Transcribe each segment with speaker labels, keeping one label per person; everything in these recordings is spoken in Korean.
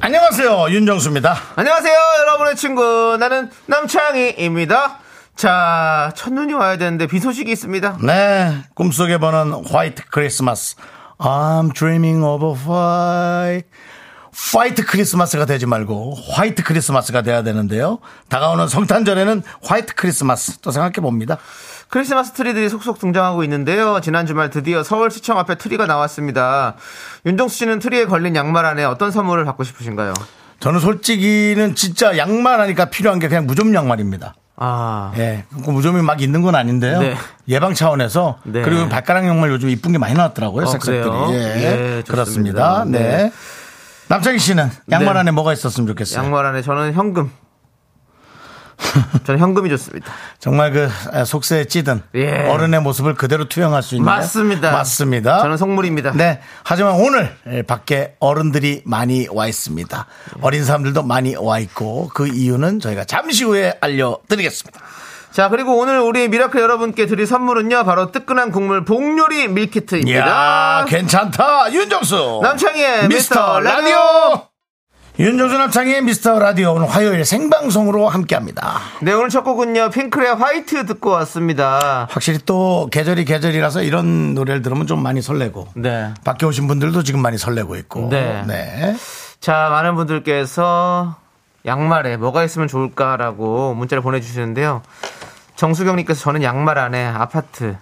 Speaker 1: 안녕하세요 윤정수입니다.
Speaker 2: 안녕하세요, 여러분의 친구. 나는 남창희입니다. 자, 첫눈이 와야 되는데 비 소식이 있습니다.
Speaker 1: 네 꿈속에 보는 화이트 크리스마스. I'm dreaming of a white. 화이트 크리스마스가 되지 말고 화이트 크리스마스가 돼야 되는데요. 다가오는 성탄절에는 화이트 크리스마스 또 생각해 봅니다.
Speaker 2: 크리스마스 트리들이 속속 등장하고 있는데요. 지난 주말 드디어 서울시청 앞에 트리가 나왔습니다. 윤정수 씨는 트리에 걸린 양말 안에 어떤 선물을 받고 싶으신가요?
Speaker 1: 저는 솔직히는 진짜 양말 하니까 필요한 게 그냥 무좀 양말입니다.
Speaker 2: 아,
Speaker 1: 예, 그 무좀이 막 있는 건 아닌데요.
Speaker 2: 네.
Speaker 1: 예방 차원에서
Speaker 2: 네.
Speaker 1: 그리고 발가락 양말 요즘 이쁜 게 많이 나왔더라고요.
Speaker 2: 어,
Speaker 1: 색색들이.
Speaker 2: 그래요?
Speaker 1: 예,
Speaker 2: 예, 좋습니다.
Speaker 1: 그렇습니다. 네.
Speaker 2: 네.
Speaker 1: 남창희 씨는 양말
Speaker 2: 네.
Speaker 1: 안에 뭐가 있었으면 좋겠어요.
Speaker 2: 양말 안에 저는 현금. 저는 현금이 좋습니다.
Speaker 1: 정말 그 에, 속세에 찌든
Speaker 2: 예.
Speaker 1: 어른의 모습을 그대로 투영할 수 있는
Speaker 2: 맞습니다.
Speaker 1: 맞습니다.
Speaker 2: 저는 선물입니다.
Speaker 1: 네. 하지만 오늘 에, 밖에 어른들이 많이 와 있습니다. 어린 사람들도 많이 와 있고 그 이유는 저희가 잠시 후에 알려드리겠습니다.
Speaker 2: 자, 그리고 오늘 우리 미라클 여러분께 드릴 선물은요. 바로 뜨끈한 국물 복요리
Speaker 1: 이야,
Speaker 2: 밀키트입니다.
Speaker 1: 괜찮다. 윤정수.
Speaker 2: 남창희의
Speaker 1: 미스터 라디오. 윤정수 남창희의 미스터 라디오 오늘 화요일 생방송으로 함께 합니다.
Speaker 2: 네, 오늘 첫 곡은요. 핑클의 화이트 듣고 왔습니다.
Speaker 1: 확실히 또 계절이 계절이라서 이런 노래를 들으면 좀 많이 설레고
Speaker 2: 네.
Speaker 1: 밖에 오신 분들도 지금 많이 설레고 있고.
Speaker 2: 네.
Speaker 1: 네.
Speaker 2: 자, 많은 분들께서 양말에 뭐가 있으면 좋을까라고 문자를 보내주시는데요. 정수경님께서 저는 양말 안에 아파트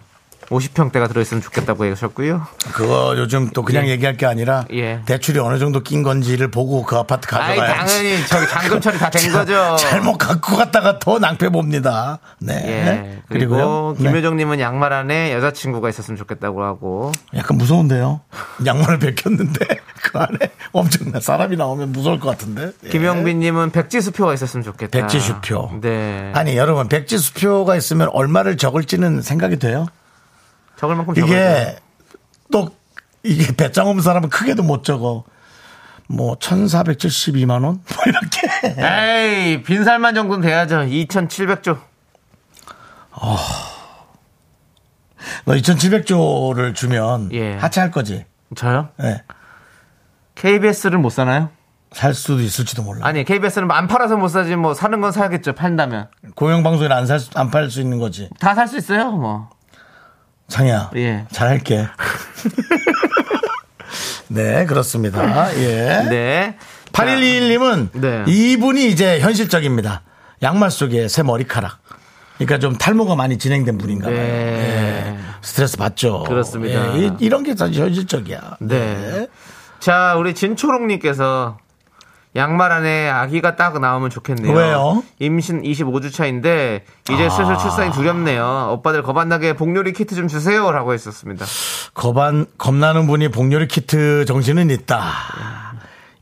Speaker 2: 50평대가 들어있으면 좋겠다고 하셨고요.
Speaker 1: 그거 요즘 또 그냥 얘기할 게 아니라
Speaker 2: 예.
Speaker 1: 대출이 어느 정도 낀 건지를 보고 그 아파트
Speaker 2: 아이,
Speaker 1: 가져가야지.
Speaker 2: 당연히 저기 잔금 처리 다 된 거죠.
Speaker 1: 잘못 갖고 갔다가 더 낭패 봅니다. 네.
Speaker 2: 예.
Speaker 1: 그리고요.
Speaker 2: 그리고
Speaker 1: 네.
Speaker 2: 김효정님은 양말 안에 여자친구가 있었으면 좋겠다고 하고.
Speaker 1: 약간 무서운데요. 양말을 벗겼는데 그 안에 엄청난 사람이 나오면 무서울 것 같은데. 예.
Speaker 2: 김영빈님은 백지수표가 있었으면 좋겠다.
Speaker 1: 백지수표.
Speaker 2: 네.
Speaker 1: 아니 여러분 백지수표가 있으면 얼마를 적을지는 생각이 돼요.
Speaker 2: 적을 만큼 적어야
Speaker 1: 이게 또 이게 배짱 없는 사람은 크게도 못 적어. 뭐 1,472만 원? 뭐 이렇게.
Speaker 2: 에이, 빈살만 정도는 돼야죠. 2,700조.
Speaker 1: 너 2,700조를 주면
Speaker 2: 예.
Speaker 1: 하차할 거지.
Speaker 2: 저요?
Speaker 1: 예.
Speaker 2: KBS를 못 사나요?
Speaker 1: 살 수도 있을지도 몰라.
Speaker 2: 아니, KBS는 안 팔아서 못 사지, 뭐, 사는 건 사야겠죠, 판다면.
Speaker 1: 공영방송에 안살안 팔 수 있는 거지.
Speaker 2: 다 살 수 있어요, 뭐.
Speaker 1: 상야.
Speaker 2: 예.
Speaker 1: 잘할게. 네, 그렇습니다. 예.
Speaker 2: 네.
Speaker 1: 8121님은
Speaker 2: 네.
Speaker 1: 이분이 이제 현실적입니다. 양말 속에 새 머리카락. 그러니까 좀 탈모가 많이 진행된 분인가 봐요.
Speaker 2: 네.
Speaker 1: 예. 스트레스 받죠.
Speaker 2: 그렇습니다.
Speaker 1: 예, 이- 이런 게 사실 현실적이야. 예.
Speaker 2: 네. 자, 우리 진초롱님께서 양말 안에 아기가 딱 나오면 좋겠네요. 아.
Speaker 1: 왜요?
Speaker 2: 임신 25주 차인데, 이제 슬슬 출산이 두렵네요. 오빠들 겁안나게 복요리 키트 좀 주세요. 라고 했었습니다.
Speaker 1: 겁안, 겁나는 분이 복요리 키트 정신은 있다.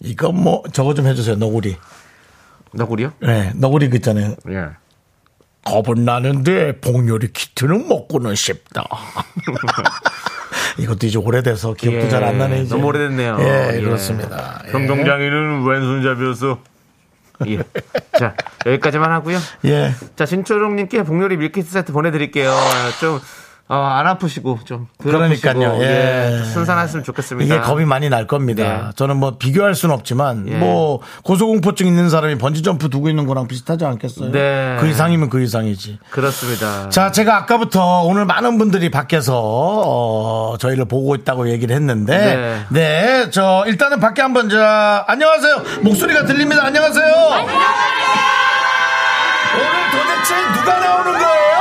Speaker 1: 이거 뭐, 저거 좀 해주세요. 너구리.
Speaker 2: 너구리요?
Speaker 1: 네, 너구리 그 있잖아요.
Speaker 2: 예.
Speaker 1: 겁은 나는데 복요리 키트는 먹고는 싶다. 이것도 이제 오래돼서 기억도
Speaker 2: 예,
Speaker 1: 잘 안 나네. 이제.
Speaker 2: 너무 오래됐네요.
Speaker 1: 예,
Speaker 2: 예.
Speaker 1: 그렇습니다. 예.
Speaker 2: 정동장이는 왼손잡이었어. 예. 자, 여기까지만 하고요.
Speaker 1: 예.
Speaker 2: 자, 진초롱님께 복요리 밀키트 세트 보내드릴게요. 좀, 어, 안 아프시고, 좀. 덜 아프시고,
Speaker 1: 그러니까요. 예.
Speaker 2: 좀 순산하시면 좋겠습니다.
Speaker 1: 이게 겁이 많이 날 겁니다.
Speaker 2: 네.
Speaker 1: 저는 뭐 비교할 수는 없지만
Speaker 2: 예.
Speaker 1: 뭐 고소공포증 있는 사람이 번지점프 두고 있는 거랑 비슷하지 않겠어요?
Speaker 2: 네.
Speaker 1: 그 이상이면 그 이상이지.
Speaker 2: 그렇습니다.
Speaker 1: 자, 제가 아까부터 오늘 많은 분들이 밖에서 어, 저희를 보고 있다고 얘기를 했는데, 네, 저 일단은 밖에 한번 자 안녕하세요 목소리가 들립니다. 안녕하세요. 오늘 도대체 누가 나오는 거예요?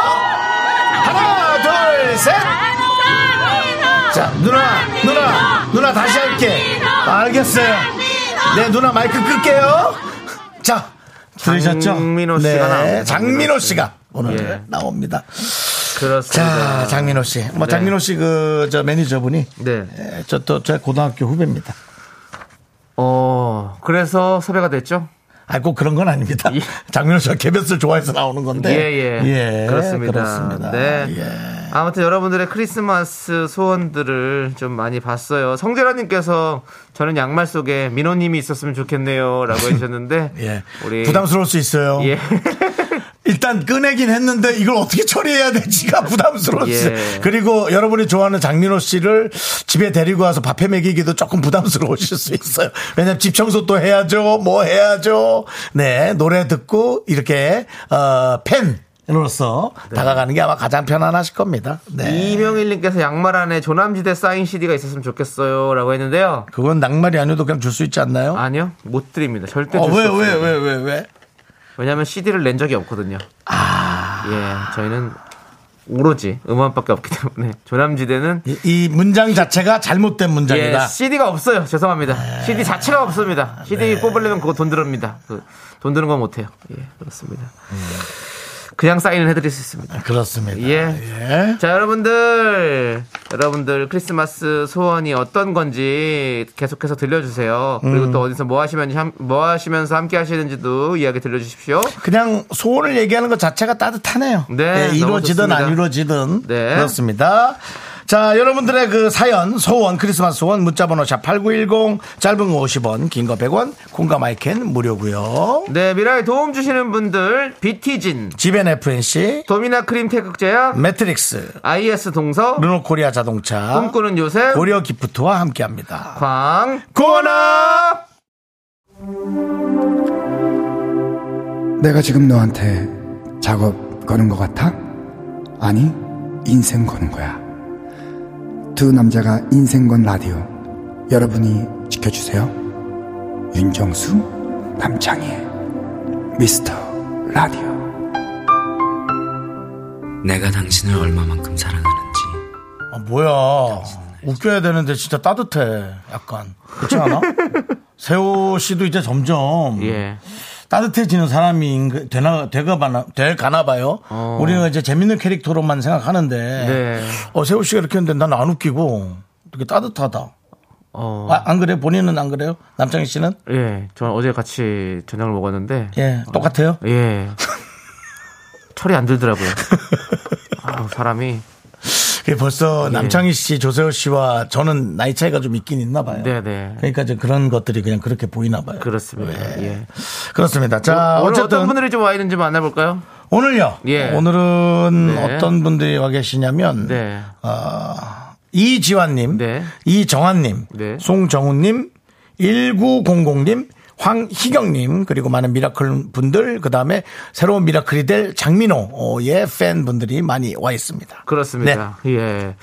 Speaker 1: 하나, 둘, 셋. 자, 누나, 누나, 누나 다시 할게. 알겠어요. 네, 누나 마이크 끌게요. 자, 들으셨죠? 네,
Speaker 2: 장민호 씨가 나옵니다.
Speaker 1: 장민호 씨가 오늘
Speaker 2: 예.
Speaker 1: 나옵니다.
Speaker 2: 그렇습니다.
Speaker 1: 자, 장민호 씨. 뭐
Speaker 2: 네.
Speaker 1: 장민호 씨 그 저 매니저분이
Speaker 2: 네.
Speaker 1: 저 또 제 고등학교 후배입니다.
Speaker 2: 어, 그래서 섭외가 됐죠?
Speaker 1: 아니, 꼭 그런 건 아닙니다.
Speaker 2: 예.
Speaker 1: 장민호 씨가 개별을 좋아해서 나오는 건데.
Speaker 2: 예, 예. 그렇습니다.
Speaker 1: 네. 그렇습니다.
Speaker 2: 네.
Speaker 1: 예.
Speaker 2: 아무튼 여러분들의 크리스마스 소원들을 좀 많이 봤어요. 성재라님께서 저는 양말 속에 민호님이 있었으면 좋겠네요. 라고 해주셨는데.
Speaker 1: 예. 부담스러울 수 있어요.
Speaker 2: 예.
Speaker 1: 일단 꺼내긴 했는데 이걸 어떻게 처리해야 될지가 부담스러웠어요.
Speaker 2: 예.
Speaker 1: 그리고 여러분이 좋아하는 장민호 씨를 집에 데리고 와서 밥해 먹이기도 조금 부담스러우실 수 있어요. 왜냐면 집 청소 또 해야죠. 뭐 해야죠. 네. 노래 듣고 이렇게, 어, 팬으로서
Speaker 2: 네.
Speaker 1: 다가가는 게 아마 가장 편안하실 겁니다. 네.
Speaker 2: 이명일님께서 양말 안에 조남지대 사인 CD가 있었으면 좋겠어요. 라고 했는데요.
Speaker 1: 그건 낙말이 아니어도 그냥 줄 수 있지 않나요?
Speaker 2: 아니요. 못 드립니다. 절대
Speaker 1: 어,
Speaker 2: 줄수
Speaker 1: 왜,
Speaker 2: 없어요.
Speaker 1: 왜, 왜, 왜, 왜?
Speaker 2: 왜냐면 CD를 낸 적이 없거든요.
Speaker 1: 아.
Speaker 2: 예. 저희는 오로지 음원밖에 없기 때문에 조남지대는
Speaker 1: 이, 이 문장 자체가 잘못된
Speaker 2: 예,
Speaker 1: 문장이다.
Speaker 2: CD가 없어요. 죄송합니다.
Speaker 1: 아,
Speaker 2: CD 자체가 없습니다.
Speaker 1: 네.
Speaker 2: CD 뽑으려면 그거 돈 들어옵니다. 그, 돈 드는 건 못해요. 예, 그렇습니다. 그냥 사인을 해드릴 수 있습니다.
Speaker 1: 그렇습니다.
Speaker 2: 예.
Speaker 1: 예.
Speaker 2: 자, 여러분들, 여러분들 크리스마스 소원이 어떤 건지 계속해서 들려주세요. 그리고
Speaker 1: 음.
Speaker 2: 또 어디서 뭐 하시면, 함- 뭐 하시면서 함께 하시는지도 이야기 들려주십시오.
Speaker 1: 그냥 소원을 얘기하는 것 자체가 따뜻하네요.
Speaker 2: 네,
Speaker 1: 예, 이루어지든
Speaker 2: 너무 좋습니다.
Speaker 1: 안 이루어지든
Speaker 2: 네.
Speaker 1: 그렇습니다. 자, 여러분들의 그 사연, 소원, 크리스마스 소원 문자번호 샵 #8910 짧은 거 50원, 긴 거 100원, 공감 마이캔 무료고요.
Speaker 2: 네, 미라에 도움 주시는 분들, 비티진,
Speaker 1: 지벤 FNC,
Speaker 2: 도미나 크림 태극제약,
Speaker 1: 매트릭스,
Speaker 2: IS 동서,
Speaker 1: 르노코리아 자동차,
Speaker 2: 꿈꾸는 요새,
Speaker 1: 고려 기프트와 함께합니다.
Speaker 2: 광,
Speaker 1: 고나
Speaker 3: 내가 지금 너한테 작업 거는 것 같아? 아니, 인생 거는 거야. 두 남자가 인생 건 라디오. 여러분이 지켜주세요. 윤정수, 남창희, 미스터 라디오.
Speaker 4: 내가 당신을 얼마만큼 사랑하는지
Speaker 1: 아, 뭐야. 웃겨야 되는데 진짜 따뜻해. 약간. 그렇지 않아? 세호 씨도 이제 점점
Speaker 2: 예.
Speaker 1: 따뜻해지는 사람이 인- 그, 되나 되가나 되가나 봐요.
Speaker 2: 어.
Speaker 1: 우리는 이제 재밌는 캐릭터로만 생각하는데
Speaker 2: 네.
Speaker 1: 어 세호 씨가 이렇게 했는데 난 안 웃기고 되게 따뜻하다.
Speaker 2: 어.
Speaker 1: 아, 안 그래요? 본인은 안 그래요? 남창희 씨는
Speaker 2: 예, 전 어제 같이 저녁을 먹었는데
Speaker 1: 예 똑같아요.
Speaker 2: 예. 철이 안 들더라고요. 아, 사람이
Speaker 1: 그게 벌써 남창희 씨, 조세호 씨와 저는 나이 차이가 좀 있긴 있나 봐요.
Speaker 2: 네, 네.
Speaker 1: 그러니까 이제 그런 것들이 그냥 그렇게 보이나 봐요.
Speaker 2: 그렇습니다. 예.
Speaker 1: 그렇습니다. 자
Speaker 2: 오늘
Speaker 1: 네. 아, 뭐, 어쨌든
Speaker 2: 어떤 분들이 좀 와 있는지 만나볼까요?
Speaker 1: 오늘요.
Speaker 2: 예.
Speaker 1: 오늘은
Speaker 2: 네.
Speaker 1: 어떤 분들이 와 계시냐면
Speaker 2: 네.
Speaker 1: 어, 이지환님,
Speaker 2: 네.
Speaker 1: 이정환님,
Speaker 2: 네.
Speaker 1: 송정훈님, 1900님, 황희경님 그리고 많은 미라클 분들 그 다음에 새로운 미라클이 될 장민호의 어, 예, 팬 분들이 많이 와 있습니다.
Speaker 2: 그렇습니다.
Speaker 1: 네.
Speaker 2: 예.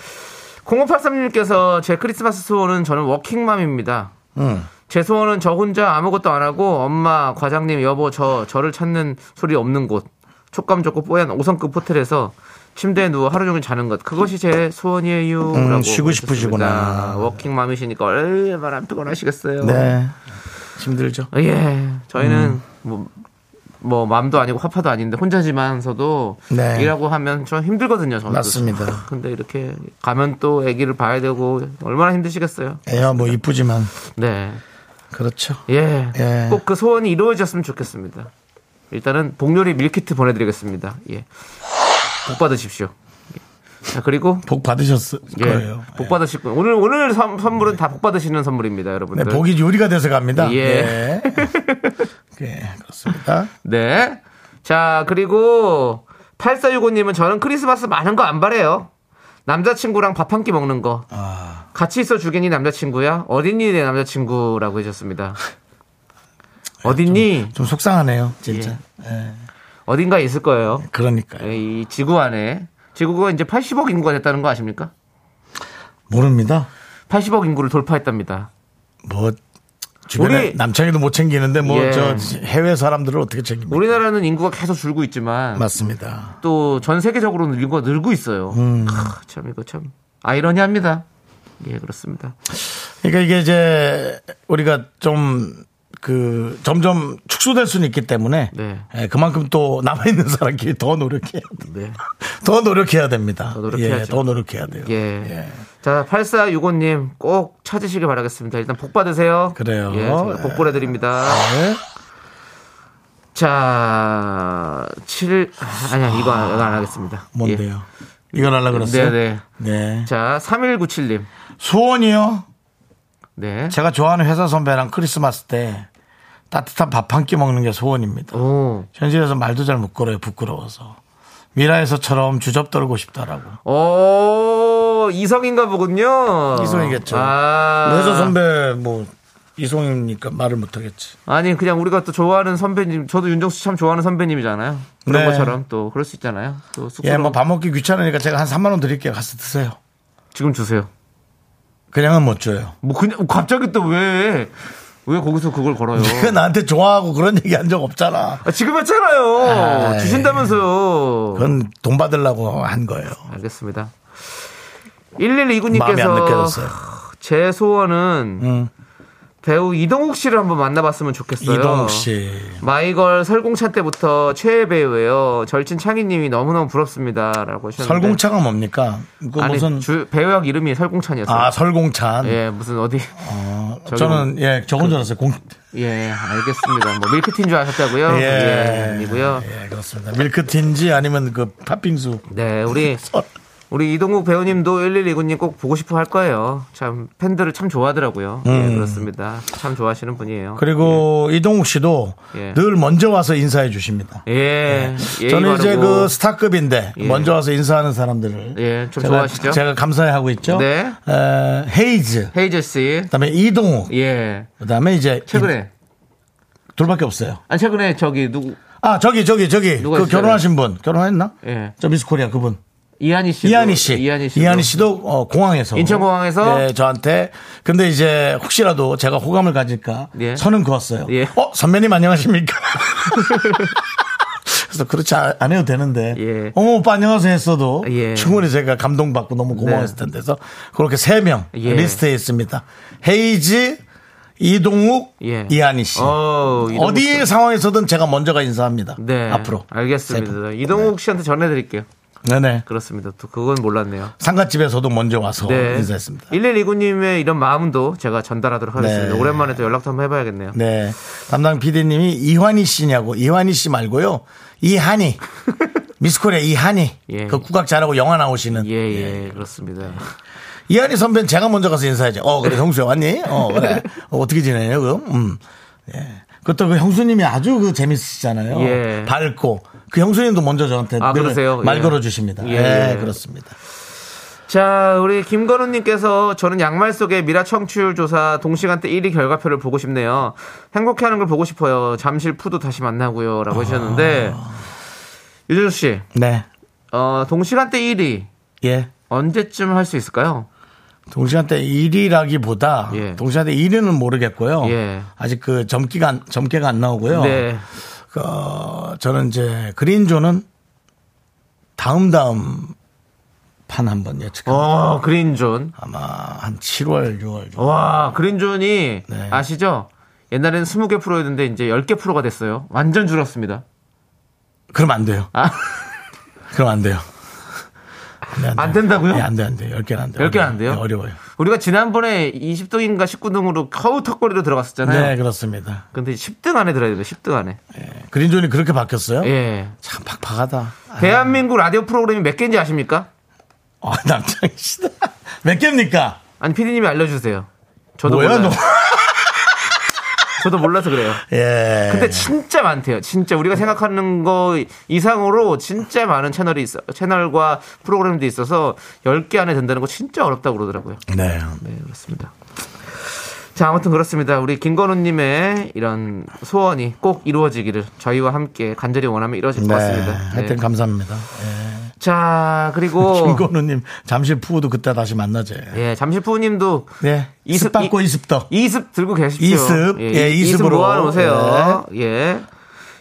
Speaker 2: 0583님께서 제 크리스마스 소원은 저는 워킹맘입니다.
Speaker 1: 음.
Speaker 2: 제 소원은 저 혼자 아무것도 안 하고 엄마, 과장님, 여보, 저, 저를 찾는 소리 없는 곳. 촉감 좋고 뽀얀 5성급 호텔에서 침대에 누워 하루 종일 자는 것. 그것이 제 소원이에요.
Speaker 1: 음,
Speaker 2: 라고
Speaker 1: 쉬고 싶으시구나.
Speaker 2: 하셨습니다. 워킹맘이시니까 얼마나 안 피곤하시겠어요.
Speaker 1: 네, 음. 힘들죠.
Speaker 2: 예. 저희는 뭐, 뭐, 맘도 아니고 화파도 아닌데 혼자지만서도
Speaker 1: 네.
Speaker 2: 일하고 하면 좀 힘들거든요. 저는
Speaker 1: 맞습니다.
Speaker 2: 근데 이렇게 가면 또 아기를 봐야 되고 얼마나 힘드시겠어요.
Speaker 1: 애야 뭐 이쁘지만
Speaker 2: 네.
Speaker 1: 그렇죠.
Speaker 2: 예.
Speaker 1: 예.
Speaker 2: 꼭 그 소원이 이루어졌으면 좋겠습니다. 일단은 복요리 밀키트 보내드리겠습니다. 예. 복 받으십시오. 예. 자 그리고
Speaker 1: 복 받으셨을
Speaker 2: 예.
Speaker 1: 거예요.
Speaker 2: 복 받으실 분 오늘 오늘 선, 물은 다 복 받으시는 선물입니다,
Speaker 1: 네,
Speaker 2: 여러분들.
Speaker 1: 복이 요리가 돼서 갑니다. 네.
Speaker 2: 예.
Speaker 1: 예. 예, 그렇습니다.
Speaker 2: 네. 자, 그리고 8465님은 저는 크리스마스 많은 거 안 바래요. 남자친구랑 밥 한 끼 먹는 거.
Speaker 1: 아.
Speaker 2: 같이 있어 주겠니 남자친구야? 어딨니 내 남자친구라고 해줬습니다. 어딨니?
Speaker 1: 네, 좀 속상하네요,
Speaker 2: 예.
Speaker 1: 진짜.
Speaker 2: 어딘가에 있을 거예요.
Speaker 1: 그러니까요.
Speaker 2: 이 지구 안에. 지구가 이제 80억 인구가 됐다는 거 아십니까?
Speaker 1: 모릅니다.
Speaker 2: 80억 인구를 돌파했답니다.
Speaker 1: 뭐 주변에
Speaker 2: 우리-
Speaker 1: 남창이도 못 챙기는데 뭐
Speaker 2: 예.
Speaker 1: 저 해외 사람들을 어떻게 챙깁니까?
Speaker 2: 우리나라는 인구가 계속 줄고 있지만
Speaker 1: 맞습니다.
Speaker 2: 또 전 세계적으로는 인구가 늘고 있어요. 크, 참 이거 참 아이러니합니다. 예, 그렇습니다.
Speaker 1: 그러니까 이게 이제 우리가 좀 그 점점 축소될 수는 있기 때문에
Speaker 2: 네.
Speaker 1: 예, 그만큼 또 남아 있는 사람끼리 더 노력해야 돼.
Speaker 2: 네.
Speaker 1: 더 노력해야 됩니다.
Speaker 2: 더 노력해야죠.
Speaker 1: 예, 더 노력해야 돼요.
Speaker 2: 예. 자, 8465님 꼭 찾으시길 바라겠습니다. 일단 복 받으세요.
Speaker 1: 그래요.
Speaker 2: 예, 저희가 복 보내드립니다.
Speaker 1: 네.
Speaker 2: 자, 7 아니야 이거 안, 이거 안 하겠습니다. 예.
Speaker 1: 뭔데요? 이걸 하려고 그랬어요?
Speaker 2: 네,
Speaker 1: 네.
Speaker 2: 자, 3197님.
Speaker 1: 소원이요?
Speaker 2: 네.
Speaker 1: 제가 좋아하는 회사 선배랑 크리스마스 때 따뜻한 밥 한 끼 먹는 게 소원입니다.
Speaker 2: 오.
Speaker 1: 현실에서 말도 잘 못 걸어요. 부끄러워서. 미라에서처럼 주접 떨고 싶다라고.
Speaker 2: 오, 어, 이성인가 보군요.
Speaker 1: 이성이겠죠.
Speaker 2: 아.
Speaker 1: 그 회사 선배 뭐 이송이니까 말을 못 하겠지.
Speaker 2: 아니 그냥 우리가 또 좋아하는 선배님 저도 윤정수 씨 참 좋아하는 선배님이잖아요 그런
Speaker 1: 네.
Speaker 2: 것처럼 또 그럴 수 있잖아요 또
Speaker 1: 예,
Speaker 2: 쑥스러워
Speaker 1: 뭐 밥 먹기 귀찮으니까 제가 한 3만 원 드릴게요. 가서 드세요.
Speaker 2: 지금 주세요
Speaker 1: 그냥은 못 줘요.
Speaker 2: 뭐 그냥 갑자기 또 왜 왜 거기서 그걸 걸어요
Speaker 1: 그 나한테 좋아하고 그런 얘기 한 적 없잖아.
Speaker 2: 아, 지금 했잖아요
Speaker 1: 아이. 예.
Speaker 2: 주신다면서요
Speaker 1: 그건 돈 받으려고 한 거예요.
Speaker 2: 알겠습니다
Speaker 1: 마음이 안
Speaker 2: 1129님께서
Speaker 1: 느껴졌어요. 음.
Speaker 2: 제 소원은 배우 이동욱 씨를 한번 만나봤으면 좋겠어요
Speaker 1: 이동욱 씨.
Speaker 2: 마이걸 설공차 때부터 최애 배우예요 절친 창희님이 너무너무 부럽습니다라고 하셨는데
Speaker 1: 설공차가 뭡니까? 그
Speaker 2: 아니
Speaker 1: 무슨
Speaker 2: 주, 배우역 이름이 설공찬이었어요.
Speaker 1: 아 설공찬.
Speaker 2: 예 무슨 어디 저기-
Speaker 1: 저는 예 저건 줄 알았어요. 공
Speaker 2: 예 알겠습니다. 뭐 밀크티인 줄 아셨다고요?
Speaker 1: 예.
Speaker 2: 아니고요.
Speaker 1: 예, 그렇습니다. 밀크티인지 아니면 그 팥빙수.
Speaker 2: 네 우리
Speaker 1: 설-
Speaker 2: 우리 이동국 배우님도 1129님 꼭 보고 싶어 할 거예요. 참 팬들을 참 좋아하더라고요. 예 그렇습니다. 참 좋아하시는 분이에요.
Speaker 1: 음. 그리고 이동욱 씨도
Speaker 2: 예.
Speaker 1: 늘 먼저 와서 인사해 주십니다.
Speaker 2: 예 예.
Speaker 1: 네. 저는 이제
Speaker 2: 바르고.
Speaker 1: 그 스타급인데
Speaker 2: 예.
Speaker 1: 먼저 와서 인사하는 사람들을
Speaker 2: 예, 좀
Speaker 1: 제가,
Speaker 2: 좋아하시죠?
Speaker 1: 제가 감사해 하고 있죠.
Speaker 2: 네.
Speaker 1: 에, 헤이즈,
Speaker 2: 헤이즈 씨.
Speaker 1: 그다음에 이동욱,
Speaker 2: 예.
Speaker 1: 그다음에 이제 이-
Speaker 2: 최근에
Speaker 1: 둘밖에 없어요.
Speaker 2: 아 최근에 저기 누구
Speaker 1: 아 저기 저기 저기
Speaker 2: 누가
Speaker 1: 그
Speaker 2: 있어요?
Speaker 1: 결혼하신 분 결혼했나?
Speaker 2: 예.
Speaker 1: 저 미스코리아 그분
Speaker 2: 이한희 씨.
Speaker 1: 이한희 씨,
Speaker 2: 이한희 씨.
Speaker 1: 도 어, 공항에서
Speaker 2: 인천공항에서?
Speaker 1: 네, 저한테 근데 이제 혹시라도 제가 호감을 가질까
Speaker 2: 예.
Speaker 1: 선은 그었어요.
Speaker 2: 예.
Speaker 1: 어 선배님 안녕하십니까? 그래서 그렇지 아- 안 해도 되는데
Speaker 2: 예.
Speaker 1: 어머 오빠 안녕하세요 했어도
Speaker 2: 예.
Speaker 1: 충분히 제가 감동받고 너무 고마웠을
Speaker 2: 네.
Speaker 1: 텐데서 그렇게 세 명
Speaker 2: 예.
Speaker 1: 리스트에 있습니다. 헤이즈 이동욱
Speaker 2: 예.
Speaker 1: 이한희 씨
Speaker 2: 어, 이동욱
Speaker 1: 어디 상황에서든 제가 먼저가 인사합니다.
Speaker 2: 네.
Speaker 1: 앞으로 네. 세
Speaker 2: 알겠습니다.
Speaker 1: 분.
Speaker 2: 이동욱 씨한테 전해드릴게요.
Speaker 1: 네네
Speaker 2: 그렇습니다. 또 그건 몰랐네요.
Speaker 1: 상가집에서도 먼저 와서 어,
Speaker 2: 네.
Speaker 1: 인사했습니다.
Speaker 2: 1129님의 이런 마음도 제가 전달하도록 하겠습니다.
Speaker 1: 네.
Speaker 2: 오랜만에 또 연락도 한번 해봐야겠네요.
Speaker 1: 네. 담당 PD님이 이환희 씨냐고. 이환희 씨 말고요. 이한희. 미스코리아 이한희.
Speaker 2: 예.
Speaker 1: 그 국악 잘하고 영화 나오시는.
Speaker 2: 예, 예,
Speaker 1: 네.
Speaker 2: 그렇습니다.
Speaker 1: 이한희 선배는 제가 먼저 가서 인사하죠. 어, 그래, 형수야, 왔니? 어, 그래. 어, 떻게 지내요, 그럼? 음. 예. 그것도 그 형수님이 아주 그 재밌으시잖아요.
Speaker 2: 예.
Speaker 1: 밝고. 그 형수님도 먼저 저한테
Speaker 2: 아,
Speaker 1: 늘
Speaker 2: 그러세요?
Speaker 1: 말
Speaker 2: 예.
Speaker 1: 걸어주십니다.
Speaker 2: 예,
Speaker 1: 예,
Speaker 2: 예.
Speaker 1: 그렇습니다.
Speaker 2: 자, 우리 김건우님께서 저는 양말 속에 미라 청취율 조사 동시간대 1위 결과표를 보고 싶네요. 행복해 하는 걸 보고 싶어요. 잠실 푸도 다시 만나고요.
Speaker 1: 아.
Speaker 2: 라고 하셨는데, 유재수 씨,
Speaker 1: 네.
Speaker 2: 어, 동시간대 1위
Speaker 1: 예.
Speaker 2: 언제쯤 할 수 있을까요?
Speaker 1: 동시간대 1위라기보다
Speaker 2: 예.
Speaker 1: 동시간대 1위는 모르겠고요.
Speaker 2: 예.
Speaker 1: 아직 그 점기가 안- 점괘가 안 나오고요.
Speaker 2: 네.
Speaker 1: 그, 어, 저는 이제 그린존은 다음 다음 판 한번 예측.
Speaker 2: 어, 그린존.
Speaker 1: 아마 한 7월, 6월. 정도.
Speaker 2: 와, 그린존이
Speaker 1: 네.
Speaker 2: 아시죠? 옛날에는 20개 프로였는데 이제 10개 프로가 됐어요. 완전 줄었습니다.
Speaker 1: 그럼 안 돼요.
Speaker 2: 아,
Speaker 1: 그럼 안 돼요. 네,
Speaker 2: 안
Speaker 1: 돼요.
Speaker 2: 된다고요?
Speaker 1: 네, 안 돼, 안 돼. 10개는 안 돼요.
Speaker 2: 열 개는 안 돼요?
Speaker 1: 네, 어려워요.
Speaker 2: 우리가 지난번에 20등인가 19등으로 겨우 턱걸이로 들어갔었잖아요.
Speaker 1: 네, 그렇습니다.
Speaker 2: 근데 10등 안에 들어야 돼요. 10등 안에.
Speaker 1: 네, 그린존이 그렇게 바뀌었어요? 아.
Speaker 2: 예.
Speaker 1: 참 팍팍하다.
Speaker 2: 대한민국 라디오 프로그램이 몇 개인지 아십니까?
Speaker 1: 아, 남창이시다. 몇 개입니까?
Speaker 2: 아니, 피디님이 알려주세요. 저도
Speaker 1: 뭐야,
Speaker 2: 몰라요.
Speaker 1: 너?
Speaker 2: 저도 몰라서 그래요.
Speaker 1: 예.
Speaker 2: 근데 진짜 많대요. 진짜 우리가 생각하는 거 이상으로 진짜 많은 채널이 있어 채널과 프로그램도 있어서 10개 안에 든다는 거 진짜 어렵다고 그러더라고요.
Speaker 1: 네.
Speaker 2: 네, 그렇습니다. 자, 아무튼 그렇습니다. 우리 김건우 님의 이런 소원이 꼭 이루어지기를 저희와 함께 간절히 원하면 이루어질 것
Speaker 1: 네.
Speaker 2: 같습니다.
Speaker 1: 하여튼
Speaker 2: 네.
Speaker 1: 감사합니다.
Speaker 2: 자, 그리고
Speaker 1: 김건우님, 잠시 후도 그때 다시 만나죠.
Speaker 2: 예, 잠시푸 님도
Speaker 1: 네.
Speaker 2: 이습-
Speaker 1: 이습 받고 이습 더.
Speaker 2: 이습 들고 계십시오.
Speaker 1: 이습, 예,
Speaker 2: 이- 이습
Speaker 1: 이습으로.
Speaker 2: 모아 놓으세요. 예.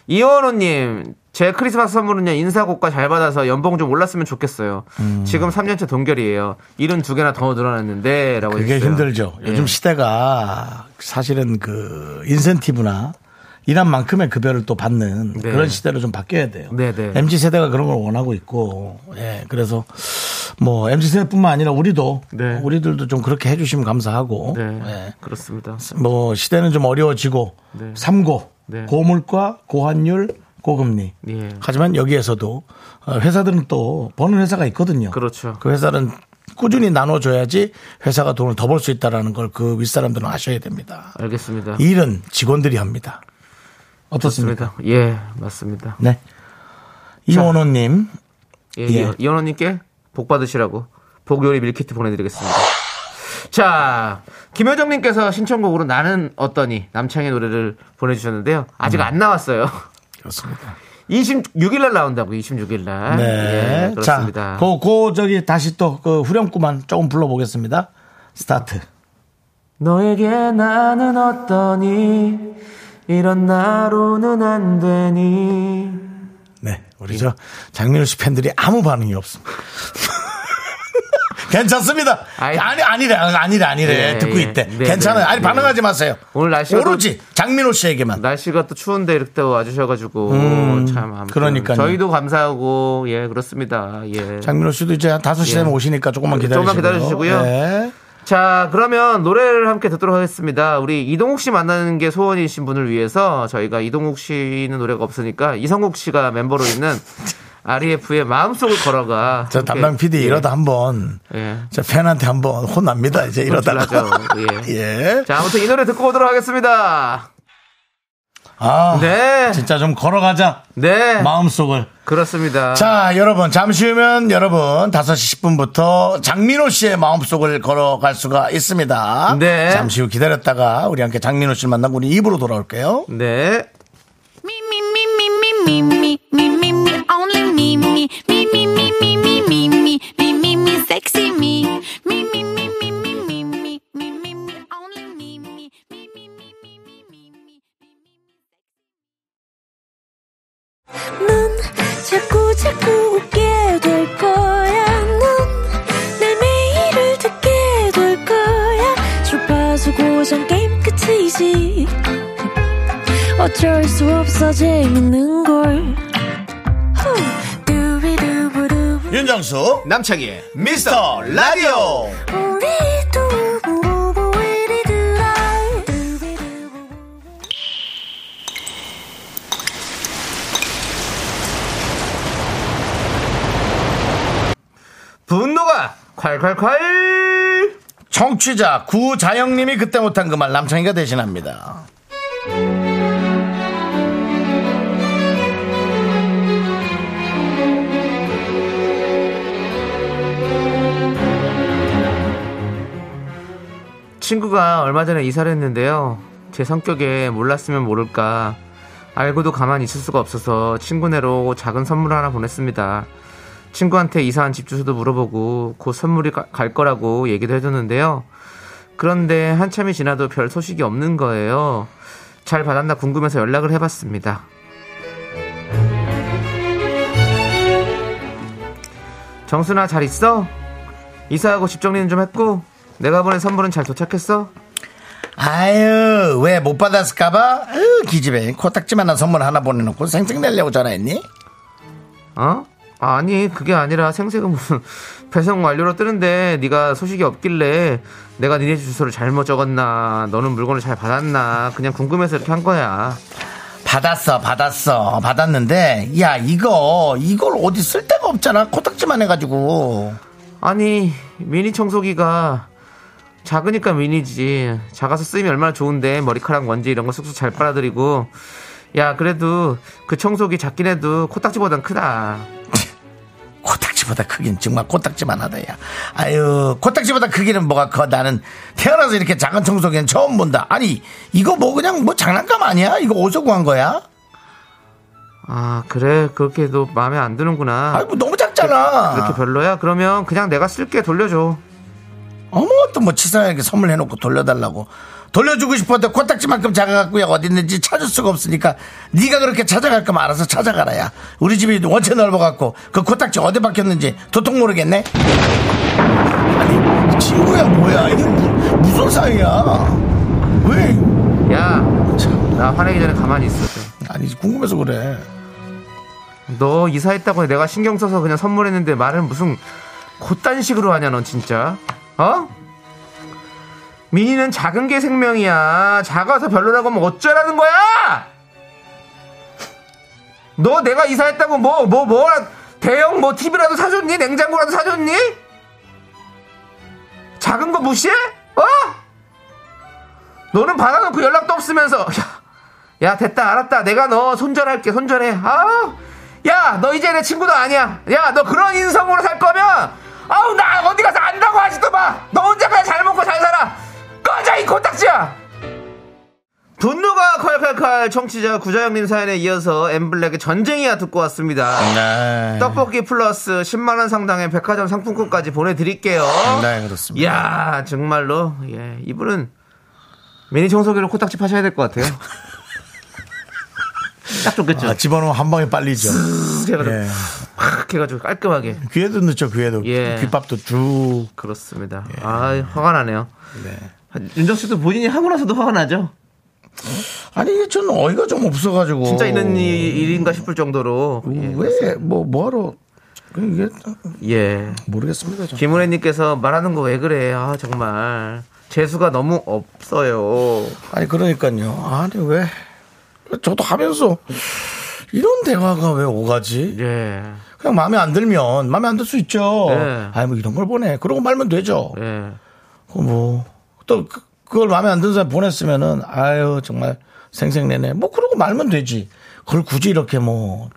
Speaker 2: 이원호님, 제 크리스마스 선물은요, 인사고과 잘 받아서 연봉 좀 올랐으면 좋겠어요.
Speaker 1: 음.
Speaker 2: 지금 3년째 동결이에요. 일은 두 개나 더 늘어났는데, 라고
Speaker 1: 그게
Speaker 2: 해주셨어요.
Speaker 1: 힘들죠. 요즘
Speaker 2: 예.
Speaker 1: 시대가 사실은 그 인센티브나 일한 만큼의 급여를 또 받는
Speaker 2: 네.
Speaker 1: 그런 시대로 좀 바뀌어야 돼요.
Speaker 2: 네, 네.
Speaker 1: MZ 세대가 그런 걸 원하고 있고, 예, 그래서 뭐 MZ 세대뿐만 아니라 우리도
Speaker 2: 네.
Speaker 1: 우리들도 좀 그렇게 해주시면 감사하고,
Speaker 2: 네.
Speaker 1: 예.
Speaker 2: 그렇습니다.
Speaker 1: 뭐 시대는 좀 어려워지고,
Speaker 2: 네.
Speaker 1: 삼고,
Speaker 2: 네.
Speaker 1: 고물가, 고환율, 고금리.
Speaker 2: 예.
Speaker 1: 하지만 여기에서도 어, 회사들은 또 버는 회사가 있거든요.
Speaker 2: 그렇죠.
Speaker 1: 그 회사는 꾸준히 나눠줘야지 회사가 돈을 더 벌 수 있다라는 걸 그 윗사람들은 아셔야 됩니다.
Speaker 2: 알겠습니다.
Speaker 1: 이 일은 직원들이 합니다. 어떻습니까?
Speaker 2: 맞습니다. 예, 맞습니다.
Speaker 1: 네. 이원호님,
Speaker 2: 예,
Speaker 1: 예.
Speaker 2: 이- 이현호님께 복 받으시라고 복 요리 밀키트 보내드리겠습니다. 자, 김효정님께서 신청곡으로 나는 어떠니 남창의 노래를 보내주셨는데요. 아직
Speaker 1: 음.
Speaker 2: 안 나왔어요.
Speaker 1: 그렇습니다.
Speaker 2: 26일날 나온다고 26일날.
Speaker 1: 네.
Speaker 2: 예, 그렇습니다.
Speaker 1: 자, 고, 고, 저기 다시 또 그 후렴구만 조금 불러보겠습니다. 스타트.
Speaker 2: 너에게 나는 어떠니 이런 나로는 안 되니
Speaker 1: 네. 우리 저 장민호 씨 팬들이 아무 반응이 없습니다. 괜찮습니다.
Speaker 2: 아이.
Speaker 1: 아니, 아니래, 아니래, 아니래.
Speaker 2: 예,
Speaker 1: 듣고
Speaker 2: 예.
Speaker 1: 있대.
Speaker 2: 네,
Speaker 1: 괜찮아요.
Speaker 2: 네,
Speaker 1: 아니,
Speaker 2: 네.
Speaker 1: 반응하지 마세요.
Speaker 2: 오늘 날씨가 네.
Speaker 1: 오로지 장민호 씨에게만.
Speaker 2: 날씨가 또 추운데 이렇게 와주셔가지고 참 아무튼
Speaker 1: 음, 그러니까요.
Speaker 2: 저희도 감사하고 예 그렇습니다 예.
Speaker 1: 장민호 씨도 이제 한 5시 되면
Speaker 2: 예.
Speaker 1: 오시니까 조금만 기다리시고요.
Speaker 2: 조금만 기다려주시고요.
Speaker 1: 네.
Speaker 2: 자, 그러면 노래를 함께 듣도록 하겠습니다. 우리 이동욱 씨 만나는 게 소원이신 분을 위해서 저희가 이동욱 씨는 노래가 없으니까 이성욱 씨가 멤버로 있는 REF의 마음속을 걸어가.
Speaker 1: 저
Speaker 2: 함께-
Speaker 1: 담당 PD 이러다 한번
Speaker 2: 예.
Speaker 1: 저 팬한테 한번 혼납니다. 이제 이러다가.
Speaker 2: 혼쭐 나죠. 예.
Speaker 1: 예.
Speaker 2: 자, 아무튼 이 노래 듣고 오도록 하겠습니다.
Speaker 1: 아,
Speaker 2: 네.
Speaker 1: 진짜 좀 걸어가자.
Speaker 2: 네.
Speaker 1: 마음속을.
Speaker 2: 그렇습니다.
Speaker 1: 자, 여러분, 잠시 후면 여러분 5시 10분부터 장민호 씨의 마음속을 걸어갈 수가 있습니다.
Speaker 2: 네.
Speaker 1: 잠시 후 기다렸다가 우리 함께 장민호 씨를 만나고 우리 입으로 돌아올게요.
Speaker 2: 네.
Speaker 5: Me, me, me, me, me, me, me, me, me, me, only me, me, me, me, me, me, me, me, me, me, me, me, sexy me. Me, me, me, me, me, me, me, me, me, me, only me, me, me, me, me, me, me, me, me, me.
Speaker 6: 넌 자꾸 자꾸 웃게 될 거야. 넌내 매일을 듣게 될 거야. 주파수 고정 게임 끝이지. 어쩔 수 없어 재밌는 걸. 후. 두비두부두부.
Speaker 1: 윤정수,
Speaker 2: 남창희의
Speaker 1: 미스터 라디오.
Speaker 6: 우리 두부부부 우리 두라. 두비두부부.
Speaker 2: 분노가 콸콸콸!
Speaker 1: 청취자 구자영님이 그때 못한 그 말 남창희가 대신합니다.
Speaker 2: 친구가 얼마 전에 이사를 했는데요. 제 성격에 몰랐으면 모를까. 알고도 가만히 있을 수가 없어서 친구네로 작은 선물 하나 보냈습니다. 친구한테 이사한 집 주소도 물어보고 곧 선물이 가- 갈 거라고 얘기도 해줬는데요. 그런데 한참이 지나도 별 소식이 없는 거예요. 잘 받았나 궁금해서 연락을 해봤습니다. 정순아 잘 있어? 이사하고 집 정리는 좀 했고 내가 보낸 선물은 잘 도착했어?
Speaker 1: 아유, 왜 못 받았을까봐? 아유, 기집애. 코딱지만한 선물 하나 보내놓고 생색내려고 전화했니?
Speaker 2: 어? 아, 아니 그게 아니라 생색은 무슨 배송 완료로 뜨는데 네가 소식이 없길래 내가 니네 집 주소를 잘못 적었나 너는 물건을 잘 받았나 그냥 궁금해서 이렇게 한 거야
Speaker 1: 받았어, 받았어, 받았는데, 야, 이거, 이걸 어디 쓸 데가 없잖아. 코딱지만 해가지고.
Speaker 2: 아니 미니 청소기가 작으니까 미니지 작아서 쓰이면 얼마나 좋은데 머리카락 먼지 이런 거 쑥쑥 잘 빨아들이고 야 그래도 그 청소기 작긴 해도 코딱지보단 크다
Speaker 1: 코딱지보다 크긴 정말 코딱지만 하다, 야. 아유, 코딱지보다 크기는 뭐가 커. 나는 태어나서 이렇게 작은 청소기는 처음 본다. 아니, 이거 뭐 그냥 뭐 장난감 아니야? 이거 어디서 구한 거야?
Speaker 2: 아 그래 그렇게도 마음에 안 드는구나
Speaker 1: 아이, 뭐 너무 작잖아.
Speaker 2: 그렇게 별로야? 그러면 그냥 내가 쓸게 돌려줘.
Speaker 1: 어머, 또 뭐 치사하게 선물해놓고 돌려달라고. 돌려주고 싶었는데 코딱지만큼 작아갖고 야 어디 있는지 찾을 수가 없으니까 네가 그렇게 찾아갈 거면 알아서 찾아가라 야 우리 집이 원체 넓어갖고 그 코딱지 어디 박혔는지 도통 모르겠네 아니 친구야 뭐야 이게 무, 무슨 사이야 왜
Speaker 2: 야,
Speaker 1: 참,
Speaker 2: 나 화내기 전에 가만히 있어.
Speaker 1: 아니 궁금해서 그래
Speaker 2: 너 이사했다고 내가 신경 써서 그냥 선물했는데 말은 무슨 곧단식으로 하냐 넌 진짜 어? 미니는 작은 게 생명이야 작아서 별로라고 하면 어쩌라는 거야 너 내가 이사했다고 뭐 뭐 뭐 대형 뭐 TV라도 사줬니? 냉장고라도 사줬니? 작은 거 무시해? 어? 너는 받아놓고 연락도 없으면서 야, 야 됐다 알았다 내가 너 손절할게 손절해 아우 야너 이제 내 친구도 아니야 야 너 그런 인성으로 살 거면 아우 나 어디 가서 안다고 하지도 마너 혼자까지 잘 먹고 잘 살아 꺼져 이 코딱지야 분노가 칼칼칼 청취자 구자영님 사연에 이어서 엠블랙의 전쟁이야 듣고 왔습니다
Speaker 1: 네.
Speaker 2: 떡볶이 플러스 10만원 상당의 백화점 상품권까지 보내드릴게요
Speaker 1: 네, 그렇습니다.
Speaker 2: 이야 정말로 예 이분은 미니 청소기로 코딱지 파셔야 될 것 같아요. 딱 좋겠죠.
Speaker 1: 아, 집어넣으면 한 방에 빨리죠.
Speaker 2: 제가
Speaker 1: 예.
Speaker 2: 확 해가지고 깔끔하게
Speaker 1: 귀에도 넣죠, 귀에도.
Speaker 2: 예.
Speaker 1: 귓밥도 쭉.
Speaker 2: 그렇습니다. 아 화가 나네요.
Speaker 1: 예. 네.
Speaker 2: 윤정 씨도 본인이 하고 나서도 화가 나죠.
Speaker 1: 아니, 이게 저는 어이가 좀 없어가지고.
Speaker 2: 진짜 이런 일- 일인가 싶을 정도로 예.
Speaker 1: 왜, 뭐, 뭐하러. 이게
Speaker 2: 예.
Speaker 1: 모르겠습니다. 저.
Speaker 2: 김은혜님께서 말하는 거 왜 그래? 아 정말 재수가 너무 없어요.
Speaker 1: 아니, 그러니까요. 아니, 왜. 저도 하면서 이런 대화가 왜 오가지?
Speaker 2: 예.
Speaker 1: 그냥 마음에 안 들면 마음에 안 들 수 있죠.
Speaker 2: 네.
Speaker 1: 아니 뭐 이런 걸 보내. 그러고 말면 되죠.
Speaker 2: 예.
Speaker 1: 그 뭐또 그걸 마음에 안 드는 사람 보냈으면은 아유 정말 생생내내 뭐 그러고 말면 되지. 그걸 굳이 이렇게 뭐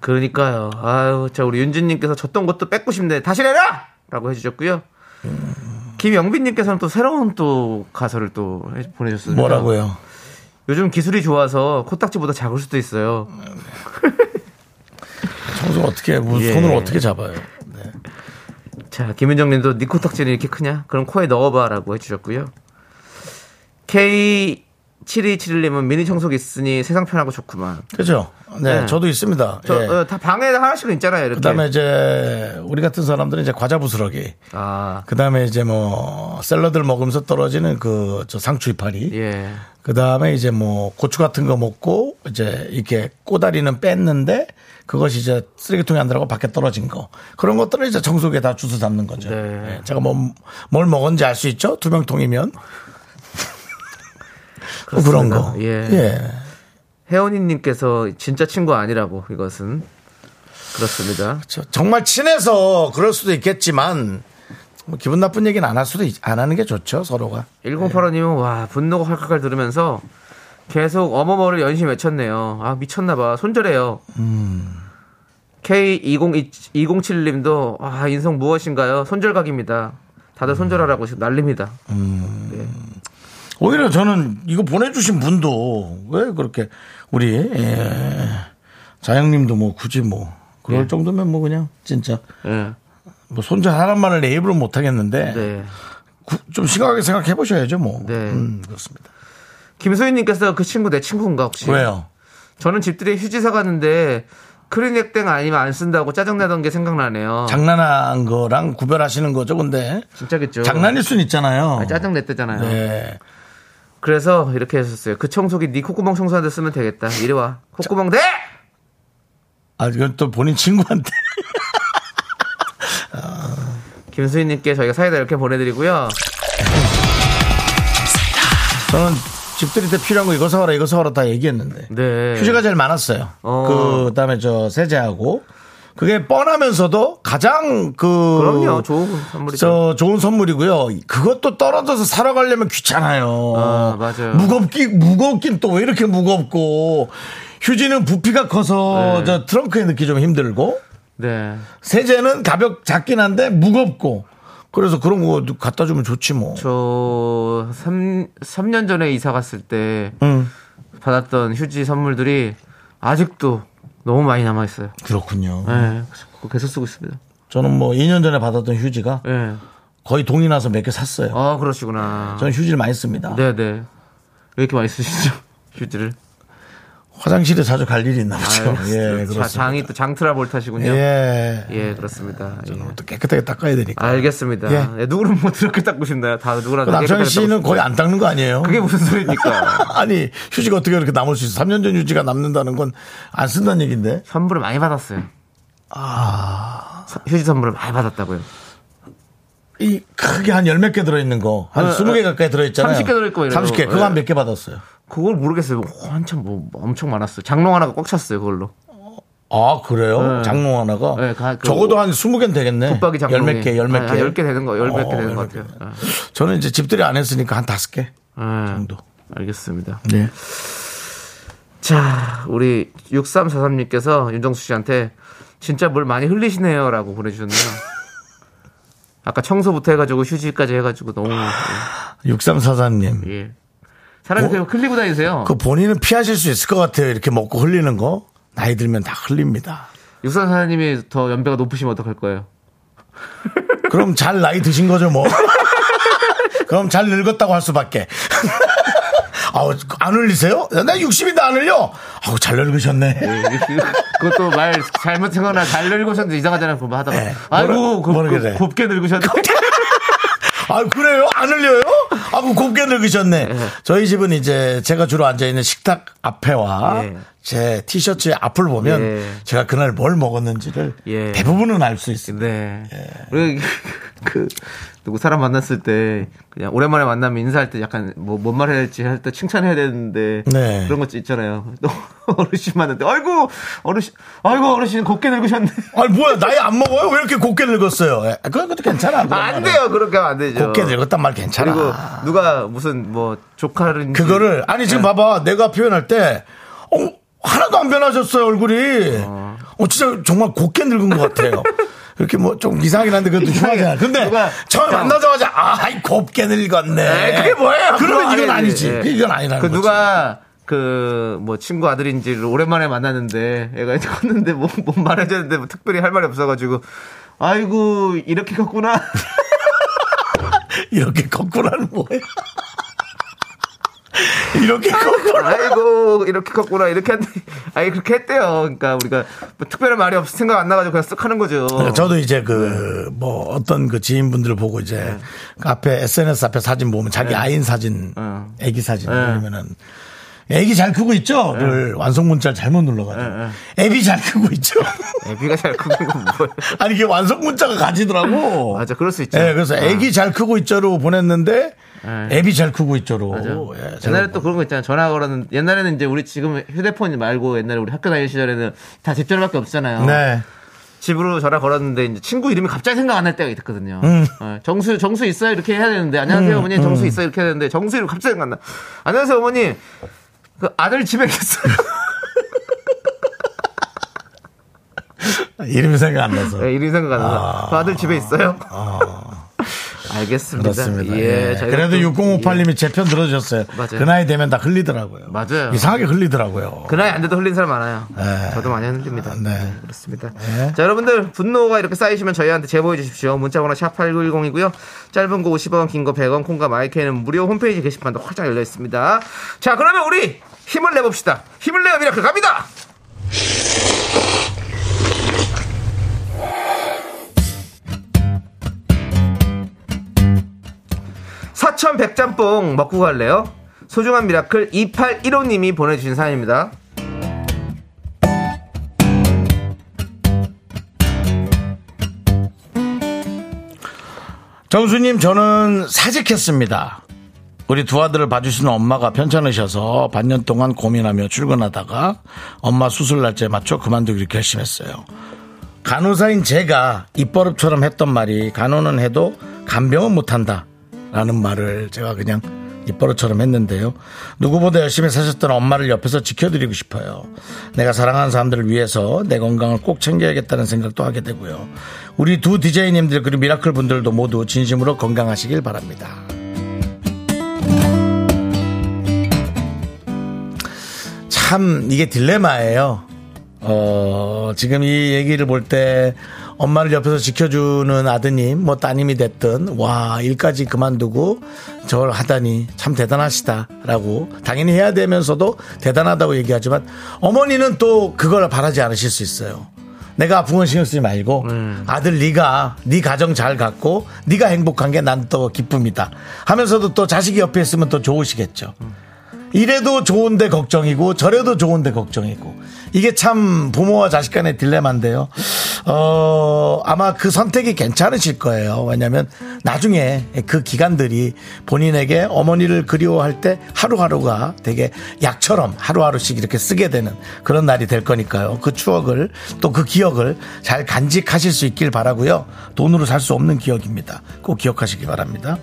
Speaker 2: 그러니까요. 아유, 자, 우리 윤진님께서 줬던 것도 뺏고 싶네. 다시 내라! 라고 해주셨고요. 김영빈님께서는 또 새로운 또 가사를 또 해- 보내주셨습니다.
Speaker 1: 뭐라고요?
Speaker 2: 요즘 기술이 좋아서 코딱지보다 작을 수도 있어요.
Speaker 1: 청소 어떻게 뭐
Speaker 2: 예.
Speaker 1: 손을 어떻게 잡아요?
Speaker 2: 자, 김윤정님도 니 코딱지는 이렇게 크냐? 그럼 코에 넣어봐라고 해주셨고요. K7271님은 미니 청소기 있으니 세상 편하고 좋구만.
Speaker 1: 그죠? 네,
Speaker 2: 네.
Speaker 1: 저도 있습니다.
Speaker 2: 저,
Speaker 1: 예.
Speaker 2: 어, 다 방에 하나씩은 있잖아요. 이렇게.
Speaker 1: 그다음에 이제 우리 같은 사람들은 이제 과자 부스러기,
Speaker 2: 아,
Speaker 1: 그다음에 이제 뭐 샐러드를 먹으면서 떨어지는 그 저 상추 이파리,
Speaker 2: 예.
Speaker 1: 그 다음에 이제 뭐 고추 같은 거 먹고 이제 이렇게 꼬다리는 뺐는데 그것이 이제 쓰레기통에 안 들어가고 밖에 떨어진 거 그런 것들을 이제 청소기에 다 주워 담는 거죠.
Speaker 2: 네.
Speaker 1: 예, 제가 뭐, 뭘 먹었는지 알 수 있죠? 투명통이면. 뭐 그런 거.
Speaker 2: 예.
Speaker 1: 예.
Speaker 2: 혜원이님께서 진짜 친구 아니라고 이것은 그렇습니다.
Speaker 1: 저- 정말 친해서 그럴 수도 있겠지만 뭐 기분 나쁜 얘기는 안 할 수도 있- 안 하는 게 좋죠 서로가.
Speaker 2: 1085님은 와 분노가 칼칼칼 들으면서 계속 어머머를 연신 외쳤네요. 아 미쳤나봐 손절해요. K2027님도 아 인성 무엇인가요? 손절각입니다. 다들 손절하라고 지금 난립니다.
Speaker 1: 오히려 저는 이거 보내주신 분도 왜 그렇게 우리 예, 자영님도 뭐 굳이 뭐 그럴 정도면 뭐 그냥 진짜
Speaker 2: 예.
Speaker 1: 뭐 손자하란 말을 내 입으로 못 하겠는데
Speaker 2: 네.
Speaker 1: 구- 좀 심각하게 생각해 보셔야죠 뭐.
Speaker 2: 네.
Speaker 1: 음, 그렇습니다.
Speaker 2: 김소희님께서 그 친구 내 친구인가 혹시?
Speaker 1: 왜요?
Speaker 2: 저는 집들이 휴지 사가는데 크리넥땡 아니면 안 쓴다고 짜증내던 게 생각나네요.
Speaker 1: 장난한 거랑 구별하시는 거죠, 근데
Speaker 2: 진짜겠죠.
Speaker 1: 장난일 순 있잖아요.
Speaker 2: 아, 짜증 냈대잖아요.
Speaker 1: 네.
Speaker 2: 그래서 이렇게 했었어요. 그 청소기 네 콧구멍 청소하는데 쓰면 되겠다. 이리 와. 콧구멍 대!
Speaker 1: 아, 이건 또 본인 친구한테.
Speaker 2: 김수희님께 저희가 사이다 이렇게 보내드리고요.
Speaker 1: 저는 집들이 때 필요한 거 이거 사와라 이거 사와라 다 얘기했는데
Speaker 2: 네.
Speaker 1: 휴지가 제일 많았어요.
Speaker 2: 어.
Speaker 1: 그 다음에 저 세제하고 그게 뻔하면서도 가장 그
Speaker 2: 그럼요. 좋은 선물이죠.
Speaker 1: 저 좋은 선물이고요. 그것도 떨어져서 사러 가려면 귀찮아요.
Speaker 2: 아, 맞아요.
Speaker 1: 무겁기 무겁긴 또 왜 이렇게 무겁고 휴지는 부피가 커서
Speaker 2: 네.
Speaker 1: 저 트렁크에 넣기 좀 힘들고
Speaker 2: 네.
Speaker 1: 세제는 가볍 작긴 한데 무겁고 그래서 그런 거 갖다 주면 좋지 뭐.
Speaker 2: 저 3, 삼년 전에 이사 갔을 때
Speaker 1: 음.
Speaker 2: 받았던 휴지 선물들이 아직도 너무 많이 남아있어요.
Speaker 1: 그렇군요.
Speaker 2: 네. 그거 계속 쓰고 있습니다.
Speaker 1: 저는 뭐 2년 전에 받았던 휴지가
Speaker 2: 네.
Speaker 1: 거의 동이 나서 몇 개 샀어요.
Speaker 2: 아, 그러시구나.
Speaker 1: 저는 휴지를 많이 씁니다.
Speaker 2: 네네. 왜 이렇게 많이 쓰시죠? 휴지를.
Speaker 1: 화장실에 자주 갈 일이 있나 보죠. 예,
Speaker 2: 아, 자,
Speaker 1: 그렇습니다.
Speaker 2: 장이 또 장트라볼타시군요.
Speaker 1: 예.
Speaker 2: 예, 그렇습니다. 예.
Speaker 1: 또 깨끗하게 닦아야 되니까.
Speaker 2: 알겠습니다.
Speaker 1: 예.
Speaker 2: 예, 누구는 뭐 그렇게 닦고 싶나요? 다 누구나
Speaker 1: 그
Speaker 2: 다
Speaker 1: 남창희
Speaker 2: 깨끗하게 닦고
Speaker 1: 씨는
Speaker 2: 싶-
Speaker 1: 거의 안 닦는 거 아니에요?
Speaker 2: 그게 무슨 소리입니까?
Speaker 1: 아니, 휴지가 어떻게 그렇게 남을 수 있어? 3년 전 휴지가 남는다는 건 안 쓴다는 얘기인데.
Speaker 2: 선물을 많이 받았어요.
Speaker 1: 아.
Speaker 2: 서- 휴지 선물을 많이 받았다고요.
Speaker 1: 이 크게 한 열 몇 개 들어있는 거. 한
Speaker 2: 어, 어.
Speaker 1: 20개 가까이 들어있잖아요.
Speaker 2: 30개 들어있고 이래요.
Speaker 1: 30개. 그거
Speaker 2: 예.
Speaker 1: 한 몇 개 받았어요.
Speaker 2: 그걸 모르겠어요. 뭐, 한참 뭐 엄청 많았어요. 장롱 하나가 꽉 찼어요. 그걸로.
Speaker 1: 아, 그래요?
Speaker 2: 네.
Speaker 1: 장롱 하나가?
Speaker 2: 네, 가- 그
Speaker 1: 적어도 한 20개는 되겠네.
Speaker 2: 붙박이 장롱이.
Speaker 1: 예. 열몇 개, 열몇 개.
Speaker 2: 아, 열개 되는 거, 열몇
Speaker 1: 어,
Speaker 2: 개 되는
Speaker 1: 열
Speaker 2: 것
Speaker 1: 개.
Speaker 2: 같아요. 예.
Speaker 1: 저는 이제 집들이 안 했으니까 한 다섯 개
Speaker 2: 네.
Speaker 1: 정도.
Speaker 2: 알겠습니다.
Speaker 1: 네.
Speaker 2: 자, 우리 6343님께서 윤정수 씨한테 진짜 뭘 많이 흘리시네요 라고 보내주셨네요. 아까 청소부터 해가지고 휴지까지 해가지고 너무. 예,
Speaker 1: 6343님.
Speaker 2: 예. 사람이
Speaker 1: 어?
Speaker 2: 그냥 흘리고 다니세요.
Speaker 1: 그 본인은 피하실 수 있을 것 같아요. 이렇게 먹고 흘리는 거. 나이 들면 다 흘립니다.
Speaker 2: 육사사님이 더 연배가 높으시면 어떡할 거예요?
Speaker 1: 그럼 잘 나이 드신 거죠, 뭐. 그럼 잘 늙었다고 할 수밖에. 아우, 안 흘리세요? 나 60인데 안 흘려? 아우, 잘 늙으셨네.
Speaker 2: 예, 그것도 말 잘못 생각나 잘 늙으셨는데 이상하잖아요. 그거 하다가.
Speaker 1: 네.
Speaker 2: 아이고, 곱,
Speaker 1: 모르- 모르게 돼.
Speaker 2: 곱, 곱게 늙으셨네.
Speaker 1: 아 그래요? 안 흘려요? 아고 곱게 늙으셨네.
Speaker 2: 예.
Speaker 1: 저희 집은 이제 제가 주로 앉아 있는 식탁 앞에와
Speaker 2: 예.
Speaker 1: 제 티셔츠의 앞을 보면
Speaker 2: 예.
Speaker 1: 제가 그날 뭘 먹었는지를
Speaker 2: 예.
Speaker 1: 대부분은 알 수 있습니다.
Speaker 2: 네. 우리 그 누구 사람 만났을 때 그냥 오랜만에 만나면 인사할 때 약간 뭐 뭔 말 해야 될지 할 때 칭찬해야 되는데
Speaker 1: 네.
Speaker 2: 그런 거 있잖아요. 또 어르신 만났는데 아이고 어르신 아이고 어르신 곱게 늙으셨네.
Speaker 1: 아니 뭐야 나이 안 먹어요? 왜 이렇게 곱게 늙었어요? 예, 그런 것도 괜찮아. 그런
Speaker 2: 안
Speaker 1: 말은.
Speaker 2: 돼요. 그렇게 하면 안 되죠.
Speaker 1: 곱게 늙었단 말 괜찮아.
Speaker 2: 그리고 누가 무슨 뭐 조카를
Speaker 1: 그거를 아니
Speaker 2: 네.
Speaker 1: 지금 봐봐 내가 표현할 때 어, 하나도 안 변하셨어요 얼굴이 어. 진짜 정말 곱게 늙은 것 같아요 이렇게 뭐 좀 이상하긴 한데 그것도 흉하잖아 근데
Speaker 2: 누가-
Speaker 1: 처음에
Speaker 2: 형.
Speaker 1: 만나자마자 아이 곱게 늙었네
Speaker 2: 에이, 그게 뭐예요?
Speaker 1: 그러면
Speaker 2: 그거
Speaker 1: 이건
Speaker 2: 아니지.
Speaker 1: 아니지
Speaker 2: 예.
Speaker 1: 이건 아니라는
Speaker 2: 그
Speaker 1: 거지
Speaker 2: 누가 그 뭐 친구 아들인지 오랜만에 만났는데 애가 이제 컸는데 뭐, 뭐 말해줬는데 뭐 특별히 할 말이 없어가지고 아이고 이렇게 컸구나
Speaker 1: 이렇게 거꾸라는 뭐야 이렇게 거꾸라
Speaker 2: 아이고 이렇게 컸구나 이렇게 했 아니 그렇게 했대요 그러니까 우리가 뭐 특별한 말이 없어 생각 안 나가지고 그냥 쓱 하는 거죠
Speaker 1: 그러니까 저도 이제 그
Speaker 2: 네.
Speaker 1: 뭐 어떤 그 지인분들을 보고 이제 그 앞에 SNS 앞에 사진 보면 자기 아인 사진,
Speaker 2: 네. 네.
Speaker 1: 애기 사진 아니면은 애기 잘 크고 있죠? 를 완성 문자를 잘못 눌러가지고 애비 잘 크고 있죠?
Speaker 2: 네, 애비가 잘 크는 건 뭐예요
Speaker 1: 아니 이게 완성 문자가 가지더라고.
Speaker 2: 맞아 그럴 수 있죠 네.
Speaker 1: 예, 그래서 애기 잘 크고 있죠로 보냈는데 애비 잘 크고 있죠로. 예,
Speaker 2: 아, 옛날에 또 그런 거 있잖아요. 전화 걸었는 데 옛날에는 이제 우리 지금 휴대폰 말고 옛날에 우리 학교 다닐 시절에는 다 집전화밖에 없잖아요.
Speaker 1: 네.
Speaker 2: 집으로 전화 걸었는데 이제 친구 이름이 갑자기 생각 안 날 때가 있거든요.
Speaker 1: 음.
Speaker 2: 어, 정수 정수 있어요 이렇게 해야 되는데 안녕하세요 어머니 정수 있어요 이렇게 해야 되는데 정수 이름 갑자기 생각나. 안녕하세요 어머니 그 아들 집에 계세요.
Speaker 1: 이름이 생각 안 나서.
Speaker 2: 어. 네, 이름 생각 안 나. 그 아들 집에 있어요. 알겠습니다.
Speaker 1: 그렇습니다.
Speaker 2: 예,
Speaker 1: 예.
Speaker 2: 저희가
Speaker 1: 그래도
Speaker 2: 또- 예.
Speaker 1: 6058님이 제 편 들어주셨어요.
Speaker 2: 맞아요.
Speaker 1: 그 나이 되면 다 흘리더라고요.
Speaker 2: 맞아요.
Speaker 1: 이상하게 흘리더라고요.
Speaker 2: 예. 그 나이 안 돼도 흘린 사람 많아요.
Speaker 1: 네.
Speaker 2: 저도 많이 흘립니다.
Speaker 1: 네.
Speaker 2: 네, 그렇습니다.
Speaker 1: 네.
Speaker 2: 자, 여러분들 분노가 이렇게 쌓이시면 저희한테 제보해 주십시오. 문자 번호 샵8910이고요. 짧은 거 50원, 긴 거 100원, 콩과 마이크는 무료 홈페이지 게시판도 활짝 열려 있습니다. 자, 그러면 우리 힘을 내 봅시다. 힘을 내요 미라클 갑니다. 사천 백짬뽕 먹고 갈래요? 소중한 미라클 2815님이 보내주신 사연입니다.
Speaker 1: 정수님, 저는 사직했습니다. 우리 두 아들을 봐주시는 엄마가 편찮으셔서 반년 동안 고민하며 출근하다가 엄마 수술 날짜에 맞춰 그만두기로 결심했어요. 간호사인 제가 입버릇처럼 했던 말이 간호는 해도 간병은 못한다 라는 말을 제가 그냥 입버릇처럼 했는데요. 누구보다 열심히 사셨던 엄마를 옆에서 지켜드리고 싶어요. 내가 사랑하는 사람들을 위해서 내 건강을 꼭 챙겨야겠다는 생각도 하게 되고요. 우리 두 DJ님들 그리고 미라클 분들도 모두 진심으로 건강하시길 바랍니다. 참 이게 딜레마예요. 어, 지금 이 얘기를 볼 때 엄마를 옆에서 지켜주는 아드님, 뭐 따님이 됐든, 와, 일까지 그만두고 저걸 하다니 참 대단하시다라고 당연히 해야 되면서도 대단하다고 얘기하지만 어머니는 또 그걸 바라지 않으실 수 있어요. 내가 아픈 건 신경 쓰지 말고 아들 네가 네 가정 잘 갖고 네가 행복한 게 난 또 기쁨이다 하면서도 또 자식이 옆에 있으면 또 좋으시겠죠. 이래도 좋은데 걱정이고 저래도 좋은데 걱정이고 이게 참 부모와 자식 간의 딜레마인데요. 어, 아마 그 선택이 괜찮으실 거예요. 왜냐면 나중에 그 기간들이 본인에게 어머니를 그리워할 때 하루하루가 되게 약처럼 하루하루씩 이렇게 쓰게 되는 그런 날이 될 거니까요. 그 추억을 또 그 기억을 잘 간직하실 수 있길 바라고요. 돈으로 살 수 없는 기억입니다. 꼭 기억하시기 바랍니다.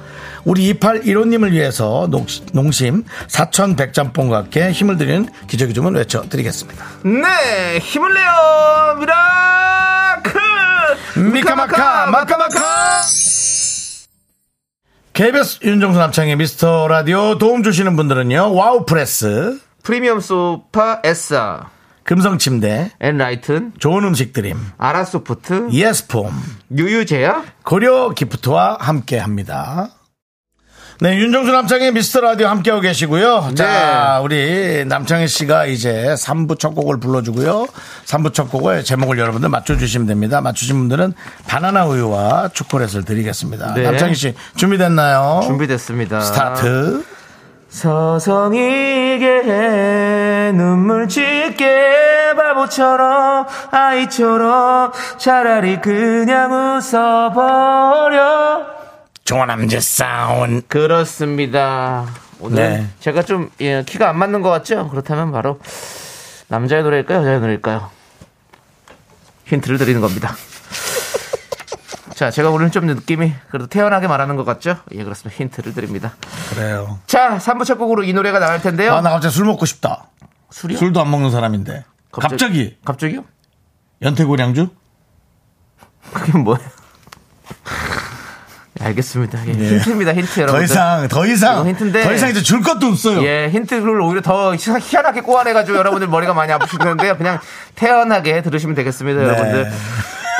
Speaker 1: 우리 2815님을 위해서 농- 농심 4100짬뽕과 함께 힘을 드리는 기적의 주문 외쳐드리겠습니다.
Speaker 2: 네, 힘을 내요, 미라클!
Speaker 1: 미카마카 마카마카 KBS 윤정수 남창의 미스터 라디오 도움 주시는 분들은요 와우프레스
Speaker 2: 프리미엄 소파 에싸,
Speaker 1: 금성침대
Speaker 2: 엔라이튼,
Speaker 1: 좋은 음식드림
Speaker 2: 아라소프트,
Speaker 1: 예스폼
Speaker 2: 유유제약,
Speaker 1: 고려 기프트와 함께합니다 네 윤정수 남창의 미스터 라디오 함께하고 계시고요
Speaker 2: 네.
Speaker 1: 자 우리 남창희 씨가 이제 3부 첫 곡을 불러주고요 3부 첫 곡의 제목을 여러분들 맞춰주시면 됩니다 맞추신 분들은 바나나 우유와 초콜릿을 드리겠습니다
Speaker 2: 네.
Speaker 1: 남창희 씨 준비됐나요?
Speaker 2: 준비됐습니다.
Speaker 1: 스타트.
Speaker 2: 서성이게 눈물 짓게 바보처럼 아이처럼 차라리 그냥 웃어버려
Speaker 1: 조남지 사운.
Speaker 2: 그렇습니다 오늘
Speaker 1: 네.
Speaker 2: 제가 좀 예, 키가 안 맞는 것 같죠? 그렇다면 바로 남자의 노래일까요? 여자의 노래일까요? 힌트를 드리는 겁니다 자 제가 오늘 좀 느낌이 그래도 태연하게 말하는 것 같죠? 예 그렇습니다 힌트를 드립니다
Speaker 1: 그래요.
Speaker 2: 자 3부 첫 곡으로 이 노래가 나갈 텐데요
Speaker 1: 아, 나 갑자기 술 먹고 싶다.
Speaker 2: 술이요?
Speaker 1: 술도 안 먹는 사람인데. 갑자기,
Speaker 2: 갑자기요?
Speaker 1: 연태고량주?
Speaker 2: 그게 뭐예요? 알겠습니다. 예, 힌트입니다. 힌트 여러분.
Speaker 1: 네. 더 이상, 더 이상.
Speaker 2: 이거 힌트인데.
Speaker 1: 더 이상 이제 줄 것도 없어요.
Speaker 2: 예, 힌트를 오히려 더 희한- 희한하게 꼬아내가지고 여러분들 머리가 많이 아프실 텐데요. 그냥 태연하게 들으시면
Speaker 1: 네.
Speaker 2: 되겠습니다, 여러분들.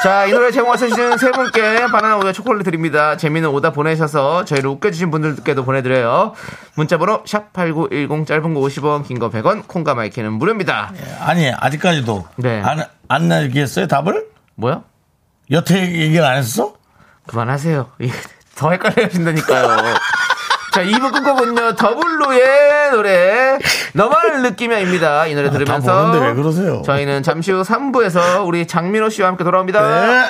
Speaker 2: 자, 이 노래 제목 맞춰주신 세 분께 바나나 우유 초콜릿 드립니다. 재미있는 오다 보내셔서 저희를 웃겨주신 분들께도 보내드려요. 문자번호 샵8910 짧은 거 50원, 긴 거 100원, 콩과 마이키는 무료입니다.
Speaker 1: 아니, 아직까지도.
Speaker 2: 네.
Speaker 1: 안, 안 얘기했어요, 답을?
Speaker 2: 뭐야?
Speaker 1: 여태 얘기를 안 했어?
Speaker 2: 그만하세요. 예, 더 헷갈려 하신다니까요. 자, 2부 끝곡은요, 더블루의 노래, 너만을 느끼며입니다. 이 노래
Speaker 1: 아, 다
Speaker 2: 네, 들으면서.
Speaker 1: 보는데 왜 그러세요?
Speaker 2: 저희는 잠시 후 3부에서 우리 장민호 씨와 함께
Speaker 1: 네.
Speaker 2: 돌아옵니다.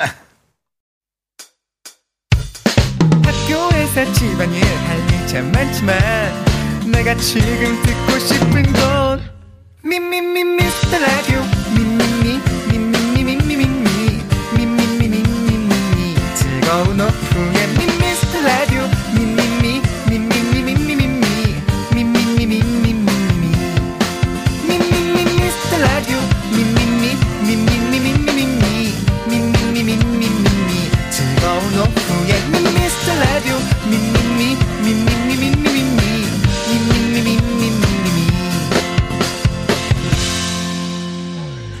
Speaker 7: 학교에서 집안일 할 일 참 많지만 내가 지금 듣고 싶은 건 미미미 미스터 라디오 미미미 미미미 미미미 미미미 미미미 미미미 즐거운 오후에 미미스터 라디오 미미미 미미미 미미미 미미미 미미미 미미미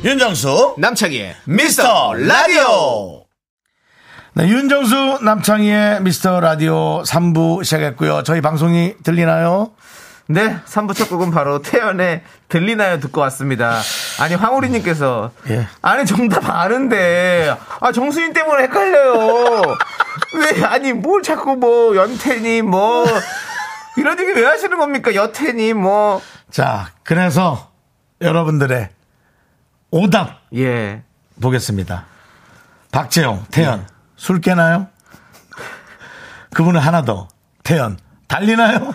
Speaker 1: 윤정수.
Speaker 2: 남창희의
Speaker 1: 미스터 라디오. 네, 윤정수 남창희의 미스터 라디오 3부 시작했고요. 저희 방송이 들리나요?
Speaker 2: 네, 3부 첫 곡은 바로 태연의 들리나요 듣고 왔습니다. 아니, 황우리님께서.
Speaker 1: 예.
Speaker 2: 아니, 정답 아는데. 아, 정수인 때문에 헷갈려요. 왜, 아니, 뭘 자꾸 뭐, 연태니, 뭐. 이런 얘기 왜 하시는 겁니까? 여태니, 뭐.
Speaker 1: 자, 그래서 여러분들의 오답
Speaker 2: 예.
Speaker 1: 보겠습니다. 박재용,
Speaker 2: 네.
Speaker 1: 태연, 술 깨나요? 그분은 하나 더, 태연, 달리나요?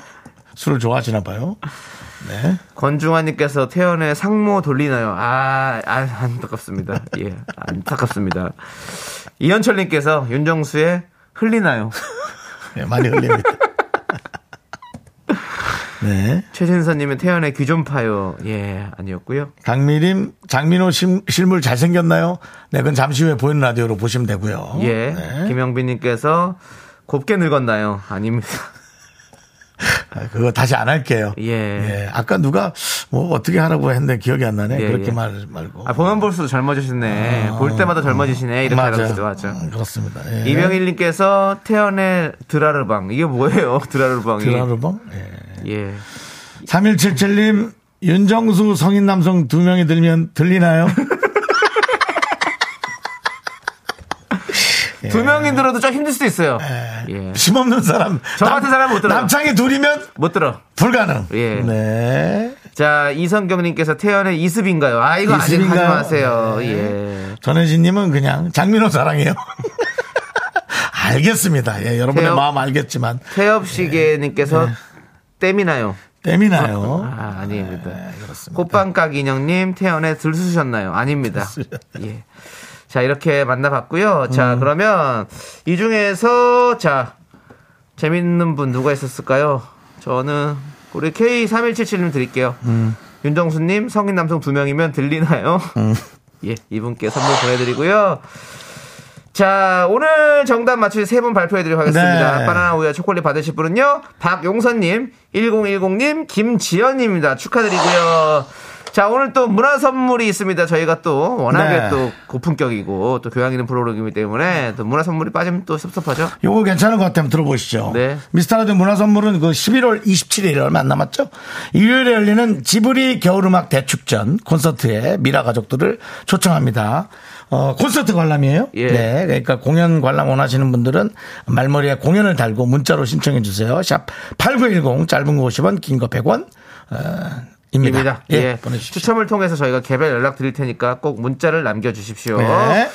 Speaker 1: 술을 좋아하시나 봐요.
Speaker 2: 권중환님께서 태연의 상모 돌리나요? 아, 아, 안타깝습니다. 예, 안타깝습니다. 이현철님께서 윤정수의 흘리나요?
Speaker 1: 네, 많이 흘립니다. 네.
Speaker 2: 최진선님의 태연의 귀 좀 파요. 예, 아니었고요.
Speaker 1: 강미림, 장민호 실- 실물 잘생겼나요? 네, 그건 잠시 후에 보이는 라디오로 보시면 되고요.
Speaker 2: 예,
Speaker 1: 네.
Speaker 2: 김영빈님께서 곱게 늙었나요? 아닙니다.
Speaker 1: 아, 그거 다시 안 할게요.
Speaker 2: 예.
Speaker 1: 아까 누가 뭐 어떻게 하라고 했는데 기억이 안 나네.
Speaker 2: 예,
Speaker 1: 그렇게
Speaker 2: 예.
Speaker 1: 말 말고.
Speaker 2: 아, 보면 볼수록 젊어지시네. 볼 때마다 젊어지시네. 이렇게
Speaker 1: 어. 아. 맞아요.
Speaker 2: 하라고 맞죠.
Speaker 1: 음, 그렇습니다. 예.
Speaker 2: 이병일님께서 태연의 드라르방. 이게 뭐예요? 드라르방이.
Speaker 1: 드라르봉? 예.
Speaker 2: 예.
Speaker 1: 3177님, 윤정수 성인 남성 두 명이 들면 들리나요? 예.
Speaker 2: 두 명이 들어도 좀 힘들 수도 있어요.
Speaker 1: 네.
Speaker 2: 예.
Speaker 1: 힘없는 사람.
Speaker 2: 저 같은 사람은 못 들어요.
Speaker 1: 남창이 둘이면
Speaker 2: 못 들어.
Speaker 1: 불가능.
Speaker 2: 예.
Speaker 1: 네.
Speaker 2: 자, 이성경님께서 태연의 이습인가요? 아, 이거 아직 하지
Speaker 1: 이습인가요?
Speaker 2: 마세요.
Speaker 1: 네.
Speaker 2: 예.
Speaker 1: 전혜진님은 그냥 장민호 사랑해요. 알겠습니다. 예, 여러분의
Speaker 2: 태엽.
Speaker 1: 마음 알겠지만 네.
Speaker 2: 태엽시계님께서 땜이 나요.
Speaker 1: 땜이 나요. 네,
Speaker 2: 아, 아닙니다.
Speaker 1: 그렇습니다.
Speaker 2: 꽃방각 인형님 태연에 들쑤셨나요? 아닙니다. 예. 자, 이렇게 만나봤고요.
Speaker 1: 음.
Speaker 2: 자, 그러면 이 중에서 자, 재밌는 분 누가 있었을까요? 저는 우리 K3177님 드릴게요.
Speaker 1: 음.
Speaker 2: 윤정수님, 성인 남성 두 명이면 들리나요? 예, 이분께 선물 보내드리고요. 자, 오늘 정답 맞추신 세 분 발표해드리도록 하겠습니다.
Speaker 1: 네.
Speaker 2: 바나나 우유와 초콜릿 받으실 분은요, 박용선님, 1010님, 김지연입니다. 축하드리고요. 자, 오늘 또 문화 선물이 있습니다. 저희가 또 워낙에
Speaker 1: 네.
Speaker 2: 또 고품격이고, 또 교양 있는 프로그램이기 때문에, 또 문화 선물이 빠지면 또 섭섭하죠?
Speaker 1: 요거 괜찮은 것 같으면 들어보시죠.
Speaker 2: 네.
Speaker 1: 미스터라디오 문화선물은 그 11월 27일 얼마 안 남았죠? 일요일에 열리는 지브리 겨울음악 대축전 콘서트에 미라 가족들을 초청합니다. 어, 콘서트 관람이에요?
Speaker 2: 예.
Speaker 1: 네. 그러니까 공연 관람 원하시는 분들은 말머리에 공연을 달고 문자로 신청해 주세요. 샵 8910 짧은 거 50원, 긴 거 100원. 어, 입니다.
Speaker 2: 입니다.
Speaker 1: 예.
Speaker 2: 예.
Speaker 1: 보내주십시오.
Speaker 2: 추첨을 통해서 저희가 개별 연락 드릴 테니까 꼭 문자를 남겨주십시오.
Speaker 1: 네.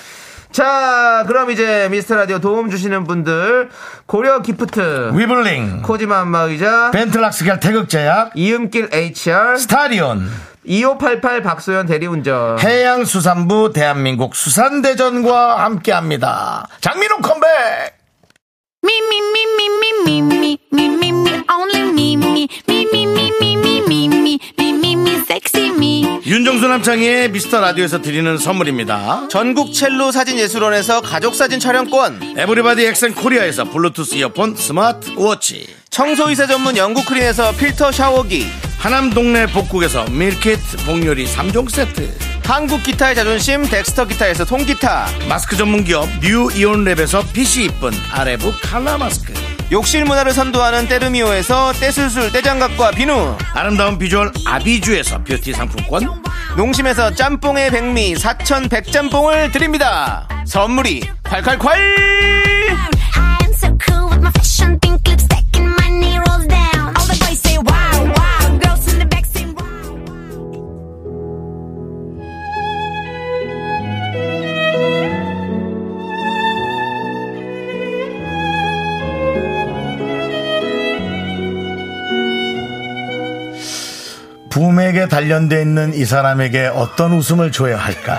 Speaker 2: 자, 그럼 이제 미스터 라디오 도움 주시는 분들 고려 기프트,
Speaker 1: 위블링,
Speaker 2: 코지마 안마의자,
Speaker 1: 벤틀락스겔 태극제약,
Speaker 2: 이음길
Speaker 1: 예.
Speaker 2: HR,
Speaker 1: 스타리온,
Speaker 2: 2588 박소연 대리운전.
Speaker 1: 해양수산부 대한민국 수산대전과 함께합니다. 장민호 컴백!
Speaker 5: Me, me, me, me, me, me, me, me, me, me, only me, me, me, me, me, me, me, me, me, me, me, me, sexy me.
Speaker 1: 윤정수 남창희의 미스터 라디오에서 드리는 선물입니다.
Speaker 2: 전국 첼로 사진 예술원에서 가족 사진 촬영권,
Speaker 1: 에브리바디 엑센 코리아에서 블루투스 이어폰 스마트 워치.
Speaker 2: 청소이사 전문 영국 크린에서 필터 샤워기,
Speaker 1: 하남 동네 복국에서 밀키트 복요리 3종 세트.
Speaker 2: 한국 기타의 자존심 덱스터 기타에서 통기타,
Speaker 1: 마스크 전문 기업 뉴 이온랩에서 핏이 이쁜 아레브 칼라 마스크.
Speaker 2: 욕실 문화를 선도하는 때르미오에서 떼술술 떼장갑과 비누,
Speaker 1: 아름다운 비주얼 아비주에서 뷰티 상품권.
Speaker 2: 농심에서 짬뽕의 백미 사천 백짬뽕을 드립니다. 선물이 콸콸콸!
Speaker 6: I am so cool with my fashion, pink lipstick and my knee rolls down. All the boys say wow, wow. Girls in the back say wow.
Speaker 1: 붐에게 단련돼 있는 이 사람에게 어떤 웃음을 줘야 할까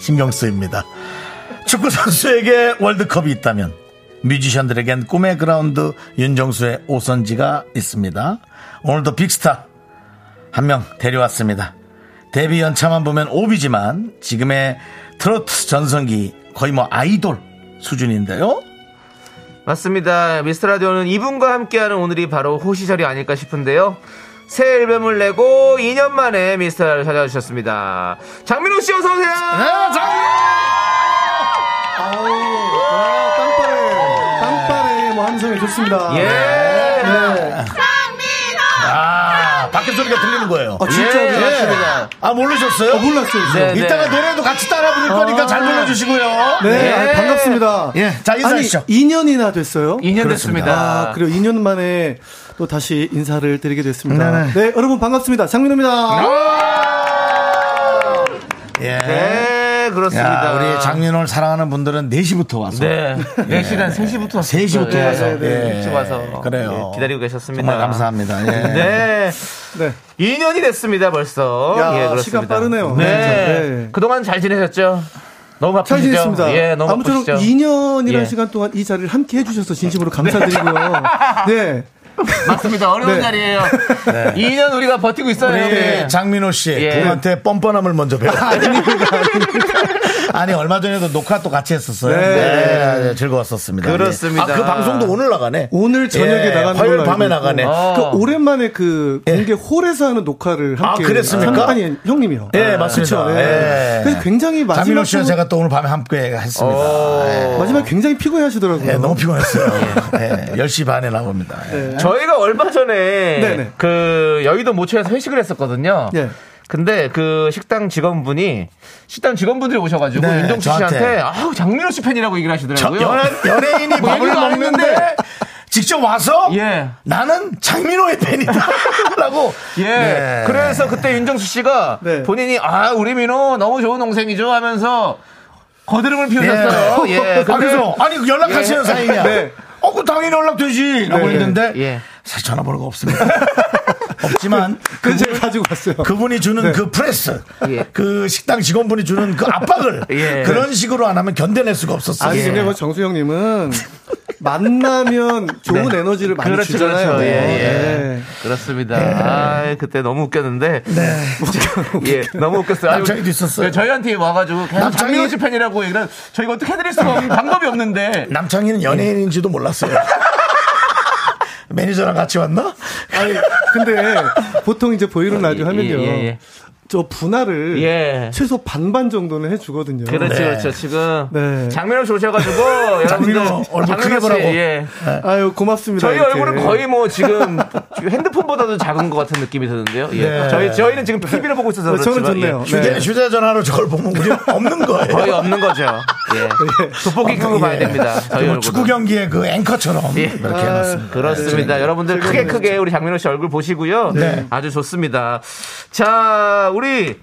Speaker 1: 신경 쓰입니다. 축구 선수에게 월드컵이 있다면 뮤지션들에겐 꿈의 그라운드 윤정수의 오선지가 있습니다. 오늘도 빅스타 한 명 데려왔습니다. 데뷔 연차만 보면 오비지만 지금의 트로트 전성기 거의 뭐 아이돌 수준인데요.
Speaker 2: 맞습니다. 미스터 라디오는 이분과 함께하는 오늘이 바로 호시절이 아닐까 싶은데요. 새 앨범을 내고 2년 만에 미스터 라디오 찾아주셨습니다. 장민호 씨 어서 오세요.
Speaker 8: 땅바래, 땅바래, 뭐, 함성이 좋습니다.
Speaker 2: 예.
Speaker 8: 네.
Speaker 1: 아 밖에 소리가 들리는 거예요.
Speaker 8: 아, 진짜,
Speaker 2: 예,
Speaker 8: 예.
Speaker 2: 맞습니다.
Speaker 1: 아 모르셨어요?
Speaker 8: 어, 몰랐어요,
Speaker 2: 네,
Speaker 8: 진짜.
Speaker 2: 네.
Speaker 1: 이따가 노래도 같이 따라 부를 거니까
Speaker 8: 아.
Speaker 1: 잘 불러주시고요.
Speaker 8: 네,
Speaker 2: 예.
Speaker 8: 아, 반갑습니다.
Speaker 1: 예, 자, 인사하시죠.
Speaker 8: 아니, 2년이나 됐어요.
Speaker 2: 2년
Speaker 8: 아,
Speaker 2: 됐습니다.
Speaker 8: 그리고 2년 만에 또 다시 인사를 드리게 됐습니다.
Speaker 1: 네네.
Speaker 8: 네, 여러분 반갑습니다. 장민호입니다.
Speaker 1: 예.
Speaker 2: 아. 네, 그렇습니다.
Speaker 1: 야, 우리 장민호를 사랑하는 분들은 4시부터 와서.
Speaker 2: 네. 4시간 3시부터 네.
Speaker 1: 3시부터 와서. 예.
Speaker 2: 일찍 와서
Speaker 1: 그래요.
Speaker 2: 예, 기다리고 계셨습니다.
Speaker 1: 정말 감사합니다. 예.
Speaker 2: 네.
Speaker 8: 네.
Speaker 2: 2년이 됐습니다, 벌써.
Speaker 8: 야,
Speaker 2: 예, 그렇습니다.
Speaker 8: 시간 빠르네요.
Speaker 2: 네.
Speaker 8: 네.
Speaker 2: 그동안 잘 지내셨죠? 너무 바쁘시죠?
Speaker 8: 잘 지냈습니다.
Speaker 2: 예, 너무
Speaker 8: 아무쪼록
Speaker 2: 바쁘시죠?
Speaker 8: 2년이라는
Speaker 2: 예.
Speaker 8: 시간 동안 이 자리를 함께 해주셔서 진심으로 감사드리고요. 네.
Speaker 2: 맞습니다. 어려운
Speaker 8: 네.
Speaker 2: 자리예요. 2년 우리가 버티고 있어요.
Speaker 1: 우리
Speaker 2: 네.
Speaker 1: 장민호 씨,
Speaker 2: 예.
Speaker 1: 분한테 뻔뻔함을 먼저 배워. 아니, 아니, 얼마 전에도 녹화 또 같이 했었어요. 네.
Speaker 8: 네.
Speaker 1: 네, 즐거웠었습니다.
Speaker 2: 그렇습니다.
Speaker 1: 아, 그 방송도 오늘 나가네.
Speaker 8: 오늘 저녁에
Speaker 1: 예,
Speaker 8: 나가는
Speaker 1: 화요일
Speaker 8: 걸로 알고
Speaker 1: 밤에
Speaker 8: 있고.
Speaker 1: 나가네. 예.
Speaker 2: 어.
Speaker 8: 그 오랜만에 그 공개 홀에서 하는 녹화를
Speaker 1: 아,
Speaker 8: 함께
Speaker 1: 그랬습니까?
Speaker 8: 상- 아니 형님이요.
Speaker 1: 예, 맞습니다.
Speaker 8: 그쵸?
Speaker 1: 예.
Speaker 8: 그래서 굉장히 마지막
Speaker 1: 장민호 씨는 제가 또 오늘 밤에 함께 했습니다. 예.
Speaker 8: 마지막 굉장히 피곤해 하시더라고요.
Speaker 1: 예, 너무 피곤했어요. 예, 10시 반에 나옵니다. 예.
Speaker 2: 네. 저희가 얼마 전에
Speaker 8: 네네.
Speaker 2: 그 여의도 모처에서 회식을 했었거든요.
Speaker 8: 예.
Speaker 2: 근데 그 식당 직원분이 식당 직원분들이 오셔가지고
Speaker 1: 네,
Speaker 2: 윤정수
Speaker 1: 저한테.
Speaker 2: 씨한테 아우 장민호 씨 팬이라고 얘기를
Speaker 1: 저-
Speaker 2: 하시더라고요.
Speaker 1: 연예, 연예인이
Speaker 2: 뭐
Speaker 1: 밥을
Speaker 2: 얘기도 안
Speaker 1: 먹는데
Speaker 2: 했는데
Speaker 1: 직접 직접 와서
Speaker 8: 네.
Speaker 2: 예.
Speaker 1: 나는 장민호의 팬이다라고
Speaker 2: 예.
Speaker 1: 네.
Speaker 2: 그래서 그때 윤정수 씨가
Speaker 8: 네.
Speaker 2: 본인이 아 우리 민호 너무 좋은 동생이죠 하면서 거드름을 피우셨어요. 예.
Speaker 1: 예. 아,
Speaker 2: 근데
Speaker 1: 그래서 아니 연락하시는 사이냐?
Speaker 8: 네.
Speaker 1: 어, 그 당연히 연락되지라고
Speaker 8: 네.
Speaker 1: 했는데
Speaker 2: 예.
Speaker 1: 사실 전화번호가 없습니다. 없지만
Speaker 8: 그 제가 가지고 왔어요.
Speaker 1: 그분이 주는 그 프레스,
Speaker 2: 네. 예.
Speaker 1: 그 식당 직원분이 주는 그 압박을
Speaker 2: 예.
Speaker 1: 그런 식으로 안 하면 견뎌낼 수가 없었어요.
Speaker 8: 아니 근데
Speaker 2: 예.
Speaker 8: 뭐 정수영님은 만나면 좋은 에너지를 많이
Speaker 2: 네. 그렇죠,
Speaker 8: 주잖아요.
Speaker 2: 그렇죠. 예, 예.
Speaker 8: 네.
Speaker 2: 그렇습니다. 아, 그때 너무 웃겼는데. 예, 너무 웃겼어요. 아유,
Speaker 1: 남창희도 있었어요.
Speaker 2: 네, 저희한테 와가지고 계속
Speaker 1: 남창희?
Speaker 2: 장민호 씨 팬이라고 얘기를 하- 저희가 어떻게 해드릴 수가 없는 방법이 없는데.
Speaker 8: 음,
Speaker 1: 남창희는 연예인인지도 몰랐어요. 매니저랑 같이 왔나?
Speaker 2: 어,
Speaker 8: 아니 근데 보통 이제 보이는 라디오 하면요.
Speaker 2: 예, 예, 예.
Speaker 8: 저 분할을
Speaker 2: 예.
Speaker 8: 최소 반반 정도는 해주거든요.
Speaker 2: 그렇죠,
Speaker 1: 네.
Speaker 2: 그렇죠. 지금
Speaker 8: 네.
Speaker 2: 장민호 씨 오셔가지고 여러분들
Speaker 1: 장민호 얼굴
Speaker 2: 장민호
Speaker 1: 크게
Speaker 2: 씨,
Speaker 1: 보라고.
Speaker 2: 예.
Speaker 8: 아유 고맙습니다.
Speaker 2: 저희
Speaker 8: 네. 이렇게.
Speaker 2: 얼굴은 거의 뭐 지금 핸드폰보다도 작은 것 같은 느낌이 드는데요. 예.
Speaker 1: 네.
Speaker 2: 저희 저희는 지금 TV를 보고 있어서
Speaker 8: 네, 저는
Speaker 2: 그렇지만,
Speaker 8: 좋네요.
Speaker 2: 예.
Speaker 1: 휴대,
Speaker 8: 네.
Speaker 1: 휴대전화로 저걸 보면 우리 없는 거예요.
Speaker 2: 거의 없는 거죠.
Speaker 8: 네.
Speaker 2: 예. 돋보기 끄고
Speaker 8: 예.
Speaker 2: 봐야 됩니다. 저희
Speaker 1: 뭐
Speaker 2: 얼굴.
Speaker 1: 축구 경기의 그 앵커처럼
Speaker 2: 예.
Speaker 1: 이렇게 해놨습니다.
Speaker 2: 그렇습니다. 여러분들 크게 크게 우리 장민호 씨 얼굴 보시고요.
Speaker 1: 네.
Speaker 2: 아주 좋습니다. 자, 우리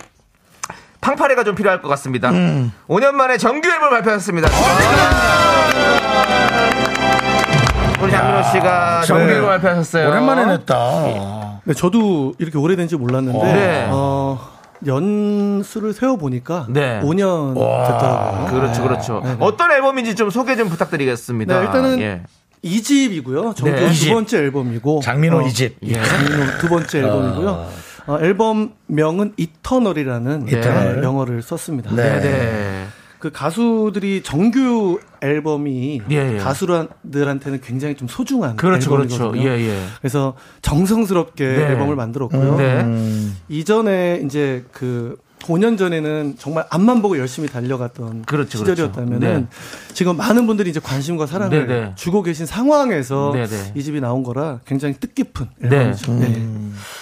Speaker 2: 팡파레가 좀 필요할 것 같습니다. 5년 만에 정규 앨범 발표했습니다. 우리 장민호 씨가 정규
Speaker 1: 네.
Speaker 2: 앨범 발표하셨어요. 예.
Speaker 1: 오랜만에 냈다.
Speaker 8: 네, 저도 이렇게 오래된지 몰랐는데
Speaker 2: 네.
Speaker 8: 어, 연수를 세워 보니까
Speaker 2: 네.
Speaker 8: 5년 됐더라고요.
Speaker 2: 그렇죠, 그렇죠. 어떤 앨범인지 좀 소개 좀 부탁드리겠습니다.
Speaker 8: 네, 일단은
Speaker 2: 예.
Speaker 8: 이집이고요 정규
Speaker 2: 네.
Speaker 8: 두 번째 앨범이고
Speaker 1: 장민호
Speaker 8: 어,
Speaker 1: 이 집.
Speaker 8: 예, 장민호 두 번째
Speaker 2: 아.
Speaker 8: 앨범이고요. 어, 앨범 명은 이터널이라는
Speaker 1: 이터널.
Speaker 8: 영어를 썼습니다.
Speaker 1: 네.
Speaker 2: 네.
Speaker 8: 그 가수들이 정규 앨범이
Speaker 2: 예, 예.
Speaker 8: 가수들한테는 굉장히 좀 소중한
Speaker 2: 그렇죠,
Speaker 8: 앨범이거든요.
Speaker 2: 그렇죠. 예, 예.
Speaker 8: 그래서 정성스럽게
Speaker 2: 네.
Speaker 8: 앨범을 만들었고요.
Speaker 2: 네.
Speaker 1: 음,
Speaker 8: 이전에 이제 그 5년 전에는 정말 앞만 보고 열심히 달려갔던
Speaker 2: 그렇죠,
Speaker 8: 시절이었다면은 지금 많은 분들이 이제 관심과
Speaker 2: 네,
Speaker 8: 사랑을
Speaker 2: 네.
Speaker 8: 주고 계신 상황에서
Speaker 2: 네, 네.
Speaker 8: 이 집이 나온 거라 굉장히 뜻깊은
Speaker 2: 네.
Speaker 8: 앨범이죠. 네.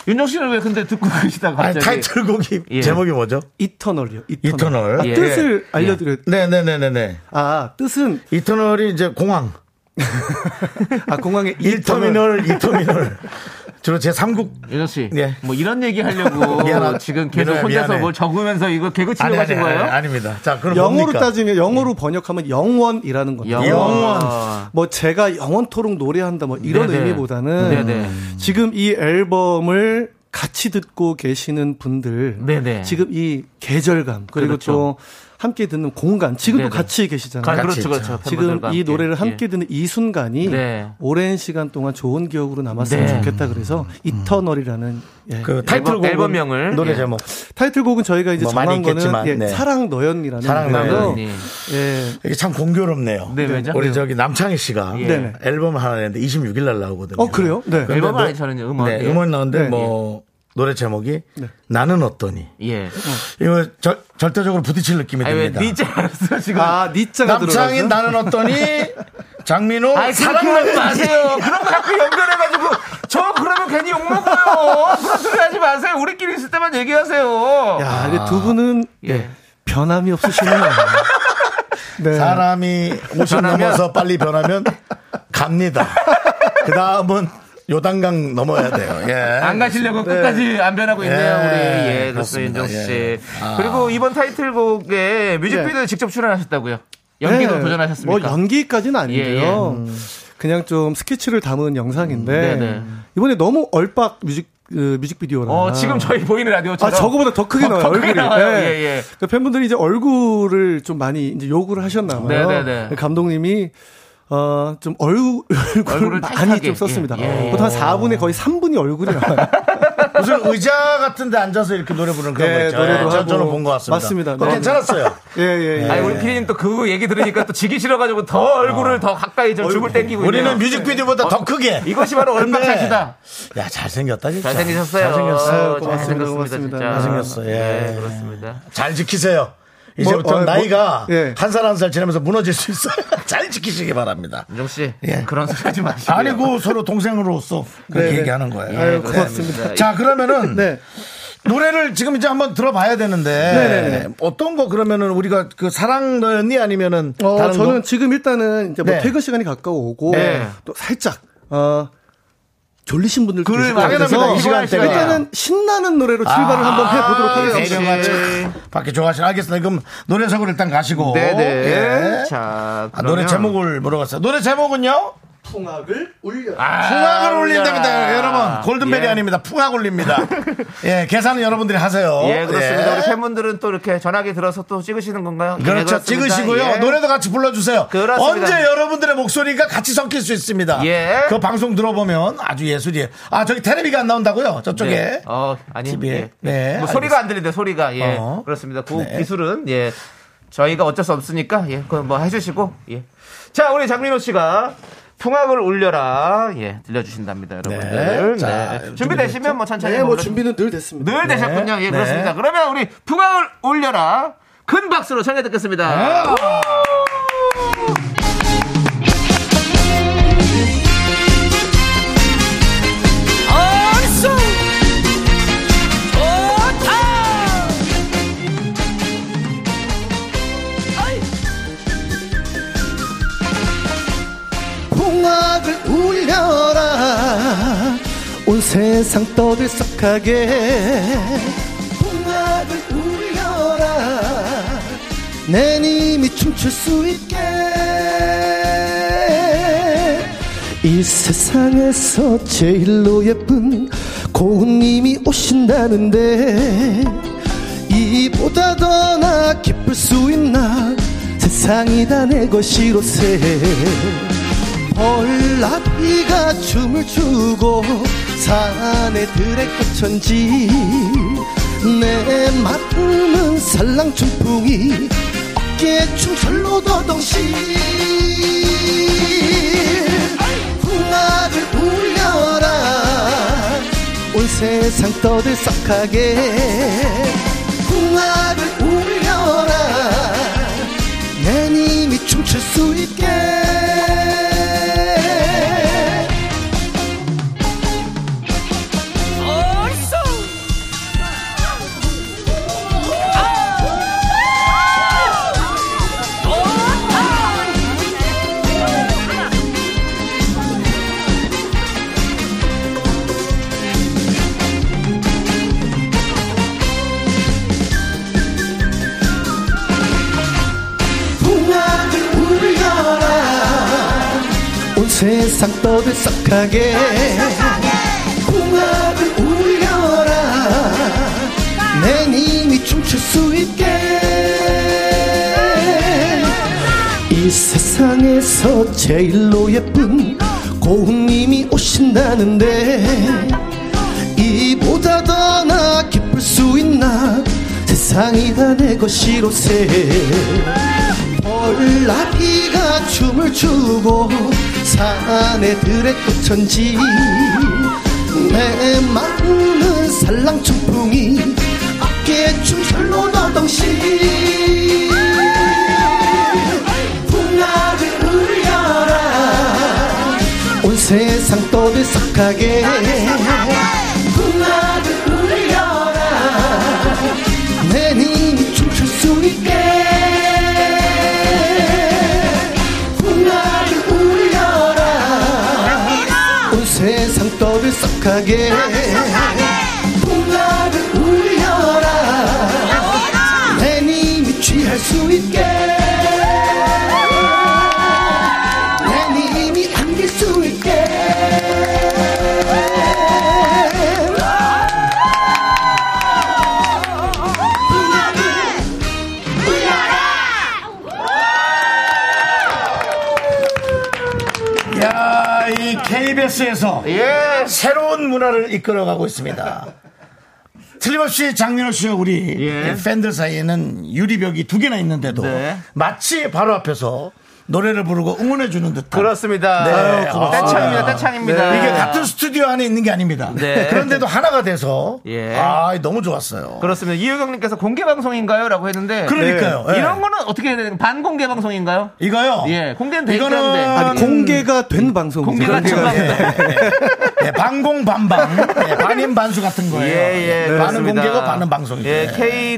Speaker 2: 윤정 씨는 왜 근데 듣고 계시다가
Speaker 1: 아니,
Speaker 2: 갑자기
Speaker 1: 타이틀곡이
Speaker 2: 예.
Speaker 1: 제목이 뭐죠?
Speaker 8: 이터널이요. 이터널.
Speaker 1: 이터널.
Speaker 8: 아,
Speaker 2: 예.
Speaker 8: 뜻을 알려드려.
Speaker 1: 네네네네네.
Speaker 8: 아 뜻은
Speaker 1: 이터널이 이제 공항.
Speaker 8: 아 공항에
Speaker 1: 일터미널, 이터미널. 주로 제 3국.
Speaker 2: 윤정 씨,
Speaker 1: 예.
Speaker 2: 뭐 이런 얘기 하려고
Speaker 1: 미안하-
Speaker 2: 지금 계속
Speaker 1: 미안해,
Speaker 2: 혼자서
Speaker 1: 미안해.
Speaker 2: 뭘 적으면서 이거 개그 치려고 하신 거예요?
Speaker 1: 아니, 아닙니다. 자, 그럼
Speaker 8: 영어로
Speaker 1: 뭡니까?
Speaker 8: 따지면
Speaker 2: 예.
Speaker 8: 영어로 번역하면 영원이라는 겁니다.
Speaker 2: 어,
Speaker 1: 영원.
Speaker 8: 뭐 제가 영원토록 노래한다 뭐 이런
Speaker 2: 네네.
Speaker 8: 의미보다는
Speaker 2: 네네.
Speaker 8: 지금 이 앨범을 같이 듣고 계시는 분들
Speaker 2: 네네.
Speaker 8: 지금 이 계절감 그리고
Speaker 2: 예. 그렇죠.
Speaker 8: 또 함께 듣는 공간 지금도
Speaker 2: 네네.
Speaker 8: 같이
Speaker 2: 가-
Speaker 8: 계시잖아요.
Speaker 1: 예.
Speaker 2: 그렇죠, 그렇죠.
Speaker 8: 지금
Speaker 2: 팬분들과
Speaker 8: 이 노래를
Speaker 2: 함께. 예.
Speaker 8: 함께 듣는 이 순간이
Speaker 2: 네.
Speaker 8: 오랜 시간 동안 좋은 기억으로 남았으면
Speaker 2: 네.
Speaker 8: 좋겠다 그래서 이터널이라는 예.
Speaker 1: 음. 그 타이틀곡.
Speaker 2: 앨범명을.
Speaker 1: 노래
Speaker 2: 예.
Speaker 1: 제목.
Speaker 8: 타이틀곡은 저희가 이제
Speaker 1: 뭐 많이
Speaker 8: 정한 거는
Speaker 1: 있겠지만,
Speaker 8: 예,
Speaker 1: 네.
Speaker 8: 사랑 너연이라는
Speaker 1: 사랑
Speaker 8: 노래로
Speaker 1: 너연.
Speaker 2: 예.
Speaker 8: 예,
Speaker 1: 이게 참 공교롭네요.
Speaker 2: 네, 왜죠? 예.
Speaker 1: 우리 저기 남창희 씨가
Speaker 8: 네네.
Speaker 1: 앨범 하나 냈는데 26일 날 나오거든요.
Speaker 8: 어 그래요? 네.
Speaker 1: 근데
Speaker 2: 앨범은
Speaker 1: 노-
Speaker 2: 아니 저는요 음원.
Speaker 1: 네,
Speaker 2: 예. 네.
Speaker 1: 음원 나오는데
Speaker 8: 네.
Speaker 1: 뭐 노래 제목이 나는 어떠니.
Speaker 2: 예.
Speaker 1: 이거 절, 절대적으로 부딪힐 느낌이
Speaker 2: 아니 왜
Speaker 1: 듭니다.
Speaker 2: 니지 알았어 지금.
Speaker 8: 아, 니자가
Speaker 1: 남창희
Speaker 8: 들어가서
Speaker 1: 나는 어떠니 장민호
Speaker 2: 아이 사랑하지 마세요. 그런 거 자꾸 연결해가지고 저 그러면 괜히 욕 먹어요. 그런 소리 하지 마세요. 우리끼리 있을 때만 얘기하세요.
Speaker 8: 야, 이게 두 분은
Speaker 2: 예.
Speaker 8: 예, 변함이 없으시네요. 네.
Speaker 1: 사람이 50 넘어서 빨리 변하면 갑니다. 그 다음은 요단강 넘어야 돼요. 예.
Speaker 2: 안 가시려고 끝까지 안 변하고 네. 있네요,
Speaker 1: 예,
Speaker 2: 우리. 예, 아. 네. 그렇습니다.
Speaker 1: 그렇습니다.
Speaker 2: 윤정 씨.
Speaker 1: 예.
Speaker 2: 그리고 이번 타이틀곡에 뮤직비디오에 직접 출연하셨다고요? 연기도
Speaker 8: 네.
Speaker 2: 도전하셨습니까?
Speaker 8: 뭐 연기까지는 아닌데요. 음.
Speaker 2: 예, 예.
Speaker 8: 그냥 좀 스케치를 담은 영상인데
Speaker 2: 음, 네네.
Speaker 8: 이번에 너무 얼박 뮤직 그 뮤직비디오라.
Speaker 2: 어, 지금 저희 보이는
Speaker 8: 아
Speaker 2: 라디오처럼.
Speaker 8: 저거보다 더 크게
Speaker 2: 더-
Speaker 8: 나와요
Speaker 2: 더 크게
Speaker 8: 얼굴이.
Speaker 2: 나와요.
Speaker 8: 네.
Speaker 2: 예, 예.
Speaker 8: 그 팬분들이 이제 얼굴을 좀 많이 이제 요구를 하셨나봐요. 그
Speaker 2: 네네네.
Speaker 8: 감독님이 어좀 얼굴 얼굴을
Speaker 2: 얼굴을
Speaker 8: 많이
Speaker 2: 타이트하게.
Speaker 8: 좀 썼습니다.
Speaker 2: 예, 예.
Speaker 8: 보통 한 4분의 거의 3분이 얼굴이 나와요.
Speaker 1: 무슨 의자 같은데 앉아서 이렇게 노래 부르는 그런
Speaker 8: 네,
Speaker 1: 거 있죠.
Speaker 8: 노래도
Speaker 1: 예, 저-
Speaker 8: 하고.
Speaker 1: 저는 본 것 같습니다.
Speaker 8: 맞습니다.
Speaker 1: 그거
Speaker 8: 네.
Speaker 1: 괜찮았어요.
Speaker 8: 예, 예, 예.
Speaker 1: 네.
Speaker 2: 아니, 우리 피디님 또 그 얘기 들으니까 또 지기 싫어가지고 더 얼굴을 더 가까이 좀 줌을
Speaker 8: 그
Speaker 2: 땡기고 있네요.
Speaker 1: 아. 우리는
Speaker 8: 어,
Speaker 1: 뮤직비디오보다 더 크게.
Speaker 2: 이것이 바로 얼박
Speaker 1: 근데-
Speaker 2: 자시다.
Speaker 1: 야, 잘생겼다, 진짜.
Speaker 2: 잘생기셨어요.
Speaker 1: 잘생겼어요.
Speaker 2: 잘
Speaker 8: 고맙습니다,
Speaker 2: 생겼습니다
Speaker 8: 고맙습니다.
Speaker 2: 진짜.
Speaker 1: 잘생겼어, 예.
Speaker 2: 네, 그렇습니다.
Speaker 1: 잘 지키세요. 이제부터
Speaker 8: 어, 뭐-
Speaker 1: 나이가
Speaker 8: 예.
Speaker 1: 한 살 한 살 지나면서 무너질 수 있어요. 잘 지키시기 바랍니다.
Speaker 2: 윤정 씨,
Speaker 1: 예.
Speaker 2: 그런 소리 하지 마시고.
Speaker 1: 아니고 그 서로 동생으로서 그렇게
Speaker 8: 네, 네.
Speaker 1: 얘기하는 거예요.
Speaker 8: 아유, 고맙습니다.
Speaker 1: 자, 그러면은
Speaker 8: 네.
Speaker 1: 노래를 지금 이제 한번 들어봐야 되는데
Speaker 8: 네, 네.
Speaker 1: 어떤 거 그러면은 우리가 그 사랑 너였니 아니면은
Speaker 8: 어,
Speaker 1: 다른
Speaker 8: 저는
Speaker 1: 거?
Speaker 8: 지금 일단은 이제 뭐
Speaker 1: 네.
Speaker 8: 퇴근 시간이 가까워 오고
Speaker 2: 네.
Speaker 8: 또 살짝 어, 졸리신 분들 도 계실 것
Speaker 1: 그러니까 당연합니다. 아.
Speaker 8: 같아서
Speaker 1: 이 시간 때문에.
Speaker 8: 일단은 신나는 노래로 출발을 한번 해보도록
Speaker 1: 네,
Speaker 8: 하겠습니다.
Speaker 1: 배려가 참 밖에 좋아하시나 알겠습니다. 그럼 노래석으로 일단 가시고.
Speaker 2: 네네.
Speaker 1: 예.
Speaker 2: 자,
Speaker 1: 아, 노래
Speaker 2: 그러면-
Speaker 1: 제목을 물어봤어요. 노래 제목은요? 아,
Speaker 8: 풍악을 울려.
Speaker 1: 풍악을
Speaker 8: 아,
Speaker 1: 울린답니다.
Speaker 2: 야.
Speaker 1: 여러분, 골든벨이
Speaker 2: 예.
Speaker 1: 아닙니다. 풍악 울립니다. 예, 계산은 여러분들이 하세요.
Speaker 2: 예, 그렇습니다.
Speaker 1: 예.
Speaker 2: 우리 팬분들은 또 이렇게 전화기 들어서 또 찍으시는 건가요? 예,
Speaker 1: 그렇죠.
Speaker 2: 그렇습니다.
Speaker 1: 찍으시고요.
Speaker 2: 예.
Speaker 1: 노래도 같이 불러주세요.
Speaker 2: 그렇습니다.
Speaker 1: 언제 여러분들의 목소리가 같이 섞일 수 있습니다.
Speaker 2: 예.
Speaker 1: 그 방송 들어보면 아주 예술이에요. 아, 저기 테레비가 안 나온다고요? 저쪽에.
Speaker 2: 네. 어, 아니.
Speaker 1: TV에.
Speaker 2: 예.
Speaker 1: 예. 네,
Speaker 2: 뭐
Speaker 1: 알겠습니다.
Speaker 2: 소리가 안 들리는데 소리가 예.
Speaker 1: 어.
Speaker 2: 그렇습니다. 그
Speaker 1: 네.
Speaker 2: 기술은 예. 저희가 어쩔 수 없으니까 예. 그건 뭐 해 주시고 예. 자, 우리 장민호 씨가 풍악을 울려라. 예. 들려 주신답니다, 여러분들.
Speaker 1: 네. 자,
Speaker 2: 네. 준비되시면 뭐 천천히
Speaker 8: 네, 뭐
Speaker 2: 해보도록-
Speaker 8: 준비는 늘 됐습니다.
Speaker 2: 늘 되셨군요. 예,
Speaker 1: 네.
Speaker 2: 그렇습니다. 그러면 우리 풍악을 울려라. 큰 박수로 청해 듣겠습니다.
Speaker 1: 네.
Speaker 8: 풍악을 울려라 온 세상 떠들썩하게 풍악을 울려라 내 님이 춤출 수 있게 이 세상에서 제일로 예쁜 고운님이 오신다는데 이보다 더 나 기쁠 수 있나 세상이 다 내 것이로세 벌나비가 춤을 추고 산에 들의 꽃천지 내 마음은 살랑춤풍이 어깨에 춤철로 더덩실 풍악을 울려라 온 세상 떠들썩하게 풍악을 울려라 내 님이 춤출 수 있게 풍악을 울려라 온 세상 떠들썩하게 풍악을 울려라 내 님이 춤출 수 있게 이 세상에서 제일로 예쁜 고운님이 오신다는데 이보다 더 나 기쁠 수 있나 세상이 다 내 것이로세 벌나비가 춤을 추고 산에 들의 꽃천지 내 마음은 살랑춤풍이 어깨에 춤철로 너덩시 풍악을 울려라 온 세상 떠들썩하게 풍악을 울려라 내 님이 춤출 수 있게 풍악을 울려라 온 세상 떠들썩하게 풍악을 울려라 내 님이 취할 수 있게 내 님이 안길 수 있게
Speaker 1: 야, 이 KBS에서
Speaker 2: 예.
Speaker 1: 새로운 문화를 이끌어가고 있습니다. 틀림없이 장민호 씨와 우리
Speaker 2: 예.
Speaker 1: 팬들 사이에는 유리벽이 두 개나 있는데도
Speaker 2: 네.
Speaker 1: 마치 바로 앞에서 노래를 부르고 응원해 주는 듯한
Speaker 2: 그렇습니다.
Speaker 1: 네,
Speaker 2: 아유,
Speaker 1: 고맙습니다.
Speaker 2: 떼창입니다. 떼창입니다.
Speaker 1: 네. 이게 같은 스튜디오 안에 있는 게 아닙니다.
Speaker 2: 네.
Speaker 1: 그런데도 하나가 돼서
Speaker 2: 예.
Speaker 1: 아 너무 좋았어요.
Speaker 2: 그렇습니다. 이유경님께서 공개 방송인가요?라고 했는데
Speaker 1: 그러니까요.
Speaker 2: 네.
Speaker 1: 예.
Speaker 2: 이런 거는 어떻게 해야 되는 반공개 방송인가요?
Speaker 1: 이거요.
Speaker 2: 예, 공개는 돼 있긴
Speaker 1: 이거는 아, 그렇죠.
Speaker 2: 한데.
Speaker 1: 아니,
Speaker 2: 그렇죠.
Speaker 1: 예.
Speaker 8: 공개가 된 방송
Speaker 2: 공개가 된 방송.
Speaker 1: 네, 반공반방. 네, 반인반수 같은 거예요.
Speaker 2: 예, 예.
Speaker 1: 반은
Speaker 2: 그렇습니다.
Speaker 1: 네. 공개고 반은 방송이고.
Speaker 2: 예,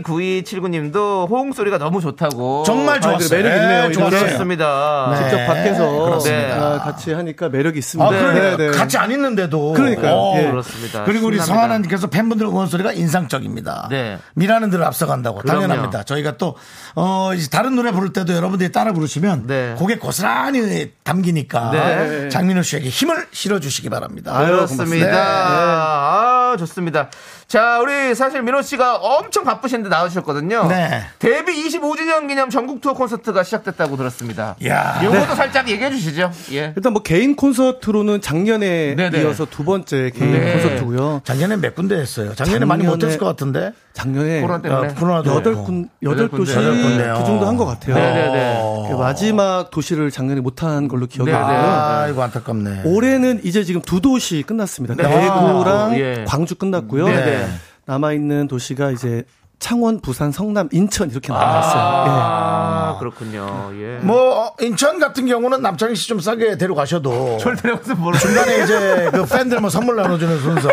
Speaker 2: K9279님도 호응 소리가 너무 좋다고.
Speaker 1: 정말 좋았어요.
Speaker 8: 아, 매력 있네요,
Speaker 1: 예,
Speaker 8: 이거.
Speaker 1: 좋았어요.
Speaker 2: 좋습니다.
Speaker 1: 네.
Speaker 8: 직접 밖에서
Speaker 2: 그렇습니다.
Speaker 8: 아, 같이 하니까 매력이 있습니다.
Speaker 1: 아, 그러니까
Speaker 8: 네, 네.
Speaker 1: 같이 안 있는데도.
Speaker 8: 그러니까요.
Speaker 1: 오.
Speaker 8: 예.
Speaker 2: 그렇습니다.
Speaker 1: 그리고 우리
Speaker 2: 신납니다.
Speaker 1: 성하나님께서 팬분들 응원 소리가 인상적입니다.
Speaker 2: 네.
Speaker 1: 미라는 늘 앞서간다고
Speaker 2: 그럼요.
Speaker 1: 당연합니다. 저희가 또 어, 이제 다른 노래 부를 때도 여러분들이 따라 부르시면
Speaker 2: 네.
Speaker 1: 곡에 고스란히 담기니까
Speaker 2: 네.
Speaker 1: 장민호 씨에게 힘을 실어주시기 바랍니다. 네.
Speaker 2: 그렇습니다.
Speaker 1: 고맙습니다.
Speaker 2: 아, 좋습니다. 자, 우리 사실 민호 씨가 엄청 바쁘신데 나와주셨거든요.
Speaker 1: 네.
Speaker 2: 데뷔 25주년 기념 전국 투어 콘서트가 시작됐다고 들었습니다.
Speaker 1: 야. 네.
Speaker 2: 요것도 살짝 얘기해 주시죠. 예.
Speaker 8: 일단 뭐 개인 콘서트로는 작년에
Speaker 2: 네, 네.
Speaker 8: 이어서 두 번째 개인
Speaker 2: 네.
Speaker 8: 콘서트고요.
Speaker 1: 작년에 몇 군데 했어요. 작년에 많이
Speaker 8: 작년에-
Speaker 1: 못했을 것 같은데.
Speaker 8: 작년에
Speaker 2: 코로나
Speaker 1: 어,
Speaker 2: 때문에.
Speaker 1: 코로나도 어.
Speaker 8: 여덟
Speaker 1: 있고.
Speaker 8: 군
Speaker 2: 여덟
Speaker 8: 여덟
Speaker 2: 네. 군데.
Speaker 8: 도시
Speaker 2: 여덟
Speaker 1: 군데요.
Speaker 8: 그 정도 한 것 같아요.
Speaker 2: 네네네.
Speaker 8: 그 마지막 도시를 작년에 못한 걸로 기억이
Speaker 2: 네,
Speaker 8: 나요.
Speaker 1: 아, 이거 안타깝네.
Speaker 8: 올해는 이제 지금 두 도시 끝났습니다.
Speaker 2: 네.
Speaker 8: 대구랑
Speaker 2: 아, 예.
Speaker 8: 광주 끝났고요.
Speaker 2: 네, 네.
Speaker 8: 남아 있는 도시가 이제 창원, 부산, 성남, 인천 이렇게 남았어요. 예.
Speaker 2: 아, 그렇군요. 예.
Speaker 1: 뭐 어, 인천 같은 경우는 남창희 씨 좀 싸게 데려가셔도
Speaker 2: 절대로서 모르
Speaker 1: 중간에 이제 그 팬들 뭐 선물 나눠주는 순서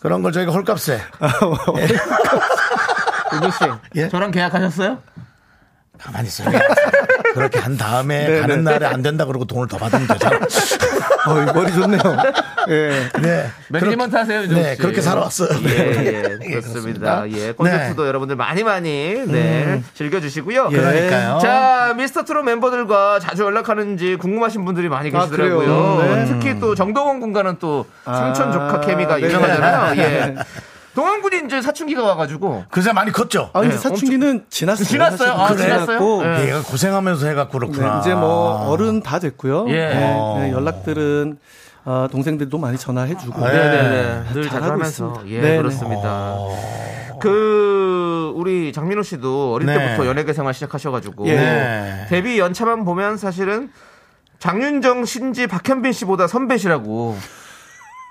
Speaker 1: 그런 걸 저희가 홀값에
Speaker 2: 민호 씨.
Speaker 1: 예?
Speaker 2: 저랑 계약하셨어요?
Speaker 1: 가만히 있어요. 그렇게 한 다음에 가는 날에 안 된다 그러고 돈을 더 받으면 되잖아.
Speaker 8: 예. 네, 어, 머리 좋네요. 예.
Speaker 1: 네.
Speaker 2: 매니지먼트 하세요, 민호
Speaker 1: 네,
Speaker 2: 씨.
Speaker 1: 그렇게 살아왔어요. 네.
Speaker 8: 네,
Speaker 2: 예, 예, 그렇습니다. 예, 콘서트도 여러분들 많이 많이 네, 즐겨주시고요.
Speaker 1: 음. 예. 그러니까요.
Speaker 2: 자, 미스터 트롯 멤버들과 자주 연락하는지 궁금하신 분들이 많이 계시더라고요. 아,
Speaker 8: 그래요? 네.
Speaker 2: 특히 또 정동원 군과는 또 삼촌 조카 케미가
Speaker 8: 네.
Speaker 2: 유명하잖아요.
Speaker 8: 네.
Speaker 2: 예. 동원 군이 이제 사춘기가 와가지고
Speaker 1: 그새 많이 컸죠.
Speaker 8: 아, 근데
Speaker 2: 네,
Speaker 8: 사춘기는 지났어요.
Speaker 2: 지났어요?
Speaker 8: 사실은.
Speaker 2: 아,
Speaker 8: 그래.
Speaker 2: 지났어요?
Speaker 8: 지났고,
Speaker 2: 예.
Speaker 1: 얘가 고생하면서 해가 그렇구나.
Speaker 9: 아.
Speaker 8: 네, 이제 뭐 어른 다 됐고요.
Speaker 2: 예.
Speaker 8: 네,
Speaker 1: 어.
Speaker 8: 네, 연락들은 어, 동생들도 많이 전화해주고.
Speaker 2: 아, 예.
Speaker 1: 네.
Speaker 2: 네네네. 늘
Speaker 8: 잘하고
Speaker 2: 자주 하면서.
Speaker 8: 있습니다.
Speaker 2: 예,
Speaker 8: 네네.
Speaker 2: 그렇습니다. 그, 우리 장민호 씨도 어릴
Speaker 1: 네.
Speaker 2: 때부터 연예계 생활 시작하셔가지고.
Speaker 9: 예.
Speaker 1: 네.
Speaker 2: 데뷔 연차만 보면 사실은 장윤정, 신지, 박현빈 씨보다 선배시라고.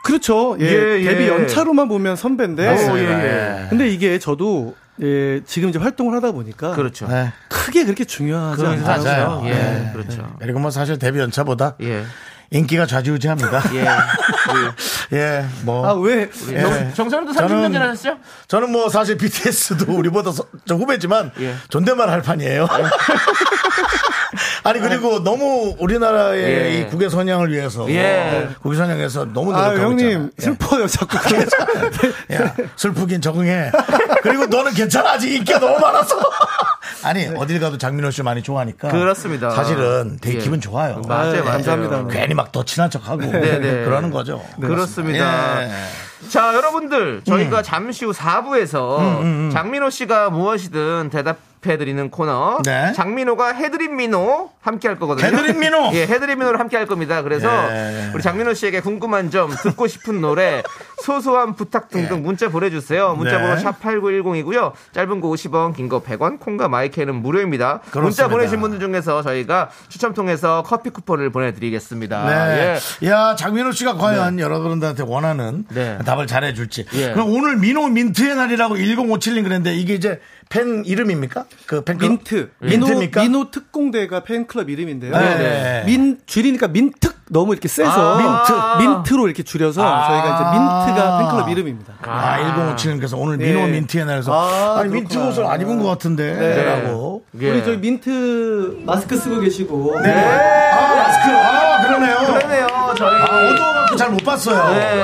Speaker 8: 그렇죠. 예,
Speaker 2: 예, 예.
Speaker 8: 데뷔 연차로만 보면 선배인데.
Speaker 2: 맞습니다. 예,
Speaker 1: 아, 예.
Speaker 8: 근데 이게 저도 예, 지금 이제 활동을 하다 보니까
Speaker 2: 그렇죠.
Speaker 1: 네.
Speaker 8: 크게 그렇게 중요하지
Speaker 2: 그런
Speaker 8: 않아요.
Speaker 1: 맞아요.
Speaker 2: 사죠. 예,
Speaker 1: 네.
Speaker 2: 그렇죠.
Speaker 1: 그리고 뭐 사실 데뷔 연차보다
Speaker 2: 예.
Speaker 1: 인기가 좌지우지합니다.
Speaker 2: 예.
Speaker 1: 예, 뭐
Speaker 8: 아, 왜?
Speaker 1: 예.
Speaker 2: 정선우도
Speaker 1: 저는-
Speaker 2: 30년 전 하셨죠?
Speaker 1: 저는 뭐 사실 BTS도 우리보다 서- 저 후배지만
Speaker 2: 예.
Speaker 1: 존댓말 할 판이에요. 아니 그리고 너무 우리나라의
Speaker 2: 예.
Speaker 1: 이 국외 선양을 위해서
Speaker 2: 예.
Speaker 1: 국외 선양에서 너무
Speaker 8: 아,
Speaker 1: 노력하고
Speaker 8: 형님,
Speaker 1: 있잖아.
Speaker 8: 슬퍼요, 자꾸.
Speaker 1: 예. 야, 슬프긴 적응해. 그리고 너는 괜찮아 아직 인기가 너무 많아서. 아니
Speaker 8: 네.
Speaker 1: 어딜 가도 장민호 씨 많이 좋아하니까.
Speaker 2: 그렇습니다.
Speaker 1: 사실은 되게
Speaker 2: 예.
Speaker 1: 기분 좋아요.
Speaker 2: 맞아요,
Speaker 8: 아,
Speaker 2: 맞아요.
Speaker 8: 감사합니다.
Speaker 1: 괜히 막 더 친한 척하고
Speaker 2: 네.
Speaker 1: 그러는 거죠. 예.
Speaker 2: 그렇습니다. 자, 여러분들, 저희가
Speaker 1: 네.
Speaker 2: 잠시 후 4부에서
Speaker 1: 음,
Speaker 2: 장민호 씨가 무엇이든 대답해드리는 코너.
Speaker 1: 네.
Speaker 2: 장민호가 해드림 민호 함께 할 거거든요.
Speaker 1: 해드림 민호!
Speaker 2: 예, 해드림 민호를 함께 할 겁니다. 그래서
Speaker 1: 예.
Speaker 2: 우리 장민호 씨에게 궁금한 점, 듣고 싶은 노래, 소소한 부탁 등등 문자 보내주세요. 문자번호
Speaker 1: 예. 네.
Speaker 2: 샵8910이고요. 짧은 거 50원, 긴 거 100원, 콩과 마이크는 무료입니다.
Speaker 1: 그렇습니다.
Speaker 2: 문자 보내신 분들 중에서 저희가 추첨 통해서 커피 쿠폰을 보내드리겠습니다.
Speaker 1: 네.
Speaker 2: 예.
Speaker 1: 야, 장민호 씨가 과연 여러분들한테 원하는
Speaker 2: 네.
Speaker 1: 답을 잘해줄지.
Speaker 2: 예.
Speaker 1: 그럼 오늘 민호 민트의 날이라고 1057님 그랬는데 이게 이제 팬 이름입니까? 그 팬클럽?
Speaker 8: 민트.
Speaker 1: 민트입니까?
Speaker 8: 민호, 민호 특공대가 팬클럽 이름인데요.
Speaker 1: 네, 네.
Speaker 8: 민, 줄이니까 민특 너무 이렇게 세서.
Speaker 2: 아, 민트.
Speaker 8: 민트로 이렇게 줄여서 저희가 이제 민트가 팬클럽 이름입니다.
Speaker 1: 아, 1057님께서 오늘 민호 민트의 날에서
Speaker 8: 아,
Speaker 1: 아, 니 민트
Speaker 8: 그렇구나. 네.
Speaker 1: 옷을 안 입은 것 같은데. 라고.
Speaker 2: 예.
Speaker 8: 우리 저희 민트 마스크 쓰고 계시고.
Speaker 1: 아, 마스크. 아, 그러네요.
Speaker 2: 그러네요. 저희
Speaker 1: 아, 어두워갖고 잘 못 봤어요.
Speaker 2: 네,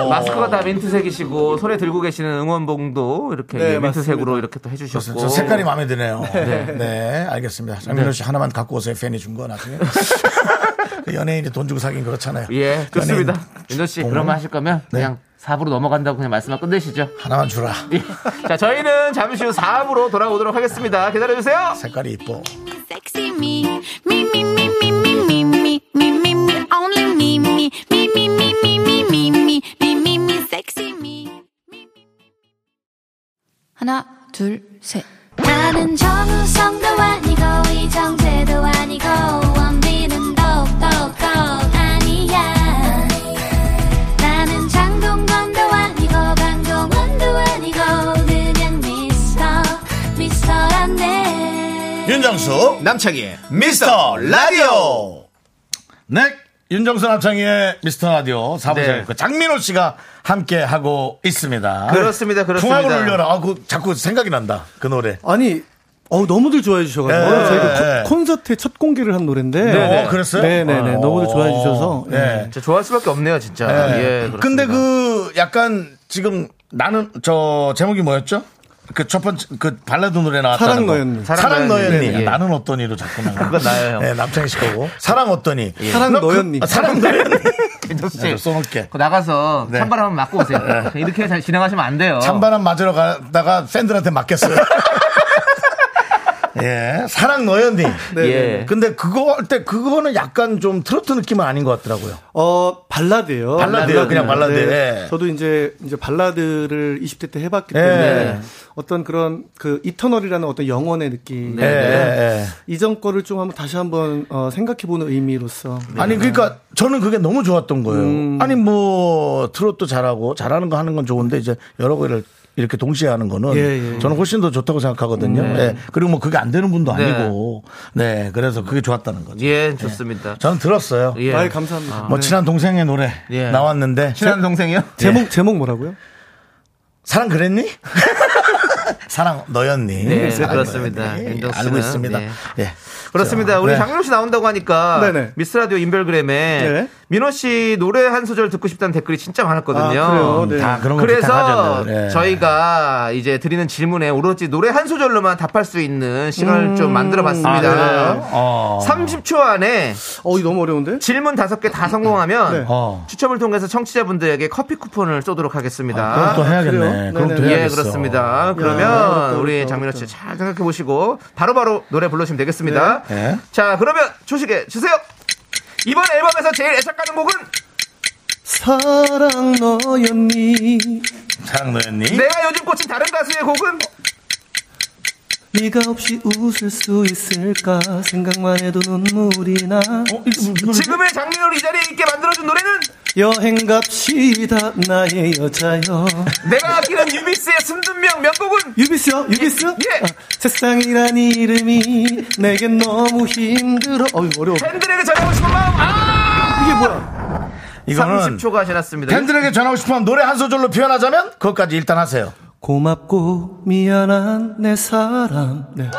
Speaker 1: 어.
Speaker 2: 마스크가 다 민트색이시고 손에 들고 계시는 응원봉도 이렇게
Speaker 8: 네,
Speaker 2: 예, 민트색으로
Speaker 8: 맞습니다.
Speaker 2: 이렇게 또
Speaker 1: 저-
Speaker 2: 해주셨고
Speaker 1: 저 색깔이 마음에 드네요. 네, 알겠습니다. 장민호 씨 하나만 갖고 오세요. 팬이 준 거 나중에. 그 연예인이 돈 주고 사긴 그렇잖아요.
Speaker 2: 예 좋습니다.
Speaker 1: 연예인
Speaker 2: 민호 씨
Speaker 1: 봉은?
Speaker 2: 그런 거 하실 거면 그냥 4부로 넘어간다고 그냥 말씀만 끝내시죠.
Speaker 1: 하나만 주라.
Speaker 2: 예. 자 저희는 잠시 후 4부로 돌아오도록 하겠습니다. 기다려주세요.
Speaker 1: 색깔이 이뻐.
Speaker 5: Sexy me, me, me, me, me, me, me, me, me, me, me, only me, me, me, me, me, me, me, me, me, me, me, me, sexy me. 하나, 둘, 셋.
Speaker 6: 나는 정우성도 아니고 이정재도 아니고 원빈은 더욱더 아니야 나는 장동건도 아니고 강동원도 아니고 그냥 미스터 미스터란데
Speaker 1: 윤정수 남창희 미스터 라디오 네 윤정선 합창의 미스터 라디오
Speaker 2: 네.
Speaker 1: 사부작 네. 장민호 씨가 함께 하고 있습니다.
Speaker 2: 그렇습니다, 그렇습니다.
Speaker 1: 풍악을 울려라. 아, 그 자꾸 생각이 난다. 그 노래.
Speaker 8: 아니, 어 너무들 좋아해 주셔가지고
Speaker 1: 네.
Speaker 8: 저희가 그 콘- 콘서트에 첫 공개를 한 노래인데.
Speaker 1: 네네. 어, 그랬어요?
Speaker 8: 네네네.
Speaker 1: 어.
Speaker 8: 너무들 좋아해 주셔서. 예.
Speaker 1: 네.
Speaker 2: 진짜 좋아할 수밖에 없네요, 진짜. 예. 그렇습니다.
Speaker 1: 근데 그 약간 지금 나는 저 제목이 뭐였죠? 그 첫 번째 그 발라드 노래 나왔다는
Speaker 8: 사랑
Speaker 1: 거.
Speaker 8: 너였니.
Speaker 1: 사랑,
Speaker 2: 사랑
Speaker 1: 너였니.
Speaker 2: 너였니. 예.
Speaker 1: 나는 어떠니로 자꾸 나가.
Speaker 2: 그건 나예요, 형. 예.
Speaker 1: 네, 남창희 씨 거고. 사랑 어떠니.
Speaker 8: 사랑
Speaker 1: 너 그-
Speaker 8: 너였니.
Speaker 1: 아, 사랑 너였니.
Speaker 2: 민정 씨.
Speaker 1: 네, 써놓을게.
Speaker 2: 그거 나가서
Speaker 1: 네.
Speaker 2: 찬바람 한번 맞고 오세요. 이렇게 잘 진행하시면 안 돼요.
Speaker 1: 찬바람 맞으러 가다가 팬들한테 맡겼어요. 예, 사랑 너였니.
Speaker 2: 예.
Speaker 1: 근데 그거 할 때 그거는 약간 좀 트로트 느낌은 아닌 것 같더라고요.
Speaker 8: 어 발라드요. 네.
Speaker 1: 발라드요, 그냥 발라드. 예.
Speaker 8: 저도 이제 이제 발라드를 20대 때 해봤기
Speaker 1: 예.
Speaker 8: 때문에 어떤 그런 그 이터널이라는 어떤 영혼의 느낌.
Speaker 2: 네,
Speaker 1: 예, 예, 예.
Speaker 8: 이전 거를 좀 한번 다시 한번 어, 생각해보는 의미로서.
Speaker 1: 아니 그러니까 저는 그게 너무 좋았던 거예요.
Speaker 2: 음.
Speaker 1: 아니 뭐 트롯도 잘하고 잘하는 거 하는 건 좋은데 이제 여러 거를 이렇게 동시에 하는 거는
Speaker 8: 예, 예.
Speaker 1: 저는 훨씬 더 좋다고 생각하거든요.
Speaker 2: 음.
Speaker 1: 예. 그리고 뭐 그게 안 되는 분도 아니고 네 그래서 그게 좋았다는 거죠.
Speaker 2: 예, 좋습니다.
Speaker 1: 저는 들었어요.
Speaker 2: 예.
Speaker 8: 아유 네. 감사합니다.
Speaker 1: 뭐 친한 동생의 노래
Speaker 2: 예.
Speaker 1: 나왔는데 그
Speaker 2: 친한 동생이요?
Speaker 8: 제목 제목 뭐라고요?
Speaker 1: 사랑 그랬니? 사랑 너였니?
Speaker 2: 네,
Speaker 1: 사랑
Speaker 2: 그렇습니다.
Speaker 1: 너였니? 예,
Speaker 2: 윤정 씨는,
Speaker 1: 알고 있습니다.
Speaker 2: 네.
Speaker 1: 예.
Speaker 2: 그렇습니다.
Speaker 1: 자,
Speaker 2: 우리
Speaker 1: 네.
Speaker 2: 장민호 씨 나온다고 하니까
Speaker 8: 네네.
Speaker 2: 미스라디오 인별그램에
Speaker 8: 네.
Speaker 2: 민호 씨 노래 한 소절 듣고 싶다는 댓글이 진짜 많았거든요. 음.
Speaker 8: 아, 그래요? 네.
Speaker 1: 다 그런 거
Speaker 2: 그래서
Speaker 1: 부탁하죠. 네.
Speaker 2: 저희가 이제 드리는 질문에 오로지 노래 한 소절로만 답할 수 있는
Speaker 8: 음.
Speaker 2: 시간을 좀 만들어
Speaker 8: 아,
Speaker 2: 봤습니다.
Speaker 1: 그래요? 어.
Speaker 2: 30초 안에
Speaker 8: 어이 너무 어려운데?
Speaker 2: 질문 5개 다 성공하면
Speaker 8: 네.
Speaker 1: 어.
Speaker 2: 추첨을 통해서 청취자분들에게 커피 쿠폰을 쏘도록 하겠습니다.
Speaker 1: 아, 그럼 또 해야겠네.
Speaker 8: 그래요?
Speaker 1: 그럼 또
Speaker 8: 네네네.
Speaker 1: 해야겠어.
Speaker 2: 예, 그렇습니다. 그러면
Speaker 8: 어렵다,
Speaker 2: 우리
Speaker 8: 어렵다,
Speaker 2: 장민호 씨 잘 생각해 보시고 바로바로 노래 불러주시면 되겠습니다.
Speaker 1: 네. 네.
Speaker 2: 자, 그러면 조식해 주세요. 이번 앨범에서 제일 애착가는 곡은
Speaker 8: 사랑 너였니?
Speaker 1: 사랑 너였니?
Speaker 2: 내가 요즘 꽂힌 다른 가수의 곡은
Speaker 8: 네가 없이 웃을 수 있을까? 생각만 해도 눈물이 나.
Speaker 2: 지금의 장민호를 이 자리에 있게 만들어준 노래는
Speaker 8: 여행 갑시다 나의 여자여.
Speaker 2: 내가 아끼는 유비스의 숨든 명 명곡은
Speaker 8: 유비스요? 유비스?
Speaker 2: 예.
Speaker 8: 아, 세상이란 이름이 내겐 너무 힘들어. 어이 어려워.
Speaker 2: 팬들에게 전하고 싶은 마음 아!
Speaker 8: 이게 뭐야?
Speaker 1: 이거는
Speaker 2: 30초가 지났습니다.
Speaker 1: 팬들에게 전하고 싶으면 노래 한 소절로 표현하자면 그것까지 일단 하세요.
Speaker 8: 고맙고 미안한 내 사랑. 네.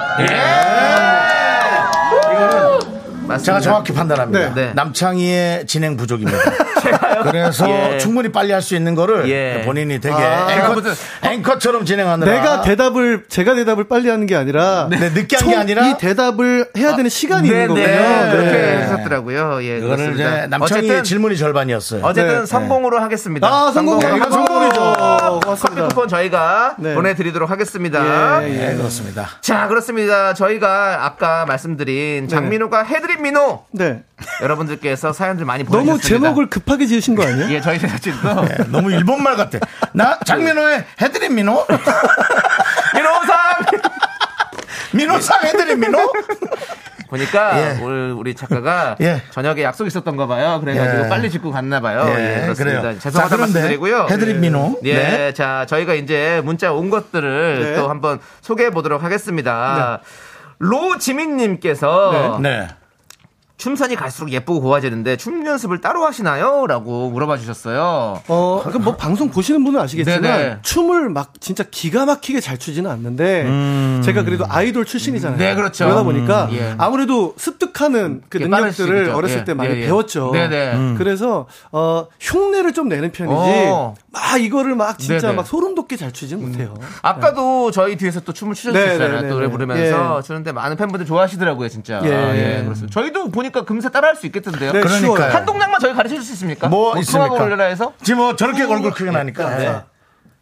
Speaker 1: 제가
Speaker 2: 맞습니다.
Speaker 1: 정확히 판단합니다.
Speaker 2: 네. 네.
Speaker 1: 남창희의 진행 부족입니다. 그래서
Speaker 2: 예.
Speaker 1: 충분히 빨리 할 수 있는 거를
Speaker 2: 예.
Speaker 1: 본인이 되게
Speaker 2: 제가
Speaker 1: 앵커,
Speaker 2: 무슨-
Speaker 1: 처럼 진행하느라
Speaker 8: 내가 대답을 제가 대답을 빨리 하는 게 아니라
Speaker 1: 네, 늦게 한게
Speaker 8: 총-
Speaker 1: 아니라?
Speaker 8: 이 대답을 해야 되는 시간이
Speaker 2: 네,
Speaker 8: 있는 거군요.
Speaker 2: 네. 그렇게
Speaker 1: 네.
Speaker 2: 하셨더라고요. 예,
Speaker 1: 이거를
Speaker 2: 그렇습니다.
Speaker 1: 이제 남창희
Speaker 2: 어쨌든
Speaker 1: 질문이 절반이었어요.
Speaker 2: 어쨌든
Speaker 8: 네.
Speaker 2: 성공으로 하겠습니다.
Speaker 8: 아, 성공.
Speaker 2: 성공으로
Speaker 8: 이건
Speaker 2: 하고
Speaker 8: 성공이죠.
Speaker 2: 커피
Speaker 8: 고맙습니다.
Speaker 2: 쿠폰 저희가
Speaker 8: 네.
Speaker 2: 보내드리도록 하겠습니다.
Speaker 8: 예,
Speaker 1: 네, 그렇습니다.
Speaker 2: 자, 그렇습니다. 저희가 아까 말씀드린 장민호가 해드린 민호
Speaker 8: 네.
Speaker 2: 여러분들께서 사연들 많이 보내주셨습니다.
Speaker 8: 너무 제목을 급하게 지으신 거 아니에요?
Speaker 2: 예, 저희 제작진도
Speaker 1: 네, 너무 일본말 같아. 나 장민호의 해드림 민호?
Speaker 2: 민호상
Speaker 1: 민호상 해드림 민호?
Speaker 2: 어, 보니까
Speaker 1: 예.
Speaker 2: 오늘 우리 작가가
Speaker 1: 예.
Speaker 2: 저녁에 약속 있었던가 봐요. 그래가지고
Speaker 1: 예.
Speaker 2: 빨리 짓고 갔나 봐요.
Speaker 1: 예,
Speaker 2: 예, 그렇습니다.
Speaker 1: 그래요. 자,
Speaker 2: 죄송하다
Speaker 1: 그런데
Speaker 2: 말씀드리고요.
Speaker 1: 해드림
Speaker 2: 예.
Speaker 1: 민호.
Speaker 2: 예,
Speaker 1: 네.
Speaker 2: 자 저희가 이제 문자 온 것들을
Speaker 8: 네.
Speaker 2: 또 한번 소개해 보도록 하겠습니다. 로지민님께서
Speaker 1: 네.
Speaker 2: 춤선이 갈수록 예쁘고 고와지는데 춤 연습을 따로 하시나요? 라고 물어봐 주셨어요.
Speaker 8: 어, 그러니까 뭐 방송 보시는 분은 아시겠지만
Speaker 2: 아, 네네.
Speaker 8: 춤을 막 진짜 기가 막히게 잘 추지는 않는데 제가 그래도 아이돌 출신이잖아요.
Speaker 2: 음. 네, 그렇죠.
Speaker 8: 러다 보니까
Speaker 2: 음, 예.
Speaker 8: 아무래도 습득하는 그
Speaker 2: 예,
Speaker 8: 능력들을
Speaker 2: 빠르시죠.
Speaker 8: 어렸을
Speaker 2: 예,
Speaker 8: 때 많이
Speaker 2: 예, 예.
Speaker 8: 배웠죠.
Speaker 2: 네네. 음.
Speaker 8: 그래서 어, 흉내를 좀 내는 편이지
Speaker 2: 어.
Speaker 8: 막 이거를 막 진짜
Speaker 2: 네네. 음.
Speaker 8: 막 소름 돋게 잘 추지는 못해요.
Speaker 2: 아까도 저희 뒤에서 또 춤을
Speaker 8: 네,
Speaker 2: 추셨잖아요.
Speaker 8: 네,
Speaker 2: 또 노래
Speaker 8: 네,
Speaker 2: 부르면서
Speaker 8: 예.
Speaker 2: 추는데 많은 팬분들 좋아하시더라고요, 진짜.
Speaker 8: 예.
Speaker 2: 아, 예, 그렇습니다. 저희도 보니까 금세 따라할 수 있겠던데요.
Speaker 8: 네,
Speaker 1: 그러니까요.
Speaker 8: 쉬워요.
Speaker 2: 한 동작만 저희 가르쳐 줄 수 있습니까?
Speaker 1: 뭐 있습니까?
Speaker 2: 수학을 올려라 해서
Speaker 1: 지금 뭐 저렇게 얼굴 크게 나니까. 네.
Speaker 2: 아, 네.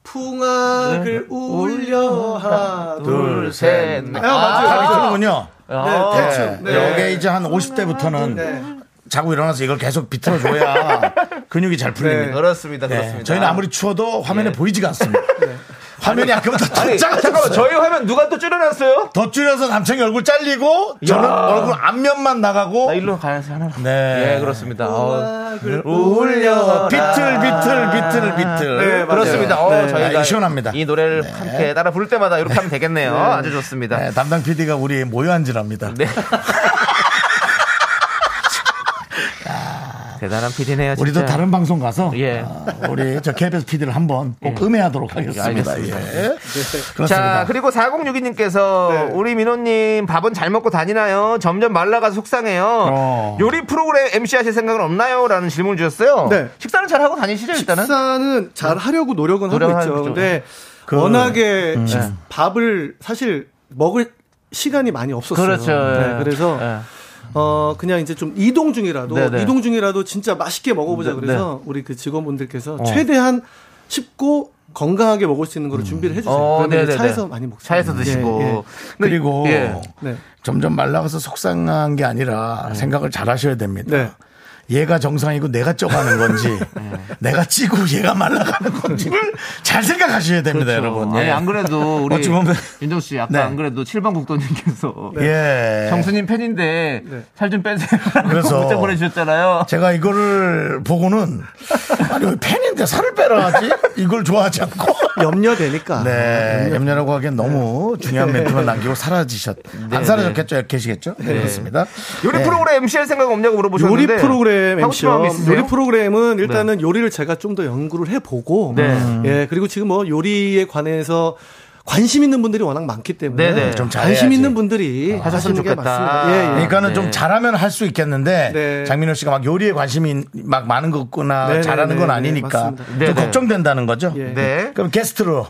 Speaker 8: 풍악을
Speaker 2: 음.
Speaker 8: 울려 하나
Speaker 1: 둘, 셋, 넷.
Speaker 8: 아, 맞아요.
Speaker 1: 다 비트는군요.
Speaker 2: 그렇죠. 아, 네.
Speaker 8: 네,
Speaker 1: 네.
Speaker 8: 대충. 네.
Speaker 1: 요게 이제 한 50대부터는 자고 일어나서 이걸 계속 비틀어줘야 근육이 잘 풀립니다.
Speaker 2: 그렇습니다.
Speaker 1: 네,
Speaker 2: 그렇습니다. 네.
Speaker 1: 저희는 아무리 추워도 화면에 보이지가 않습니다. 화면이 아까부터 더
Speaker 2: 아니, 잠깐만
Speaker 1: 작아졌어요.
Speaker 2: 저희 화면 누가 또 줄여놨어요?
Speaker 1: 더 줄여서 남창이 얼굴 잘리고 저는 얼굴 앞면만 나가고
Speaker 2: 나 아, 일로 가야지 하나.
Speaker 1: 네.
Speaker 2: 예, 그렇습니다. 어,
Speaker 1: 울려 비틀 비틀 비틀 비틀
Speaker 8: 네, 맞아요.
Speaker 2: 그렇습니다. 어,
Speaker 8: 네.
Speaker 2: 저희가
Speaker 1: 아, 시원합니다.
Speaker 2: 이 노래를 함께 따라 부를 때마다 이렇게 하면 되겠네요. 아주 좋습니다.
Speaker 1: 네, 담당 PD가 우리 모여 앉으랍니다.
Speaker 2: 네. 대단한 PD네요. 진짜.
Speaker 1: 우리도 다른 방송 가서
Speaker 2: 예.
Speaker 1: 아, 우리 저 KBS PD를 한번 꼭 음해하도록 하겠습니다. 예.
Speaker 2: 알겠습니다.
Speaker 1: 그렇습니다.
Speaker 2: 자, 그리고 4062님께서
Speaker 8: 네.
Speaker 2: 우리 민호님 밥은 잘 먹고 다니나요? 점점 말라가서 속상해요.
Speaker 1: 어.
Speaker 2: 요리 프로그램 MC 하실 생각은 없나요? 라는 질문을 주셨어요.
Speaker 8: 네.
Speaker 2: 식사는 잘 하고 다니시죠, 일단은? 네.
Speaker 8: 식사는 잘 하려고 노력은
Speaker 2: 노력은
Speaker 8: 하고 있죠.
Speaker 2: 하죠. 네. 그 음.
Speaker 8: 근데 워낙에 식- 밥을 사실 먹을 시간이 많이 없었어요.
Speaker 2: 그렇죠.
Speaker 8: 네,
Speaker 2: 예.
Speaker 8: 그래서
Speaker 2: 예.
Speaker 8: 어 그냥 이제 좀 이동 중이라도
Speaker 2: 네, 네.
Speaker 8: 이동 중이라도 진짜 맛있게 먹어보자
Speaker 2: 네, 어.
Speaker 8: 그래서 우리 그 직원분들께서 최대한 쉽고 건강하게 먹을 수 있는 거로 준비를 해주세요.
Speaker 2: 어,
Speaker 8: 그러면 이제
Speaker 2: 네네네.
Speaker 8: 차에서 많이 먹죠.
Speaker 2: 차에서 드시고.
Speaker 8: 예, 예.
Speaker 2: 근데-
Speaker 1: 그리고
Speaker 2: 예.
Speaker 8: 네.
Speaker 1: 점점 말라가서 속상한 게
Speaker 2: 네.
Speaker 1: 아니라 생각을 잘 하셔야 됩니다.
Speaker 8: 네.
Speaker 1: 얘가 정상이고 내가 쪄가는 건지
Speaker 2: 네.
Speaker 1: 내가 찌고 얘가 말라가는 건지를 잘 생각하셔야 됩니다, 여러분.
Speaker 2: 음. 그렇죠. 네. 아니,
Speaker 1: 예.
Speaker 2: 안 그래도 우리
Speaker 1: 어찌 보면-
Speaker 2: 윤정 씨 아까
Speaker 1: 네.
Speaker 2: 안 그래도 7번 국도님께서
Speaker 1: 예.
Speaker 2: 네. 정수님 팬인데
Speaker 8: 네.
Speaker 2: 살 좀 빼세요.
Speaker 1: 그래서
Speaker 2: 그래서 문자 보내주셨잖아요.
Speaker 1: 제가 이거를 보고는 아니 왜 팬인데 살을 빼라 하지? 이걸 좋아하지 않고
Speaker 2: 아,
Speaker 8: 염려되니까.
Speaker 1: 네 염려라고 하기엔 너무
Speaker 2: 네.
Speaker 1: 중요한 멘트만 남기고 사라지셨 안 사라졌겠죠? 계시겠죠? 네, 그렇습니다.
Speaker 2: 요리
Speaker 1: 네.
Speaker 2: 프로그램 MC 할 생각 없냐고
Speaker 8: 요리
Speaker 2: 물어보셨는데
Speaker 8: 프로그램
Speaker 2: 하고 싶은 마음
Speaker 8: MC요.
Speaker 2: 있으세요?
Speaker 8: 요리 프로그램은 일단은 요리를 제가 좀 더 연구를 해보고,
Speaker 2: 네.
Speaker 8: 예 그리고 지금 뭐 요리에 관해서 관심 있는 분들이 워낙 많기 때문에
Speaker 2: 네네. 좀
Speaker 1: 잘해야지.
Speaker 8: 관심 있는 분들이
Speaker 2: 하셨으면
Speaker 8: 하시는 게
Speaker 2: 좋겠다.
Speaker 8: 맞습니다. 예, 예.
Speaker 1: 그러니까는
Speaker 2: 네.
Speaker 1: 좀 잘하면 할 수 있겠는데
Speaker 8: 네.
Speaker 1: 장민호 씨가 막 요리에 관심이 막 많은 거구나
Speaker 8: 네,
Speaker 1: 잘하는
Speaker 8: 네,
Speaker 1: 건
Speaker 8: 네,
Speaker 1: 아니니까
Speaker 8: 맞습니다.
Speaker 1: 좀
Speaker 2: 네, 네.
Speaker 1: 걱정된다는 거죠.
Speaker 8: 예.
Speaker 2: 네.
Speaker 1: 그럼 게스트로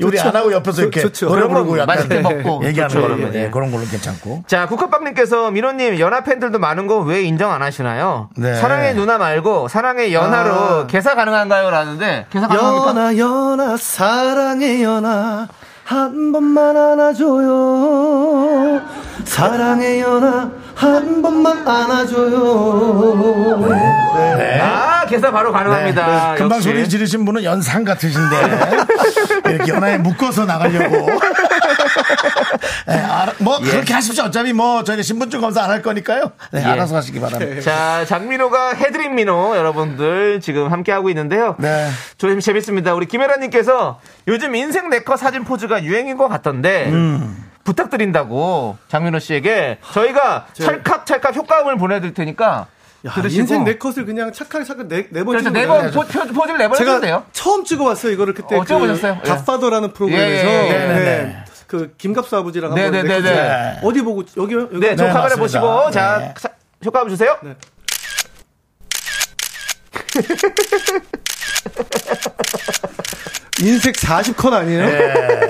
Speaker 1: 요리 안 하고 옆에서 이렇게
Speaker 8: 좋죠.
Speaker 1: 노래 부르고
Speaker 2: 그런
Speaker 1: 약간
Speaker 2: 맛있게 먹고
Speaker 1: 얘기하는
Speaker 2: 좋죠.
Speaker 1: 걸로
Speaker 2: 예,
Speaker 1: 예,
Speaker 2: 예.
Speaker 1: 그런 걸로 괜찮고
Speaker 2: 자, 국화빵님께서 민호님 연하 팬들도 많은 거 왜 인정 안 하시나요?
Speaker 1: 네.
Speaker 2: 사랑의 누나 말고 사랑의 연하로
Speaker 8: 아.
Speaker 2: 개사 가능한가요? 라는데 개사 가능합니까?
Speaker 8: 연아 연아 사랑해 연아 한 번만 안아줘요 사랑해 연아 한 번만 안아줘요
Speaker 2: 네. 아, 개사 바로 가능합니다.
Speaker 1: 네. 금방
Speaker 2: 역시.
Speaker 1: 소리 지르신 분은 연상 같으신데 이렇게 연하에 묶어서 나가려고 예, 알아- 뭐 그렇게 하십시오 어차피 뭐 저희가 신분증 검사 안 할 거니까요
Speaker 2: 예.
Speaker 1: 네, 알아서 하시기 바랍니다
Speaker 2: 자, 장민호가 해드림 민호 여러분들 지금 함께하고 있는데요.
Speaker 1: 네.
Speaker 2: 조심 재밌습니다. 우리 김혜라님께서 요즘 인생 네컷 사진 포즈가 유행인 것 같던데
Speaker 1: 음.
Speaker 2: 부탁드린다고 장민호 씨에게 저희가 찰칵찰칵 효과음을 보내드릴 테니까
Speaker 8: 야,
Speaker 2: 들으시고
Speaker 8: 인생 내 컷을 그냥 착하게 착하게 네, 네번
Speaker 2: 그렇죠.
Speaker 8: 찍는
Speaker 2: 네번
Speaker 8: 거잖아요.
Speaker 2: 포즈를 네번
Speaker 8: 제가
Speaker 2: 해도 돼요.
Speaker 8: 처음 찍어봤어요 이거를 그때
Speaker 2: 어, 찍어보셨어요? 예.
Speaker 8: 갓파더라는
Speaker 2: 예, 예,
Speaker 8: 프로그램에서
Speaker 2: 예.
Speaker 8: 네,
Speaker 1: 네네네.
Speaker 8: 그 김갑수 아버지랑
Speaker 2: 네,
Speaker 8: 한번
Speaker 2: 네, 네,
Speaker 8: 네,
Speaker 2: 네.
Speaker 8: 어디 보고 여기 여기
Speaker 2: 네, 저
Speaker 1: 네,
Speaker 2: 카메라
Speaker 1: 맞습니다.
Speaker 2: 보시고
Speaker 1: 네.
Speaker 2: 자 사- 효과음 주세요.
Speaker 8: 네. 인색 40컷 아니에요?
Speaker 2: 네.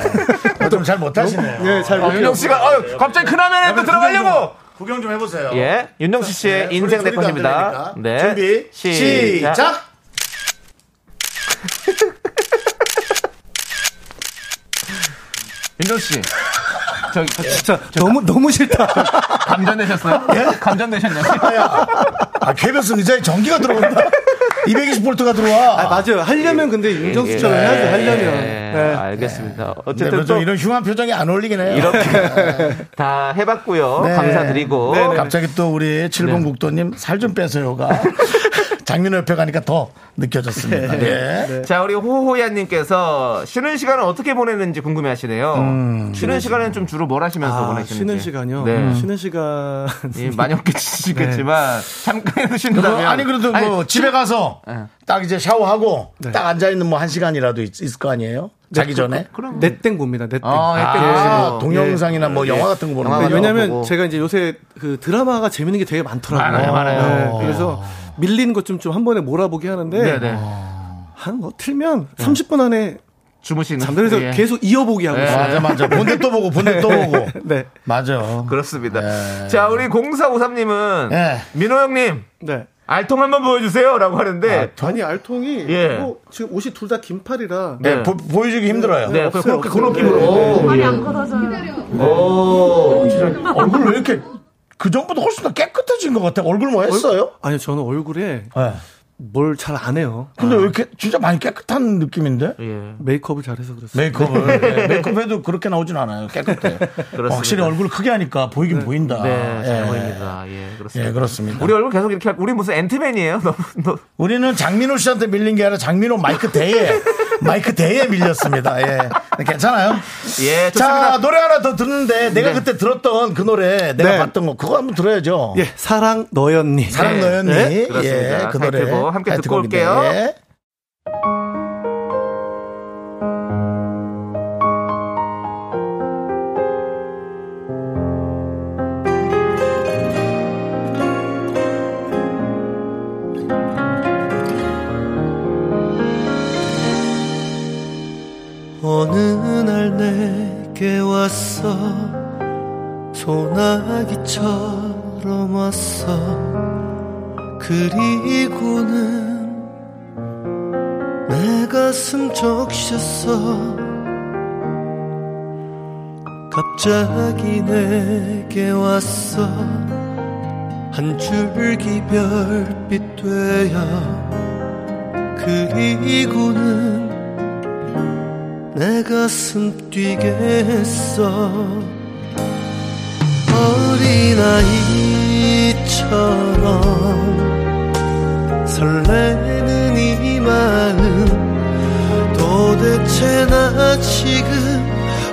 Speaker 1: 뭐 좀 잘 못하시네요
Speaker 8: 예, 잘
Speaker 2: 어, 윤정
Speaker 8: 볼게요.
Speaker 2: 씨가 아유, 갑자기 큰 화면에 또 들어가려고.
Speaker 1: 구경 좀 해보세요
Speaker 2: 예, 윤정수 씨의
Speaker 1: 네,
Speaker 2: 인생
Speaker 1: 소리- 소리가 안 들리니까.
Speaker 2: 네컷입니다. 네,
Speaker 1: 준비 시작
Speaker 2: 윤정 씨, 저
Speaker 8: 아, 진짜 너무 너무 싫다.
Speaker 2: 감전되셨어요? 감전되셨나요?
Speaker 1: 아, KBS 의자에 전기가 들어온다 220볼트가 들어와
Speaker 8: 아, 맞아요. 하려면
Speaker 2: 예,
Speaker 8: 근데 윤정수처럼 해야죠. 하려면.
Speaker 2: 네,
Speaker 8: 네.
Speaker 2: 알겠습니다.
Speaker 1: 네,
Speaker 2: 어쨌든
Speaker 1: 뭐
Speaker 2: 또
Speaker 1: 좀 이런 흉한 표정이 안 어울리긴 해요
Speaker 2: 다 해봤고요.
Speaker 1: 네.
Speaker 2: 감사드리고.
Speaker 8: 네, 네.
Speaker 1: 갑자기 또 우리 7번 국도님 살 좀 빼세요가 장민호 옆에 가니까 더 느껴졌습니다. 예.
Speaker 2: 자, 우리 호호야님께서 쉬는 시간은 어떻게 보내는지 궁금해 하시네요.
Speaker 1: 음.
Speaker 2: 쉬는 시간은 좀 주로 뭘 하시면서
Speaker 8: 아,
Speaker 2: 보내시는지.
Speaker 8: 쉬는 시간요. 음,
Speaker 2: 네.
Speaker 8: 쉬는 시간.
Speaker 2: 예, 많이 없겠지만, 잠깐 쉰다면.
Speaker 1: 네. 아니 그래도 뭐 집에 가서 딱 이제 샤워하고 딱 앉아 있는 뭐 한 시간이라도 있, 을거 아니에요? 자기 전에
Speaker 2: 그럼.
Speaker 8: 넷땡 봅니다. 넷땡.
Speaker 2: 아,
Speaker 1: 아,
Speaker 2: 약간 그러시고. 아,
Speaker 1: 동영상이나 뭐 영화 같은 거 보는
Speaker 2: 영화
Speaker 1: 거예요.
Speaker 8: 네, 왜냐면
Speaker 2: 보고.
Speaker 8: 제가 이제 요새 그 드라마가 재밌는 게 되게 많더라고요.
Speaker 1: 어.
Speaker 2: 많아요, 많아요.
Speaker 8: 네, 그래서 밀린 것 좀 좀 한 번에 몰아보게 하는데
Speaker 2: 네네.
Speaker 8: 한 뭐 틀면 30분 안에
Speaker 2: 주무시는.
Speaker 10: 아,
Speaker 8: 잠들어서
Speaker 2: 예.
Speaker 8: 계속 이어보기 하고
Speaker 2: 예.
Speaker 1: 맞아
Speaker 8: 있어요.
Speaker 1: 맞아 본대 또 보고 본대 또 보고
Speaker 8: 네.
Speaker 1: 맞아.
Speaker 2: 그렇습니다. 자, 우리 0453님은.
Speaker 1: 예.
Speaker 2: 민호 형님,
Speaker 8: 네.
Speaker 2: 알통 한번 보여주세요. 라고 하는데.
Speaker 8: 아니 알통이
Speaker 2: 예.
Speaker 8: 뭐 지금 옷이 둘 다 긴팔이라
Speaker 1: 네, 보, 여주기 힘들어요.
Speaker 2: 네,
Speaker 8: 없어요,
Speaker 2: 그렇게, 그런
Speaker 8: 없어요.
Speaker 2: 느낌으로. 예.
Speaker 1: 얼굴 왜 이렇게 그 전보다 훨씬 더 깨끗해진 것 같아. 얼굴 뭐 했어요?
Speaker 8: 아니요 저는 얼굴에
Speaker 1: 네.
Speaker 10: 뭘 잘 안 해요.
Speaker 1: 근데 왜 이렇게 진짜 많이 깨끗한 느낌인데?
Speaker 8: 네.
Speaker 10: 메이크업을 잘해서 그렇습니다.
Speaker 1: 메이크업을
Speaker 10: 네.
Speaker 1: 예, 메이크업해도 그렇게 나오진 않아요. 깨끗해요.
Speaker 10: 그렇습니다.
Speaker 1: 확실히 얼굴 크게 하니까 보이긴 보인다.
Speaker 2: 네, 잘
Speaker 1: 예.
Speaker 2: 보입니다. 예, 그렇습니다.
Speaker 1: 예, 그렇습니다.
Speaker 2: 우리 얼굴 계속 이렇게 할- 우리 무슨 앤트맨이에요? 너무 너-
Speaker 1: 우리는 장민호 씨한테 밀린 게 아니라 장민호 마이크 대에 마이크 대에 밀렸습니다. 예, 괜찮아요.
Speaker 2: 예,
Speaker 1: 자 노래 하나 더 듣는데 내가
Speaker 10: 네.
Speaker 1: 그때 들었던 그 노래 내가
Speaker 10: 네.
Speaker 1: 봤던 거 그거 한번 들어야죠.
Speaker 10: 예, 사랑 너였니.
Speaker 1: 사랑 너였니?
Speaker 10: 네,
Speaker 1: 예,
Speaker 10: 그렇습니다.
Speaker 1: 그 노래
Speaker 10: 타이틀곡 함께 듣고
Speaker 1: 타이틀곡인데.
Speaker 10: 올게요.
Speaker 1: 예.
Speaker 8: 어느 날 내게 왔어 소나기처럼 왔어 그리고는 내 가슴 적셨어 갑자기 내게 왔어 한 줄기 별빛 되어 그리고는 내 가슴 뛰게 했어 어린아이처럼 설레는 이 마음 도대체 나 지금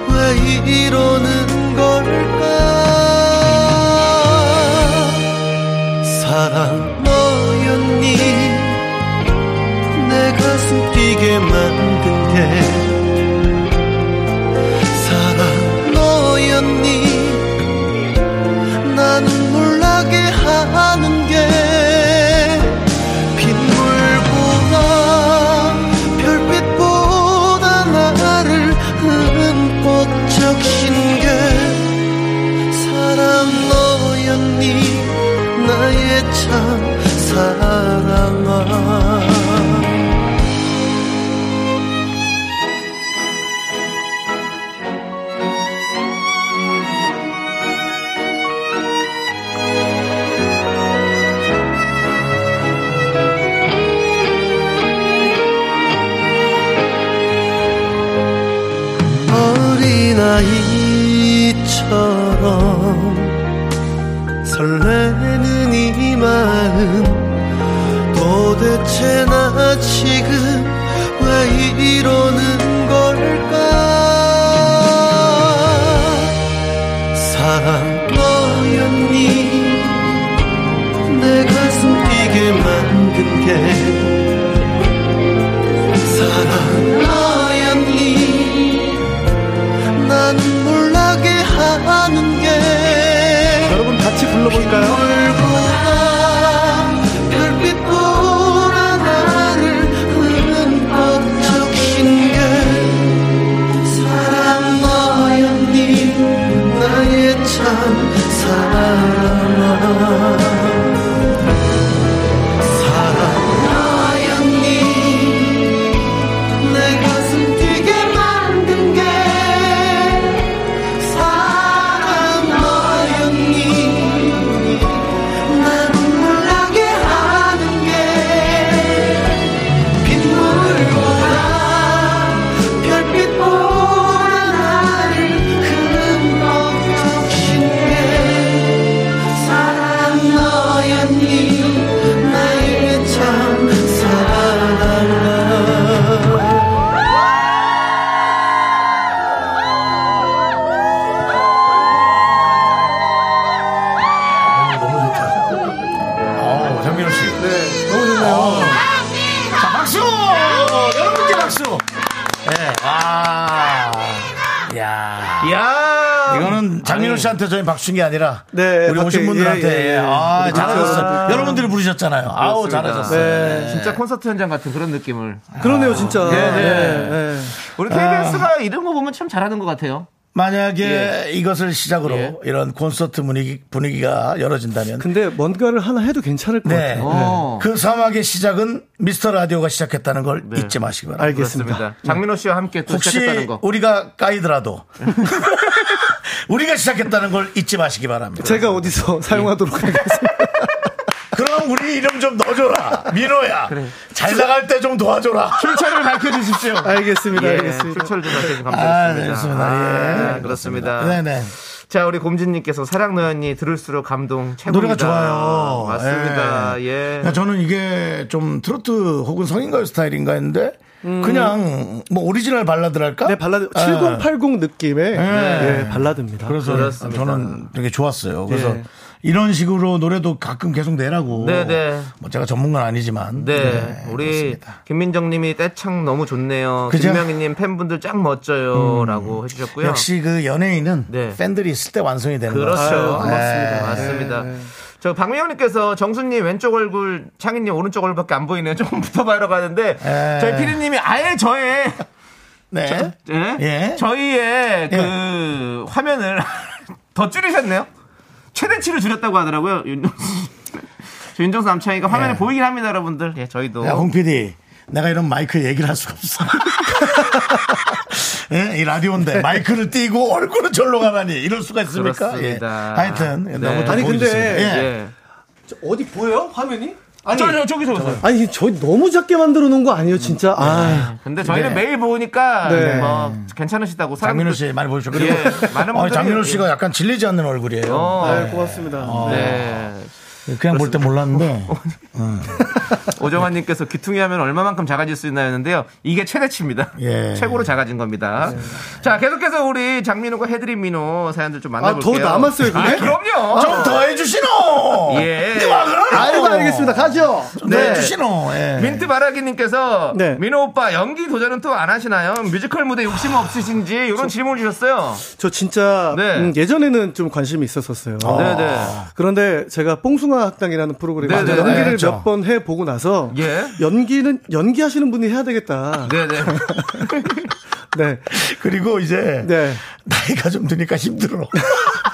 Speaker 8: 왜 이러는 걸까 사랑 너였니 내 가슴 뛰게 만든 게 사랑 너였니 나 눈물나게 하는 게 빗물보다 별빛보다 나를 흠뻑 적신 게 사랑 너였니 나의 참 사랑아 어린아이처럼 설레는 이 마음 도대체 나 지금 왜 이러는 걸까 사랑 너였니 내 가슴 뛰게 만든 게 사랑 너였니 난 몰라게 하는 게 여러분 같이 불러볼까요? 별빛보라 나를 흠뻑 적신 게 사랑 너였니 나의 참 사랑아 사랑 너였니 내 가슴 뛰게 만든 게 사랑 너였니 나 눈물나게 하는 게 빗물보다 별빛보다 나를 흠뻑적신 게 사랑 너였니 나의 참 사랑아
Speaker 1: 어, 장민호 씨. 네, 너무 좋네요. 자, 박수! 어, 여러분께 박수! 예, 아. 야.
Speaker 10: 야
Speaker 1: 이거는 장민호 씨한테 저희 박수 준 게 아니라
Speaker 10: 네,
Speaker 1: 우리 오신
Speaker 10: 밖에,
Speaker 1: 분들한테
Speaker 10: 예, 예, 예.
Speaker 1: 아,
Speaker 10: 그렇죠.
Speaker 1: 잘하셨어요. 여러분들이 부르셨잖아요. 아우,
Speaker 2: 그렇습니다.
Speaker 1: 잘하셨어요.
Speaker 2: 네, 진짜 콘서트 현장 같은 그런 느낌을.
Speaker 10: 그러네요, 진짜.
Speaker 2: 네,
Speaker 10: 네, 네.
Speaker 2: 우리 KBS가 이런 거 보면 참 잘하는 것 같아요.
Speaker 1: 만약에 이것을 시작으로 이런 콘서트 분위기, 분위기가 열어진다면
Speaker 8: 그,
Speaker 10: 근데 뭔가를 하나 해도 괜찮을 것
Speaker 1: 네.
Speaker 10: 같아요.
Speaker 2: 어.
Speaker 1: 그 사막의 시작은 미스터 라디오가 시작했다는 걸 잊지 마시기 바랍니다.
Speaker 10: 알겠습니다.
Speaker 2: 그렇습니다. 장민호 씨와 함께 또
Speaker 1: 혹시
Speaker 2: 시작했다는 거.
Speaker 1: 우리가 까이더라도 우리가 시작했다는 걸 잊지 마시기 바랍니다.
Speaker 10: 네. 제가 어디서 사용하도록 하겠습니다.
Speaker 1: 그럼 우리 이름 좀 넣어줘라. 민호야. 잘 나갈 때 좀 도와줘라.
Speaker 2: 출처를 밝혀주십시오.
Speaker 8: 알겠습니다.
Speaker 2: 예,
Speaker 8: 알겠습니다.
Speaker 2: 출처를 좀 밝혀주시면
Speaker 1: 아,
Speaker 2: 감사드립니다.
Speaker 1: 그렇습니다. 예,
Speaker 2: 그렇습니다.
Speaker 1: 네네.
Speaker 2: 자, 우리 곰진님께서 사랑노연이 들을수록 감동 최고다.
Speaker 1: 노래가 좋아요.
Speaker 2: 아. 맞습니다. 예.
Speaker 1: 그러니까 저는 이게 좀 트로트 혹은 성인가요 스타일인가 했는데
Speaker 2: 음.
Speaker 1: 그냥 뭐 오리지널 발라드랄까?
Speaker 8: 네, 발라드
Speaker 1: 예.
Speaker 8: 7080 느낌의
Speaker 1: 네.
Speaker 8: 예, 발라드입니다.
Speaker 1: 그래서
Speaker 2: 그렇습니다.
Speaker 1: 저는 되게 좋았어요. 그래서
Speaker 8: 예.
Speaker 1: 이런 식으로 노래도 가끔 계속 내라고.
Speaker 2: 네네.
Speaker 1: 뭐 제가 전문가는 아니지만.
Speaker 2: 네, 우리
Speaker 1: 그렇습니다.
Speaker 2: 김민정님이 떼창 너무 좋네요.
Speaker 1: 그죠? 음,
Speaker 2: 김명희님 팬분들 짱 멋져요라고 해주셨고요.
Speaker 1: 역시 그 연예인은
Speaker 2: 네.
Speaker 1: 팬들이 있을 때 완성이 되는 거
Speaker 2: 그렇죠.
Speaker 1: 같아요.
Speaker 2: 맞습니다.
Speaker 1: 예.
Speaker 2: 맞습니다. 저 박미영님께서 정수님 왼쪽 얼굴, 창희님 오른쪽 얼굴밖에 안 보이네요. 조금 붙어봐요 가는데
Speaker 1: 예.
Speaker 2: 저희 피디님이 아예 저의
Speaker 1: 네.
Speaker 2: 예?
Speaker 1: 예.
Speaker 2: 저희의
Speaker 1: 예.
Speaker 2: 그 화면을 더 줄이셨네요. 최대치를 줄였다고 하더라고요. 윤정수, 저 윤정수 남창희가 화면에
Speaker 1: 예.
Speaker 2: 보이긴 합니다, 여러분들. 예, 저희도.
Speaker 1: 야, 홍 PD. 내가 이런 마이크 얘기를 할 수가 없어. 예? 이
Speaker 2: 네.
Speaker 1: 라디오인데 마이크를 띄고 얼굴은 절로 가라니 이럴 수가 있습니까?
Speaker 2: 그렇습니다.
Speaker 1: 예. 하여튼
Speaker 2: 네.
Speaker 1: 너무
Speaker 8: 아니, 근데
Speaker 1: 보여주셨습니다. 예.
Speaker 2: 예.
Speaker 8: 어디 보여요? 화면이? 아니,
Speaker 2: 저, 저, 저기서 보세요.
Speaker 8: 아니, 저 너무 작게 만들어 놓은 거 아니에요, 진짜? 아.
Speaker 2: 근데 저희는
Speaker 1: 네.
Speaker 2: 매일 보니까
Speaker 8: 네.
Speaker 2: 뭐 괜찮으시다고
Speaker 1: 장민호
Speaker 2: 사람들-
Speaker 1: 씨 많이 보셨고
Speaker 2: 예, 많은
Speaker 1: 어,
Speaker 2: 분들이-
Speaker 1: 장민호 씨가 약간 질리지 않는 얼굴이에요.
Speaker 2: 어,
Speaker 8: 아, 고맙습니다.
Speaker 2: 네.
Speaker 1: 그냥 볼 때 몰랐는데
Speaker 2: 오정환님께서 귀퉁이 하면 얼마만큼 작아질 수 있나였는데요. 이게 최대치입니다.
Speaker 1: 예.
Speaker 2: 최고로 작아진 겁니다. 자, 계속해서 우리 장민호가 해드린 민호 사연들 좀
Speaker 8: 아, 더
Speaker 2: 만나볼게요.
Speaker 8: 남았어요, 근데?
Speaker 2: 아, 그럼요.
Speaker 1: 좀 더 해주시노.
Speaker 2: 예.
Speaker 1: 네와 그러노.
Speaker 8: 아이고, 알겠습니다. 가죠.
Speaker 1: 더
Speaker 2: 네.
Speaker 1: 해주시노. 예.
Speaker 2: 민트 바라기님께서
Speaker 8: 네.
Speaker 2: 민호 오빠 연기 도전은 또 안 하시나요? 뮤지컬 무대 욕심 없으신지 이런 질문을 주셨어요.
Speaker 8: 저 진짜
Speaker 2: 네.
Speaker 8: 음, 예전에는 좀 관심이 있었었어요.
Speaker 2: 네네.
Speaker 8: 아. 그런데 제가 뽕숭아 학당이라는 프로그램에
Speaker 2: 네네.
Speaker 8: 연기를
Speaker 1: 그렇죠.
Speaker 8: 몇 번 해 보고 나서
Speaker 2: 예.
Speaker 8: 연기는 연기하시는 분이 해야 되겠다.
Speaker 2: 네네.
Speaker 8: 네.
Speaker 1: 그리고 이제
Speaker 8: 네.
Speaker 1: 나이가 좀 드니까 힘들어.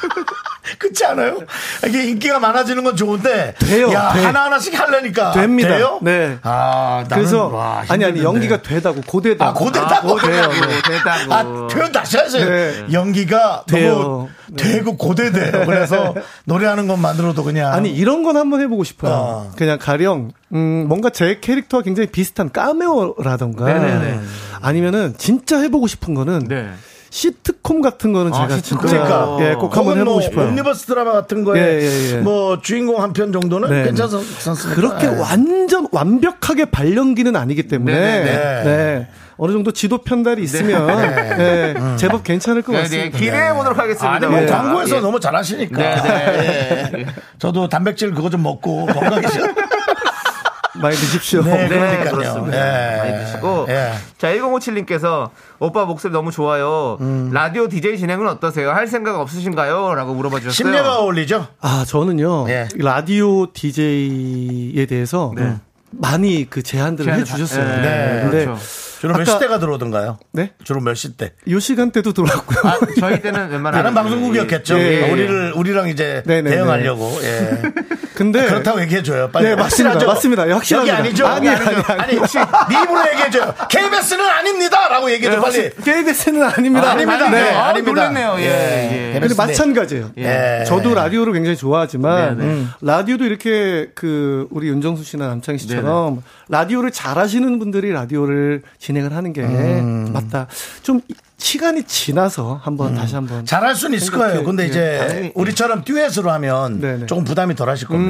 Speaker 1: 그렇지 않아요? 이게 인기가 많아지는 건 좋은데
Speaker 8: 돼요.
Speaker 1: 야,
Speaker 8: 돼.
Speaker 1: 하나하나씩 하려니까
Speaker 8: 됩니다.
Speaker 1: 돼요?
Speaker 8: 네.
Speaker 1: 아, 나는
Speaker 8: 그래서
Speaker 1: 와,
Speaker 8: 아니 아니
Speaker 1: 힘드는데.
Speaker 8: 연기가 되다고 고되다.
Speaker 1: 아, 고대다고
Speaker 8: 고대요.
Speaker 2: 네, 됐다고.
Speaker 1: 아, 표현 다시 하세요.
Speaker 8: 네.
Speaker 1: 연기가 너무
Speaker 8: 돼요. 네.
Speaker 1: 되고 고대돼요. 그래서 노래하는 것만으로도 그냥
Speaker 8: 아니 이런 건 한번 해보고 싶어요.
Speaker 1: 어.
Speaker 8: 그냥 가령 음, 뭔가 제 캐릭터와 굉장히 비슷한 까메오라던가
Speaker 2: 네네네.
Speaker 8: 아니면은 진짜 해보고 싶은 거는
Speaker 2: 네. 아,
Speaker 8: 시트콤 같은 거는 제가 진짜
Speaker 1: 그러니까
Speaker 8: 예, 꼭 한번
Speaker 1: 혹은
Speaker 8: 해보고
Speaker 1: 뭐
Speaker 8: 싶어요.
Speaker 1: 옴니버스 드라마 같은 거에
Speaker 8: 예, 예, 예.
Speaker 1: 뭐 주인공 한 편 정도는
Speaker 8: 네.
Speaker 1: 괜찮습니다. 예.
Speaker 8: 그렇게 완전 완벽하게 발연기는 아니기 때문에
Speaker 2: 네네네.
Speaker 8: 네. 어느 정도 지도 편달이 있으면 네, 제법 괜찮을 것
Speaker 2: 네, 네.
Speaker 8: 같습니다.
Speaker 2: 기대해 보도록 하겠습니다.
Speaker 1: 아니 뭐
Speaker 2: 우리가.
Speaker 1: 광고에서
Speaker 2: 예.
Speaker 1: 너무 잘하시니까.
Speaker 2: 네, 네.
Speaker 1: 예. 저도 단백질 그거 좀 먹고 건강해져.
Speaker 8: 많이 드십시오.
Speaker 1: 네, 그러니까요.
Speaker 2: 네, 그렇습니다.
Speaker 1: 예.
Speaker 2: 많이 드시고.
Speaker 1: 예.
Speaker 2: 자, 1057님께서 오빠 목소리 너무 좋아요.
Speaker 1: 음.
Speaker 2: 라디오 DJ 진행은 어떠세요? 할 생각 없으신가요? 라고 물어봐 주셨어요.
Speaker 1: 심리가 어울리죠.
Speaker 8: 아, 저는요.
Speaker 1: 예.
Speaker 8: 라디오 DJ에 대해서 많이 그 제안들을
Speaker 2: 제안을
Speaker 8: 해 주셨어요.
Speaker 2: 받- 예,
Speaker 1: 네.
Speaker 8: 근데
Speaker 2: 그렇죠.
Speaker 1: 주로 몇
Speaker 8: 아까-
Speaker 1: 시대가 들어오던가요?
Speaker 8: 네?
Speaker 1: 주로 몇 시대?
Speaker 8: 요 시간대도 돌아왔고요.
Speaker 2: 아, 저희 때는 웬만하면.
Speaker 1: 다른 방송국이었겠죠.
Speaker 8: 예, 예.
Speaker 1: 우리를 우리랑 이제
Speaker 8: 네, 네,
Speaker 1: 대응하려고. 예.
Speaker 8: 근데
Speaker 1: 그렇다고 얘기해줘요. 빨리.
Speaker 8: 네, 맞습니다.
Speaker 1: 확실하죠?
Speaker 8: 맞습니다. 예, 확실합니다.
Speaker 1: 여기 아니죠.
Speaker 8: 아니,
Speaker 1: 여기
Speaker 8: 아니,
Speaker 1: 아니죠.
Speaker 8: 아니.
Speaker 1: 아니, 혹시 네 입으로 얘기해줘요. KBS는 아닙니다라고 얘기해줘 요 빨리.
Speaker 8: KBS는 네, 아닙니다.
Speaker 1: 아닙니다.
Speaker 8: 네.
Speaker 1: 네,
Speaker 2: 아,
Speaker 1: 아닙니다.
Speaker 2: 놀랐네요. 예, 예.
Speaker 8: 근데
Speaker 1: KBS 네.
Speaker 8: 마찬가지예요.
Speaker 1: 예.
Speaker 8: 저도 라디오를 굉장히 좋아하지만 음, 라디오도 이렇게 그 우리 윤정수 씨나 남창희 씨처럼 라디오를 잘하시는 분들이 라디오를 진행을 하는 게 맞다. 좀 시간이 지나서 한번 다시 한번
Speaker 1: 잘할 수는 있을 거예요. 근데 이제 우리처럼 듀엣으로 하면
Speaker 8: 네네. 음, 네,
Speaker 1: 조금 부담이 덜하실 겁니다.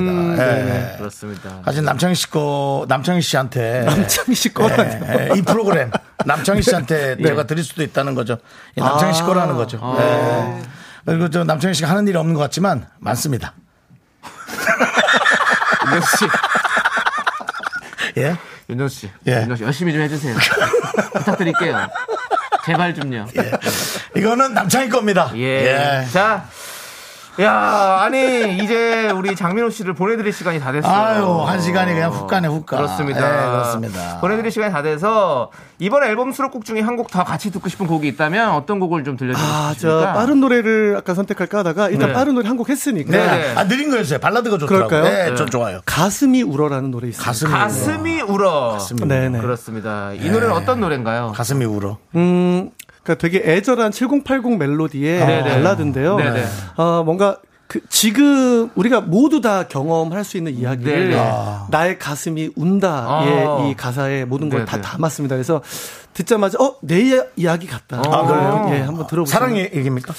Speaker 1: 예.
Speaker 2: 그렇습니다.
Speaker 1: 사실 남창희 씨 거 남창희 씨한테
Speaker 8: 남창희 씨 거라네요. 네.
Speaker 1: 예, 예, 이 프로그램 남창희 씨한테 제가 드릴 수도 있다는 거죠. 이 남창희
Speaker 8: 아.
Speaker 1: 씨 거라는 거죠. 예. 그리고 저 남창희 씨가 하는 일이 없는 것 같지만 많습니다.
Speaker 2: 윤정수 씨.
Speaker 1: 예.
Speaker 2: 윤정수 씨.
Speaker 1: 예.
Speaker 2: 윤정수 씨, 열심히 좀 해주세요. 부탁드릴게요. 제발 좀요.
Speaker 1: 예. 이거는 남창희 겁니다.
Speaker 2: 예.
Speaker 1: 예.
Speaker 2: 자. 야, 아니, 이제 우리 장민호 씨를 보내드릴 시간이 다 됐어요.
Speaker 1: 아유, 한 시간이 그냥 훅 가네, 훅 가.
Speaker 2: 그렇습니다.
Speaker 1: 예, 그렇습니다.
Speaker 2: 보내드릴 시간이 다 돼서 이번 앨범 수록곡 중에 한 곡 더 같이 듣고 싶은 곡이 있다면 어떤 곡을 좀
Speaker 8: 아,
Speaker 2: 들려주십니까?
Speaker 8: 저 빠른 노래를 아까 선택할까 하다가 일단
Speaker 2: 네.
Speaker 8: 빠른 노래 한 곡 했으니까
Speaker 2: 네, 네.
Speaker 1: 아, 느린 거였어요. 발라드가 좋더라고요.
Speaker 8: 그럴까요? 네.
Speaker 1: 예, 전 좋아요.
Speaker 8: 가슴이 울어라는 노래 있어요.
Speaker 1: 가슴이 울어.
Speaker 2: 가슴이 울어.
Speaker 8: 네, 네.
Speaker 2: 그렇습니다.
Speaker 1: 예.
Speaker 2: 이 노래는 어떤 노래인가요?
Speaker 1: 가슴이 울어.
Speaker 8: 음, 그러니까 되게 애절한 7080 멜로디의
Speaker 1: 아,
Speaker 2: 네네.
Speaker 8: 발라드인데요.
Speaker 2: 네네.
Speaker 8: 어, 뭔가 그 지금 우리가 모두 다 경험할 수 있는 이야기를 아.
Speaker 2: 네, 네.
Speaker 8: 나의 가슴이 운다의 예,
Speaker 2: 아.
Speaker 8: 이 가사의 모든 걸 다
Speaker 2: 네, 네.
Speaker 8: 담았습니다. 그래서 듣자마자 어내 이야- 이야기 같다.
Speaker 1: 아, 그래요?
Speaker 8: 예, 한번 들어보세요.
Speaker 1: 사랑 얘기입니까?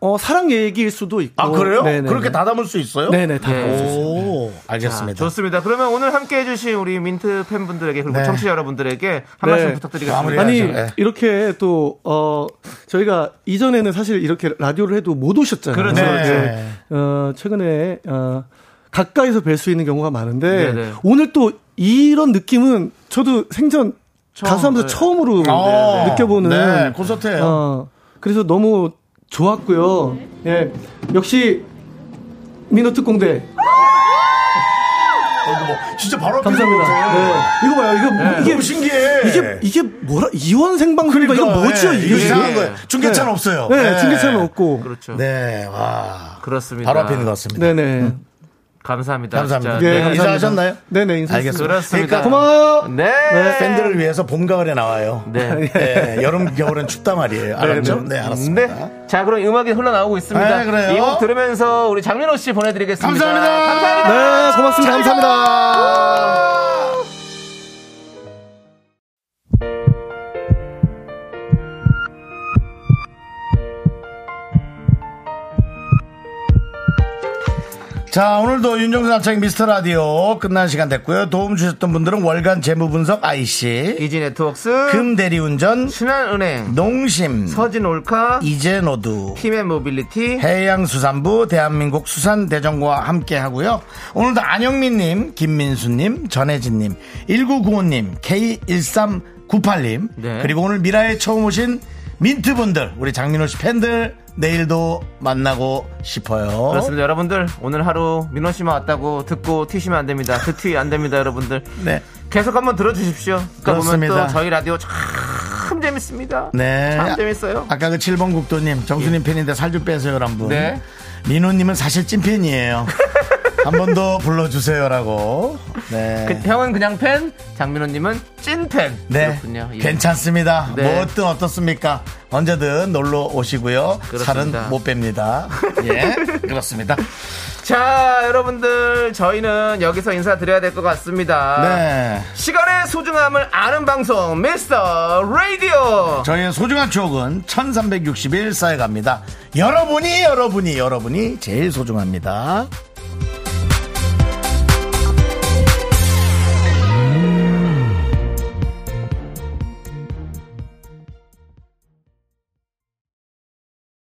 Speaker 8: 어 사랑 얘기일 수도 있고.
Speaker 1: 아 그래요?
Speaker 8: 어, 네네네.
Speaker 1: 그렇게 다 담을 수 있어요?
Speaker 8: 네네 다.
Speaker 2: 예.
Speaker 1: 오,
Speaker 2: 자,
Speaker 1: 알겠습니다.
Speaker 2: 좋습니다. 그러면 오늘 함께 해주신 우리 민트 팬분들에게 그리고
Speaker 1: 네.
Speaker 2: 청취자 여러분들에게 한
Speaker 8: 네.
Speaker 2: 말씀 부탁드리겠습니다. 네.
Speaker 1: 마무리해야죠.
Speaker 8: 아니
Speaker 1: 예.
Speaker 8: 이렇게 또 어, 저희가 이전에는 사실 이렇게 라디오를 해도 못 오셨잖아요.
Speaker 2: 그렇죠,
Speaker 1: 그렇죠.
Speaker 8: 네. 어, 최근에 어, 가까이서 뵐 수 있는 경우가 많은데
Speaker 2: 네네.
Speaker 8: 오늘 또 이런 느낌은 저도 생전
Speaker 2: 처음,
Speaker 8: 가수하면서
Speaker 2: 네.
Speaker 8: 처음으로
Speaker 1: 어,
Speaker 8: 느껴보는
Speaker 1: 네, 콘서트예요.
Speaker 8: 어, 그래서 너무 좋았고요. 예, 역시 민호특 공대
Speaker 1: 어, 뭐, 진짜 바로 앞에
Speaker 8: 감사합니다.
Speaker 1: 있는 거죠.
Speaker 8: 네. 이거 봐요. 이거 뭐- 이게
Speaker 1: 너무 신기해.
Speaker 8: 이게 이게 뭐라 이원 생방송인가 그러니까 이거 뭐죠?
Speaker 1: 예,
Speaker 8: 이게
Speaker 1: 이상한
Speaker 8: 지금?
Speaker 1: 거예요. 중계차는
Speaker 8: 네.
Speaker 1: 없어요.
Speaker 8: 네, 중계차는 없고.
Speaker 2: 그렇죠.
Speaker 1: 네, 와.
Speaker 2: 그렇습니다.
Speaker 1: 바로 앞에 있는 것 같습니다.
Speaker 8: 네네.
Speaker 2: 음. 감사합니다.
Speaker 1: 감사합니다.
Speaker 2: 진짜.
Speaker 8: 예,
Speaker 2: 네.
Speaker 8: 감사합니다.
Speaker 1: 인사하셨나요?
Speaker 8: 네네 인사.
Speaker 1: 알겠습니다.
Speaker 2: 예, 그렇습니다.
Speaker 1: 그러니까
Speaker 8: 고마워.
Speaker 2: 네.
Speaker 1: 팬들을 위해서 봄, 가을에 나와요.
Speaker 2: 네.
Speaker 1: 네, 여름, 겨울엔 춥단 말이에요. 알았죠? 네, 알았습니다.
Speaker 2: 네. 자, 그럼 음악이 흘러나오고 있습니다.
Speaker 1: 네, 그래요.
Speaker 2: 이 곡 들으면서 우리 장민호 씨 보내드리겠습니다.
Speaker 1: 감사합니다.
Speaker 2: 감사합니다.
Speaker 8: 네, 고맙습니다. 감사합니다.
Speaker 1: 자, 오늘도 윤정수 남창 미스터 라디오 끝난 시간 됐고요. 도움 주셨던 분들은 월간 재무분석 IC,
Speaker 2: 이지 네트웍스,
Speaker 1: 금대리운전,
Speaker 2: 신한은행,
Speaker 1: 농심,
Speaker 2: 서진올카,
Speaker 1: 이제노두,
Speaker 2: 팀의 모빌리티,
Speaker 1: 해양수산부 대한민국 수산대전과 함께 하고요. 오늘도 안영민님, 김민수님, 전혜진님, 1995님, K1398님,
Speaker 2: 네.
Speaker 1: 그리고 오늘 미라에 처음 오신 민트분들, 우리 장민호 씨 팬들, 내일도 만나고 싶어요.
Speaker 2: 그렇습니다. 여러분들 오늘 하루 민호 씨만 왔다고 듣고 튀시면 안 됩니다. 그 튀 안 됩니다, 여러분들.
Speaker 1: 네.
Speaker 2: 계속 한번 들어주십시오. 그러니까 보면
Speaker 1: 그렇습니다.
Speaker 2: 또 저희 라디오 참 재밌습니다.
Speaker 1: 네.
Speaker 2: 참 재밌어요.
Speaker 1: 아까 그 7번 국도님, 정수님 팬인데 살 좀 빼세요란 분.
Speaker 2: 예. 네.
Speaker 1: 민호님은 사실 찐팬이에요. 한 번 더 불러주세요라고. 네.
Speaker 2: 그, 형은 그냥 팬, 장민호님은 찐팬.
Speaker 1: 네.
Speaker 2: 그렇군요. 예.
Speaker 1: 괜찮습니다.
Speaker 2: 네.
Speaker 1: 뭐 어떤 어떻습니까? 언제든 놀러 오시고요.
Speaker 2: 그렇습니다.
Speaker 1: 살은 못 뺍니다. 예. 그렇습니다.
Speaker 2: 자, 여러분들 저희는 여기서 인사드려야 될 것 같습니다.
Speaker 1: 네.
Speaker 2: 시간의 소중함을 아는 방송 미스터 라디오.
Speaker 1: 저희의 소중한 추억은 1361 쌓여갑니다. 여러분이, 여러분이, 여러분이 제일 소중합니다.